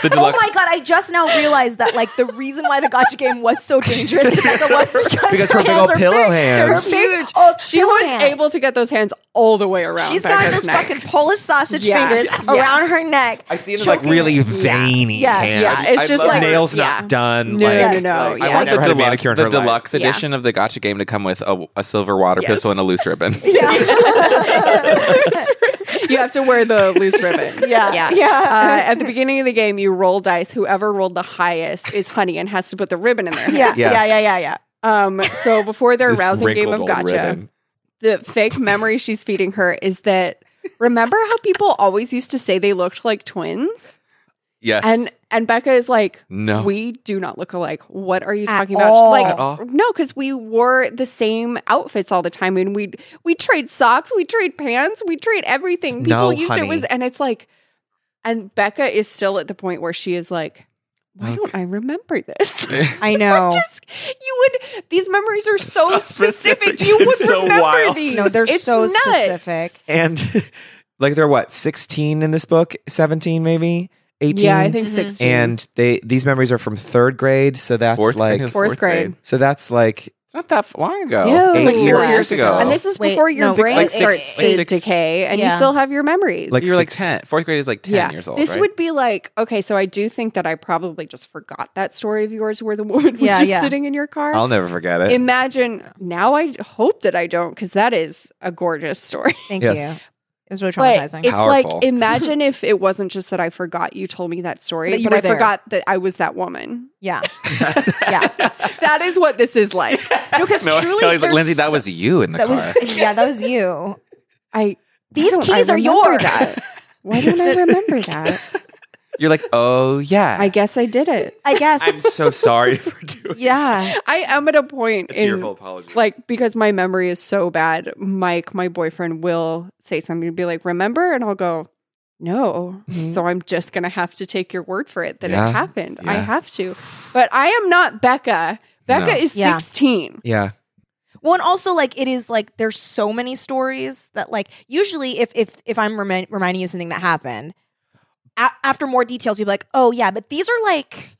The
Oh
deluxe
my god! I just now realized that like the reason why the gotcha game was so dangerous to Becca was because,
Because her big
hands
old
are
pillow
big.
hands.
Her big
Huge.
old
she
pillow
was
hands.
able to get those hands all the way around.
She's got
Becca's
those
neck.
fucking Polish sausage
Yeah.
fingers
Yeah.
around her neck.
I see it in,
choking
like really
it.
veiny
Yes.
hands.
Yeah, it's
I
just
love
like-
nails
yeah.
not done.
No,
like,
no, no.
I
yeah.
want
the
never had a
deluxe,
manicure in
the
her life.
deluxe
Yeah.
edition of the Gotcha game to come with a, a silver water
Yes.
pistol and a loose ribbon.
Yeah.
you have to wear the loose ribbon.
Yeah.
Yeah.
Yeah.
Uh, at the beginning of the game, you roll dice. Whoever rolled the highest is honey and has to put the ribbon in there.
yeah.
Yes.
yeah, yeah, yeah, yeah.
Um, so before their
This
rousing game
wrinkled
of
old
gotcha,
ribbon.
the fake memory she's feeding her is that remember how people always used to say they looked like twins?
yes.
And and Becca is like,
Oh.
no.
we do not look alike. What are you
At
talking about?
all.
Like,
At
all.
no, because we wore the same outfits all the time, and we we trade socks, we trade pants, we trade everything. People
No,
used it
honey.
was, and it's like, and Becca is still at the point where she is like, why don't I remember this?
I know.
Just you would these memories are so,
So
specific.
specific.
You would
It's so
remember
wild.
these.
No, they're
It's
so
nuts.
specific.
And like they're what, 16 in this book? 17 maybe? 18?
Yeah, I think
Mhm.
sixteen
And they these memories are from third grade, so that's
Fourth
like
grade.
fourth,
fourth
grade.
grade.
so that's like
It's not that long ago.
Yeah,
oh, Eight
it was
years
less.
years ago.
And this is
Wait,
before your
no,
brain
like
six-
starts
like
to
six-
decay and you
Yeah.
still have your memories.
Like
You're like
six-
10. Fourth grade is like 10 years old.
This
right?
would be like, okay, so I do think that I probably just forgot that story of yours where the woman was
Yeah,
just
yeah.
sitting in your car.
I'll never forget it.
Imagine now I hope that I don't because that is a gorgeous story.
Thank
Yes.
you. It was really
But
traumatizing.
it's like
Powerful.
imagine if it wasn't just that I forgot you told me that story,
That you
but
were
I
there.
forgot that I was that woman.
yeah, yeah.
That is what this is like.
No, because
No,
truly,
Kelly's like,
there's
Lindsay, that
so-
was you in the
that
car.
was yeah, that was you.
I
These
why don't I
keys are
remember
yours.
That? Why don't I remember that?
You're like, oh, yeah.
I guess I did it.
I guess.
I'm so sorry for doing
yeah.
I am at a point
It's your
in
full apology.
like because my memory is so bad. Mike, my boyfriend, will say something and be like, "Remember?" and I'll go, "No." So I'm just gonna have to take your word for it that
Yeah.
it happened. I
Mm-hmm. Yeah.
have to, but I am not Becca. Becca
No.
is
Yeah.
16.
yeah.
Well, and also like it is like there's so many stories that like usually if if if I'm remi- reminding you of something that happened, a- after more details you'd be like, oh yeah, but these are like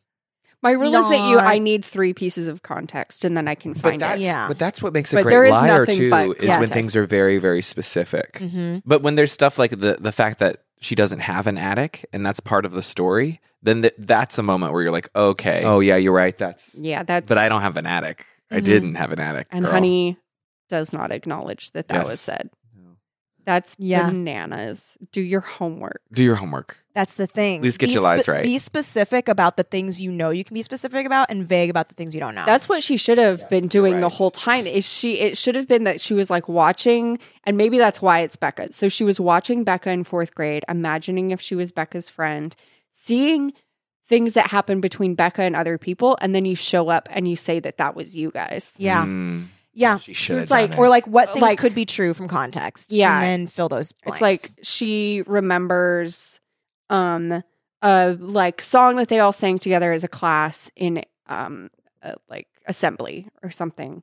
My rule is that you,
Not-
I need three pieces of context and then I can
But
find
that's
it.
Yeah.
but that's what makes a
But there
great
is
liar
nothing
too
but- Mm-hmm.
is when
Yes.
things are very very specific.
But when there's stuff like the the fact that she doesn't have an attic and that's part of the story, then th- that's a moment where you're like, okay,
Oh yeah, you're right. That's
Yeah, that's.
but I don't have an attic. I
Mhm.
didn't have an attic.
And
girl.
Honey does not acknowledge that that was
Yes.
said. That's
Yeah.
bananas. Do your homework.
do your homework.
that's the thing.
At least get
Be
your lies
spe-
right.
Be specific about the things you know you can be specific about, and vague about the things you don't know.
That's what she should have been doing the
right.
whole time. Is she? It should have been that she was like watching, and maybe that's why it's Becca. So she was watching Becca in fourth grade, imagining if she was Becca's friend, seeing things that happen between Becca and other people, and then you show up and you say that that was you guys.
yeah,
Mm.
yeah.
She should
It's like-
Or like what things
Like-
could be true from context.
Yeah.
and then fill those.
It's
Blanks.
like she remembers um a like song that they all sang together as a class in um a, like assembly or something.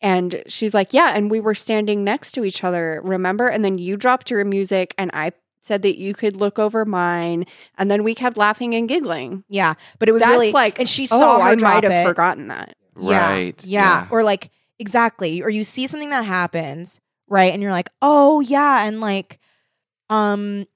And she's like, "Yeah, and we were standing next to each other, remember? And then you dropped your music and I said that you could look over mine, and then we kept laughing and giggling."
yeah, but it was
That's
really
like,
and she
oh,
saw her
I
drop
might have
it.
forgotten that.
Yeah,
Right.
Yeah. Or like exactly. Or you see something that happens, right? And you're like, oh yeah, and like, um,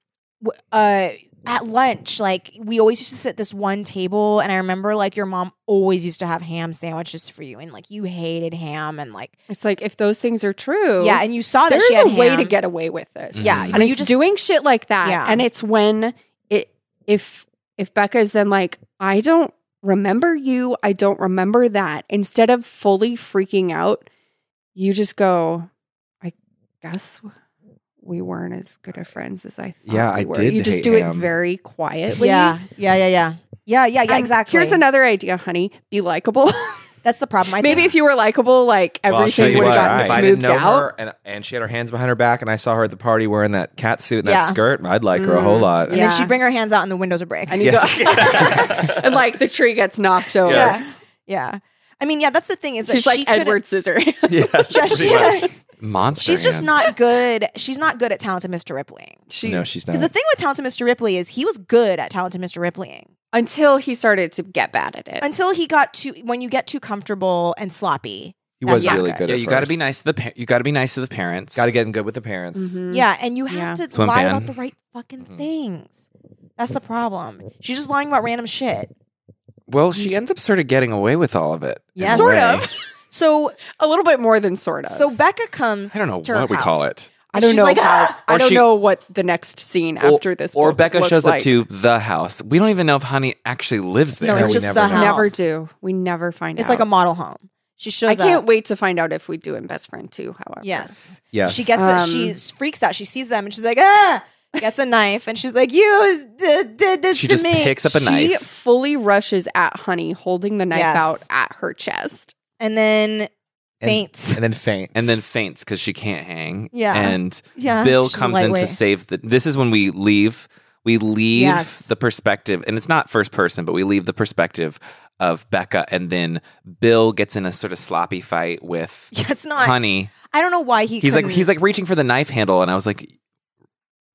w- uh, at lunch, like we always used to sit at this one table, and I remember like your mom always used to have ham sandwiches for you, and like you hated ham, and like
It's like if those things are true,
yeah, and you saw that
there's
she had
a way
ham.
to get away with this.
Mhm.
yeah,
And
and
you
it's
just
doing shit like that.
Yeah.
And it's when it if if Becca is then like, I don't remember you, I don't remember that. Instead of fully freaking out, you just go, I guess we weren't as good of friends as I thought.
Yeah,
we
I
were."
did
You just
hate
do it
him.
very quietly.
yeah, yeah, yeah, yeah, yeah, yeah, yeah,
And
exactly.
Here's another idea, honey. Be likable.
That's the problem. I
Maybe
think.
if you were likable, like
Well, I'll
everything
tell you
would have
what,
gotten
if
smoothed
I didn't know
out.
her and, and she had her hands behind her back and I saw her at the party wearing that cat suit and that
Yeah. Mm-hmm.
skirt, I'd like her a whole
Mm.
lot.
and
Yeah.
then she'd bring her hands out, and the windows would break.
And you go and like the tree gets knocked over.
Yes.
yeah, I mean, yeah, that's the thing is that
She's like
she couldn't-
Edward Scissorhands.
Yeah,
Yeah,
pretty
she-
much.
Monster.
She's just
Ant.
not good. She's not good at talented Mr. Ripley.
She
no, she's
Because the
not.
thing with Talented Mr. Ripley is he was good at Talented Mr. Ripleying
until he started to get bad at it.
until he got too when you get too comfortable and sloppy.
He was
that's not
really
good.
good.
Yeah,
at
you got to be
first.
nice to the par- you got to be nice to the parents.
Got to get in good with the parents.
Mhm.
Yeah, and you have
Yeah.
to
Swim
lie
fan. Mm-hmm.
about the right fucking
Mhm.
things. That's the problem. She's just lying about random shit.
Well, she ends up sort of getting away with all of it. in
Mm. Yes.
a
Sort
way.
of.
So
a little bit more than sort of.
so Becca comes.
I don't know
to her
what we call
house.
it.
I don't
she's
know.
like,
how,
"Ah!"
I
Or
don't
she-
know what the next scene after this.
or
book
Becca
looks
shows
like.
up to the house. We don't even know if Honey actually lives there.
No,
Yeah,
it's
we
just
never
the
know.
house.
Never do. We never find
It's
out.
like a model home. She shows
I can't
up.
wait to find out if we do in Best Friend too. However,
Yes.
Yes.
She gets
Um,
it. She freaks out. She sees them and she's like, ah, gets a knife and she's like, you d- did this
She
to
just
me.
picks up a
she
knife.
fully rushes at Honey, holding the knife
Yes.
out at her chest.
and then faints.
and then faints,
and then faints because she can't hang.
Yeah.
And
yeah.
Bill
she's a
comes in to
lightweight.
save the. This is when we leave. We leave
Yes.
the perspective, and it's not first person, but we leave the perspective of Becca, and then Bill gets in a sort of sloppy fight with
Yeah, it's not.
Honey.
I don't know why he.
he's like
couldn't-
he's like reaching for the knife handle, and I was like,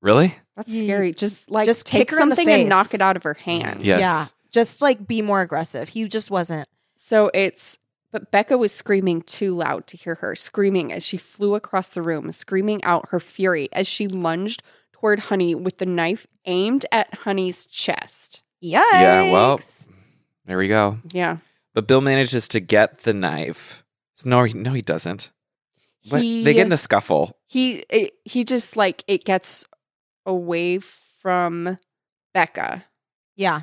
"Really?
That's
Mm.
scary. Just like
Just
take
kick her in the
something and
face.
knock it out of her hand.
Yes.
yeah, just like be more aggressive. He just wasn't.
So it's, but Becca was screaming too loud to hear her, screaming as she flew across the room, screaming out her fury as she lunged toward Honey with the knife aimed at Honey's chest.
Yikes.
Yeah, well- There we go."
Yeah.
But Bill manages to get the knife. No, he- no, he doesn't. What?
He,
They get in a scuffle.
he, it, he just like, it gets away from Becca.
yeah.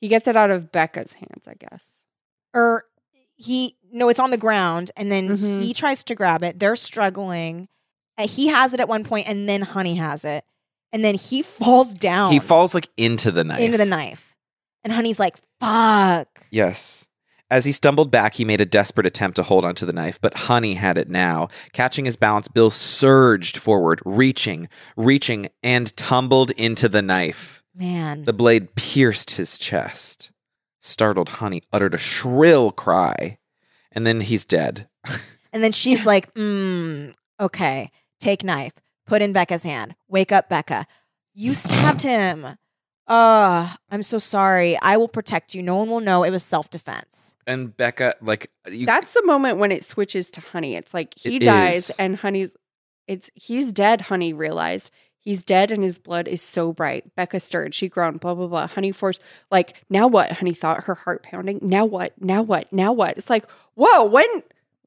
He gets it out of Becca's hands, I guess.
Or er, he no, it's on the ground, and then
Mhm.
he tries to grab it. They're struggling. And he has it at one point, and then Honey has it, and then he falls down.
He falls like into the knife.
Oh. into the knife, and Honey's like, "Fuck."
Yes. As he stumbled back, he made a desperate attempt to hold onto the knife, but Honey had it now. Catching his balance, Bill surged forward, reaching, reaching, and tumbled into the knife.
Man,
The blade pierced his chest. Startled, Honey uttered a shrill cry, and then he's dead.
And then she's like, mm, okay, take knife, put in Becca's hand. Wake up, Becca. You stabbed him. Uh, I'm so sorry. I will protect you. No one will know. It was self defense.
And Becca, like, you,
That's the moment when it switches to Honey. It's like he
It
dies
is.
and Honey's it's he's dead, Honey realized. He's dead and his blood is so bright. Becca stirred. She groaned, blah, blah, blah. Honey forced, like, now what? Honey thought, her heart pounding. Now what? Now what? Now what? It's like, whoa, when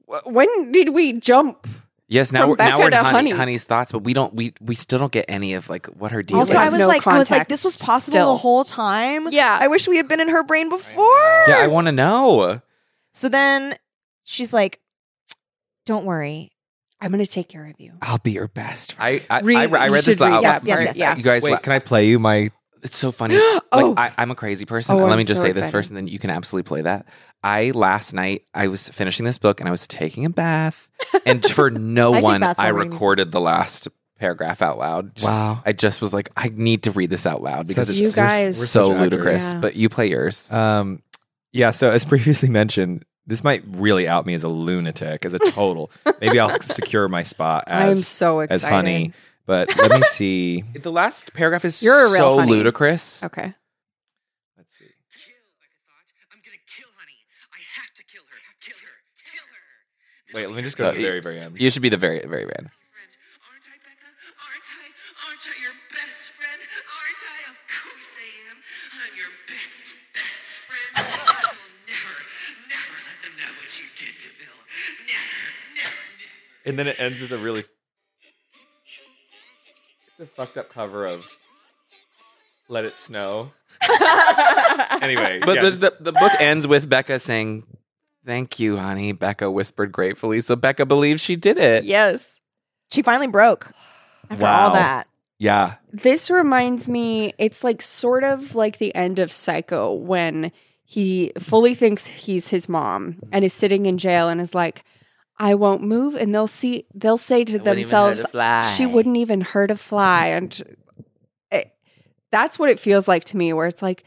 wh- when did we jump?
yes, now
From
we're, now
Becca
we're in
to
Honey,
Honey.
Honey's thoughts, but we don't, we, we still don't get any of like what her deal
Also,
is.
I was no
like, I was like,
context
this was possible
still.
the whole time.
Yeah.
I wish we had been in her brain before.
yeah, I want to know.
So then she's like, don't worry.
I'm gonna take care of you.
I'll be your best friend. I, I,
Read-
I, I
you
read
should
this loud.
read that
Yes, yes,
part,
yes.
yeah.
You guys,
Wait, can I play you my?
it's so funny.
oh,
Like I, I'm a crazy person.
Oh,
and let
I'm
me just
so
say this
excited.
first, and then you can absolutely play that. I last night I was finishing this book and I was taking a bath, and for no
I take
one
baths while
I
reading these
recorded the last paragraph out loud. Just-
Wow.
I just was like, I need to read this out loud because
Such-
it's
You guys-
we're such
so
actors.
ludicrous.
Yeah.
But you play yours.
Um, yeah. So as previously mentioned, this might really out me as a lunatic, as a total. Maybe I'll secure my spot
I'm
as
so excited.
as honey. But let me see.
the last paragraph is
You're a real
so
honey.
ludicrous.
Okay.
Let's see.
Kill, Becca thought. I'm gonna kill Honey. I have to kill her. Kill her. Kill her.
Wait, let me just go to the very, very end.
You should be the very, very end.
Friend, much are your best friend, aren't I? Of course I am. I'm your best, best friend. I will never, never let them know what you did to Bill. Never, never, never.
And then it ends with a really. It's a fucked up cover of Let It Snow. Anyway.
But
yeah,
the,
just-
the, the book ends with Becca saying, Thank you, honey. Becca whispered gratefully. So Becca believes she did it.
yes.
She finally broke after all
Wow.
that.
yeah.
This reminds me, it's like sort of like the end of Psycho when he fully thinks he's his mom and is sitting in jail and is like, I won't move. And they'll see, they'll say to themselves, she wouldn't even hurt a fly. And it, that's what it feels like to me, where it's like,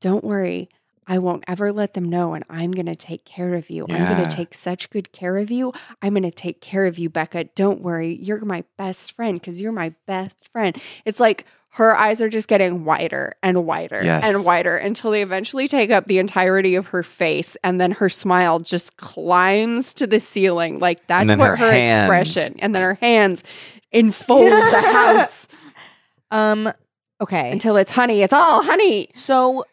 don't worry. I won't ever let them know, and I'm going to take care of you. I'm going
Yeah.
to take such good care of you. I'm going to take care of you, Becca. Don't worry. You're my best friend because you're my best friend. It's like her eyes are just getting wider and wider
Yes.
and wider until they eventually take up the entirety of her face, and then her smile just climbs to the ceiling. Like that's
And then
what her,
her hands.
expression, and then her hands enfold the house
Um, okay.
until it's honey. It's all honey.
So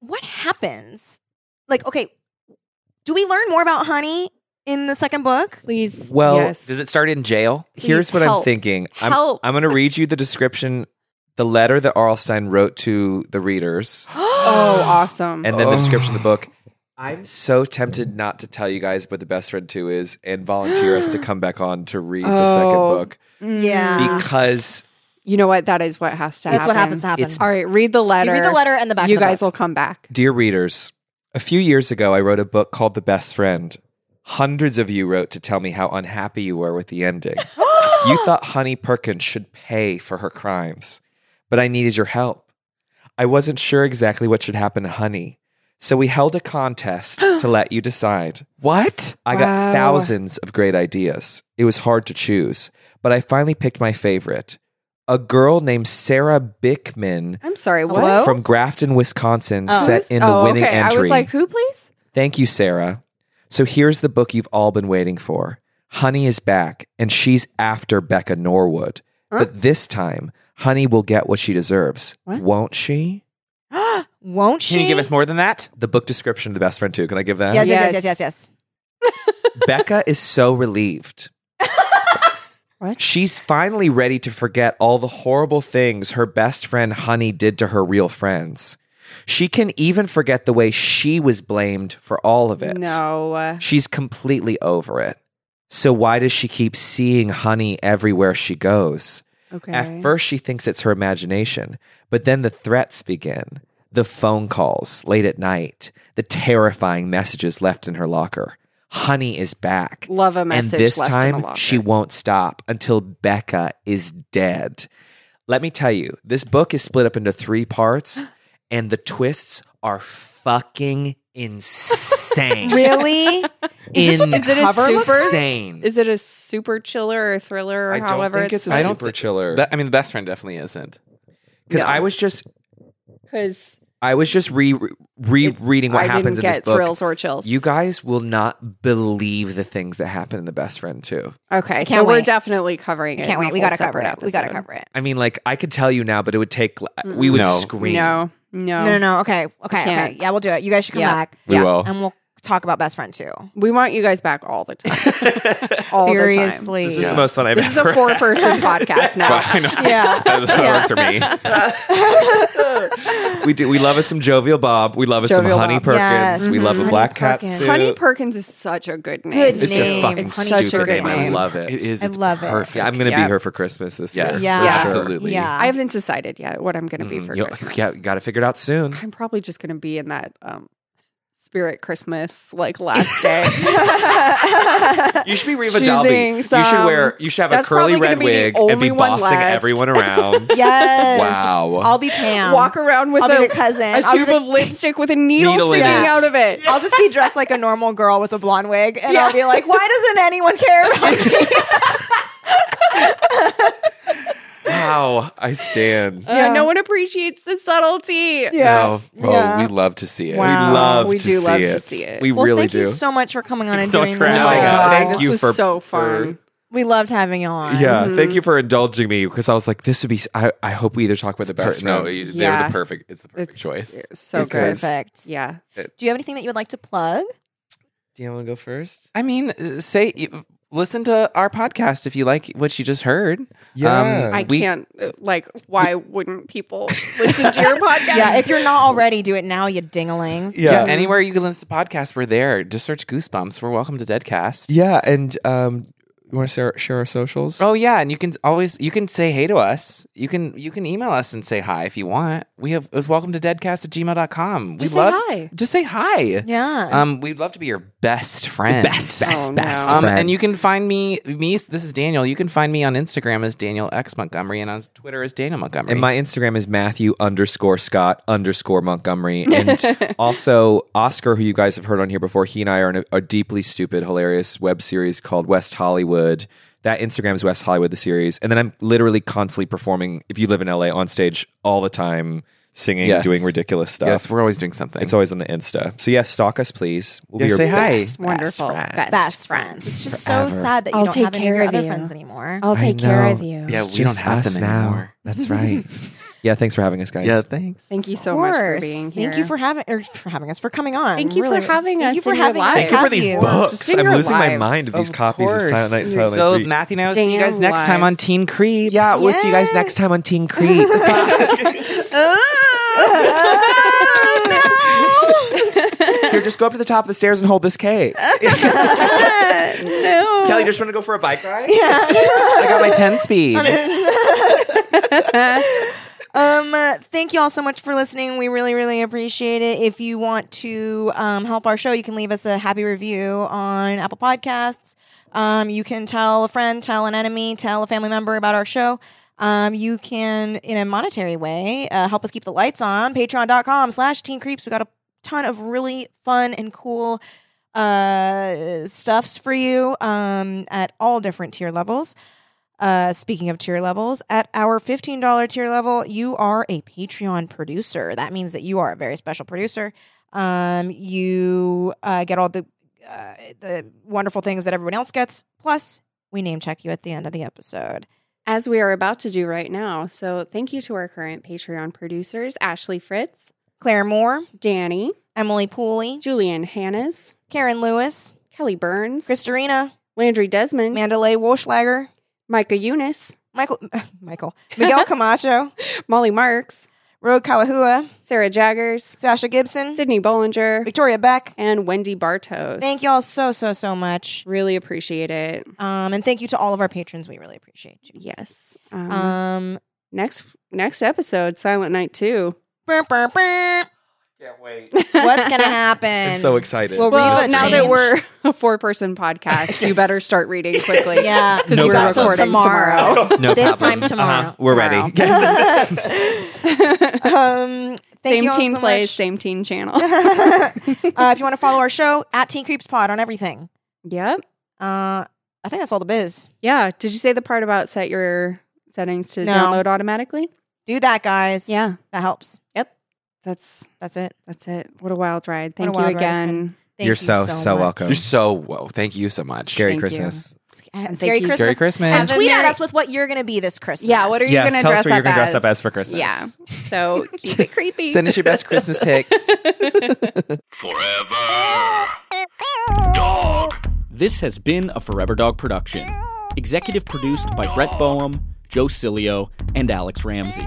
what happens? Like, okay, do we learn more about Honey in the second book?
Please.
Well,
yes.
Does it start in jail?
Here's what
help.
I'm thinking. I'm,
Help.
I'm going to read you the description, the letter that Arlstein wrote to the readers,
Oh, awesome.
and then the
Oh.
description of the book. I'm so tempted not to tell you guys what the best friend two is and volunteer us to come back on to read the second
Oh.
book
Mm.
Yeah.
because
You know what? That is what has to
That's
happen.
what happens to happen.
It's-
All right, read the
You
letter.
read the letter and the back.
You
of the
guys
book.
will come back.
Dear readers, a few years ago I wrote a book called The Best Friend. Hundreds of you wrote to tell me how unhappy you were with the ending. you thought Honey Perkins should pay for her crimes, but I needed your help. I wasn't sure exactly what should happen to Honey, so we held a contest to let you decide.
What?
I
Wow.
got thousands of great ideas. It was hard to choose, but I finally picked my favorite. A girl named Sarah Bickman
I'm sorry. What?
Hello?
from Grafton, Wisconsin,
Oh.
set in the
oh,
winning
okay.
entry.
I was like, who, please?
Thank you, Sarah. So here's the book you've all been waiting for. Honey is back, and she's after Becca Norwood. But this time, Honey will get what she deserves,
What?
won't she?
Won't she?
Can you give us more than that?
The book description of the best friend too. Can I give that?
Yes, yes, yes,
Yes.
yes, yes, yes.
Becca is so relieved.
What?
She's finally ready to forget all the horrible things her best friend Honey did to her real friends. She can even forget the way she was blamed for all of it.
No.
She's completely over it. So why does she keep seeing honey everywhere she goes?
Okay.
At first, she thinks it's her imagination, but then the threats begin the phone calls late at night, the terrifying messages left in her locker. Honey is back.
Love a message.
and this
left in
time,
a locker.
she won't stop until Becca is dead. Let me tell you, this book is split up into three parts, and the twists are fucking insane.
Really?
Is,
the it a cover looks super-
insane?
Is it a super chiller or thriller or
I don't
however
think it's,
I
a
don't
super
thi-
chiller.
That- I mean, the best friend definitely isn't.
Because
No.
I was just,
Because
I was just re re- rereading what
I
happens
didn't
in this
get
book.
thrills or chills.
You guys will not believe the things that happen in the best friend too.
okay,
can't
so we're
wait.
definitely covering it.
Can't
in a
wait. We
whole
gotta cover it.
separate
We gotta
episode.
cover it.
I mean, like I could tell you now, but it would take. We would
No.
scream.
No, no,
No, no, no. Okay, okay,
can't.
okay. Yeah, we'll do it. You guys should come
Yeah.
back,
We
Yeah.
will.
and we'll talk about best friend too.
We want you guys back all the time. all the time.
Seriously.
This is the most fun I've
This is
ever.
a four-person podcast now.
I know.
Yeah.
that works for me.
we do. We love us some Jovial Bob. We love us
Jovial
some Honey
Bob. Mm-hmm.
Perkins.
Yes.
We love a
Mhm.
black
Honey
cat
Perkins.
suit.
Honey Perkins is such a good name.
Good name.
it's just a fucking
It's such a
stupid
good
name. I
name.
love it.
It is.
I
It's
love it.
perfect.
Yeah, I'm gonna
Yeah.
be here for Christmas this
Yes.
year.
Yeah.
for
Yeah.
sure.
Absolutely.
Yeah.
I haven't decided yet what I'm going to be for
You-
Christmas.
Mm-hmm. Yeah, got to figure it out soon.
I'm probably just going to be in that um, spirit Christmas like last day.
You should be Reva
Choosing
Dalby.
some-
You should wear. You should have
That's
a
probably
curly
gonna
red
be the
wig
only
and be
one
bossing
left.
everyone around.
yes.
Wow.
I'll be Pam.
Walk around with
I'll be
a,
the cousin.
a
I'll be
tube
the-
of lipstick with a needle,
Needle in
sticking
it.
out of it.
I'll just be dressed like a normal girl with a blonde wig, and I'll be like, "Why doesn't anyone care about me?"
Wow, I stand.
Yeah, Uh, no one appreciates the subtlety.
Oh, oh,
Yeah.
we love to see it.
Wow.
We love.
We
to
do
see
love
it.
to see it.
We
well,
really
thank
do.
you so much for coming on and
so
doing
crazy.
this.
Oh my God.
with us.
Thank
this
you
was
for-
so
for-
fun.
We loved having you on.
Yeah,
Mhm.
thank you for indulging me because I was like, this would be. I, I hope we either talk about the best.
no,
round.
they were
Yeah.
the perfect. It's the perfect choice.
It's So
It's
good.
Because-
Perfect.
Yeah.
Do you have anything that you would like to plug?
Do you want to go first?
I mean, uh, say you- listen to our podcast if you like what you just heard.
Um, Yeah,
I
We-
can't, uh, like, why wouldn't people listen to your podcast?
Yeah, if you're not already, do it now, you dingalings.
Yeah.
Yeah, anywhere you can listen to podcasts, we're there. Just search Goosebumps. We're welcome to Deadcast.
yeah, and um, you want to share, share our socials?
Oh yeah, and you can always you can say hey to us. You can you can email us and say hi if you want. We have it's welcome to deadcast at gmail.com.
Just
we
say
love
hi.
just say hi.
Yeah.
Um we'd love to be your best friend.
Best, best,
Oh,
best.
no.
Um,
friend.
and you can find me me this is Daniel. You can find me on Instagram as Daniel X Montgomery and on Twitter as Daniel Montgomery.
And my Instagram is Matthew underscore Scott underscore Montgomery. And also Oscar, who you guys have heard on here before, he and I are in a, a deeply stupid, hilarious web series called West Hollywood. That Instagram is West Hollywood, the series. And then I'm literally constantly performing, if you live in LA, on stage all the time, singing,
Yes.
doing ridiculous stuff.
Yes, we're always doing something.
it's always on the Insta. So, yes, stalk us, please. We'll
Yeah, say hi.
best,
Wonderful.
friend.
Best.
best friends. It's just so
Forever.
sad that you
I'll
don't
take
have any of
care
your
of
other
you.
friends anymore.
I'll
I
take care
know.
of you.
It's
Yeah, we don't
just
have
us
them
now.
anymore.
That's right. yeah, thanks for having us, guys.
yeah, thanks.
Thank you
Of
so much for
course.
being here.
Thank you for having or for having us for coming on.
Thank you for
Really,
having
Thank
us
you for
in your
having us.
lives.
Thank you for these
here.
books.
Just in
I'm
your
losing my
lives.
mind of these copies of Silent Night and Silent
so
Night 3.
Matthew and I will see you guys
Damn
next time
lies.
on Teen Creeps.
Yeah, we'll see you guys
Yes.
next time on Teen Creeps.
Oh,
Here, just go up to the top of the stairs and hold this cake. Kelly, just want to go for a bike ride?
I got my 10 speed.
Um, uh, thank you all so much for listening. We really, really appreciate it. If you want to um, help our show, you can leave us a happy review on Apple Podcasts. Um, you can tell a friend, tell an enemy, tell a family member about our show. Um, you can, in a monetary way, uh, help us keep the lights on. Patreon.com slash Teen Creeps. We got a ton of really fun and cool uh, stuffs for you um, at all different tier levels. Uh, speaking of tier levels, at our $15 tier level, you are a Patreon producer. That means that you are a very special producer. Um, you uh, get all the uh, the wonderful things that everyone else gets. Plus, we name check you at the end of the episode.
as we are about to do right now. So, thank you to our current Patreon producers Ashley Fritz,
Claire Moore,
Danny,
Emily Pooley,
Julian Hannes,
Karen Lewis,
Kelly Burns,
Christorina,
Landry Desmond,
Mandalay Wolschlager,
Micah Eunice,
Michael, Michael, Miguel Camacho,
Molly Marks,
Rogue Kalahua,
Sarah Jaggers,
Sasha Gibson,
Sydney Bollinger,
Victoria Beck.
and Wendy Bartos.
Thank y'all so, so, so much.
Really appreciate it.
Um, and thank you to all of our patrons. We really appreciate you.
Yes. Um,
Um,
next next episode, Silent Night 2.
burr, burr, burr.
Can't wait.
what's gonna happen?
I'm so excited.
Well,
Well,
Read the
now that
change.
we're a four person podcast, you better start reading quickly.
Yeah,
Because
No
we're
problem.
recording tomorrow.
No
this
problem.
time tomorrow.
Uh-huh. We're ready.
Tomorrow. um, thank you
same
all
teen
so
plays,
much.
same teen channel.
uh, if you want to follow our show at Teen Creeps Pod on everything,
yep.
uh, I think that's all the biz.
Yeah. Did you say the part about set your settings to
No.
download automatically?
Do that, guys.
Yeah.
that helps.
That's
That's it.
that's it. What a wild ride.
What a
Thank you
wild ride it's
again.
Thank
You're
you
so, so,
much.
welcome.
You're so, whoa, thank you so much.
Scary
Thank you.
Christmas.
And
Scary
thank you.
Christmas.
Scary
And
Christmas.
Have a
tweet at
merry-
us with what you're gonna be this Christmas.
Yeah, what are you
yes,
gonna
tell
dress
us what you're
up
going to dress
as?
up as for Christmas.
Yeah. So keep it creepy.
Send us your best Christmas pics.
Forever. Dog.
This has been a Forever Dog production. Executive produced by Brett Boehm, Joe Cilio, and Alex Ramsey.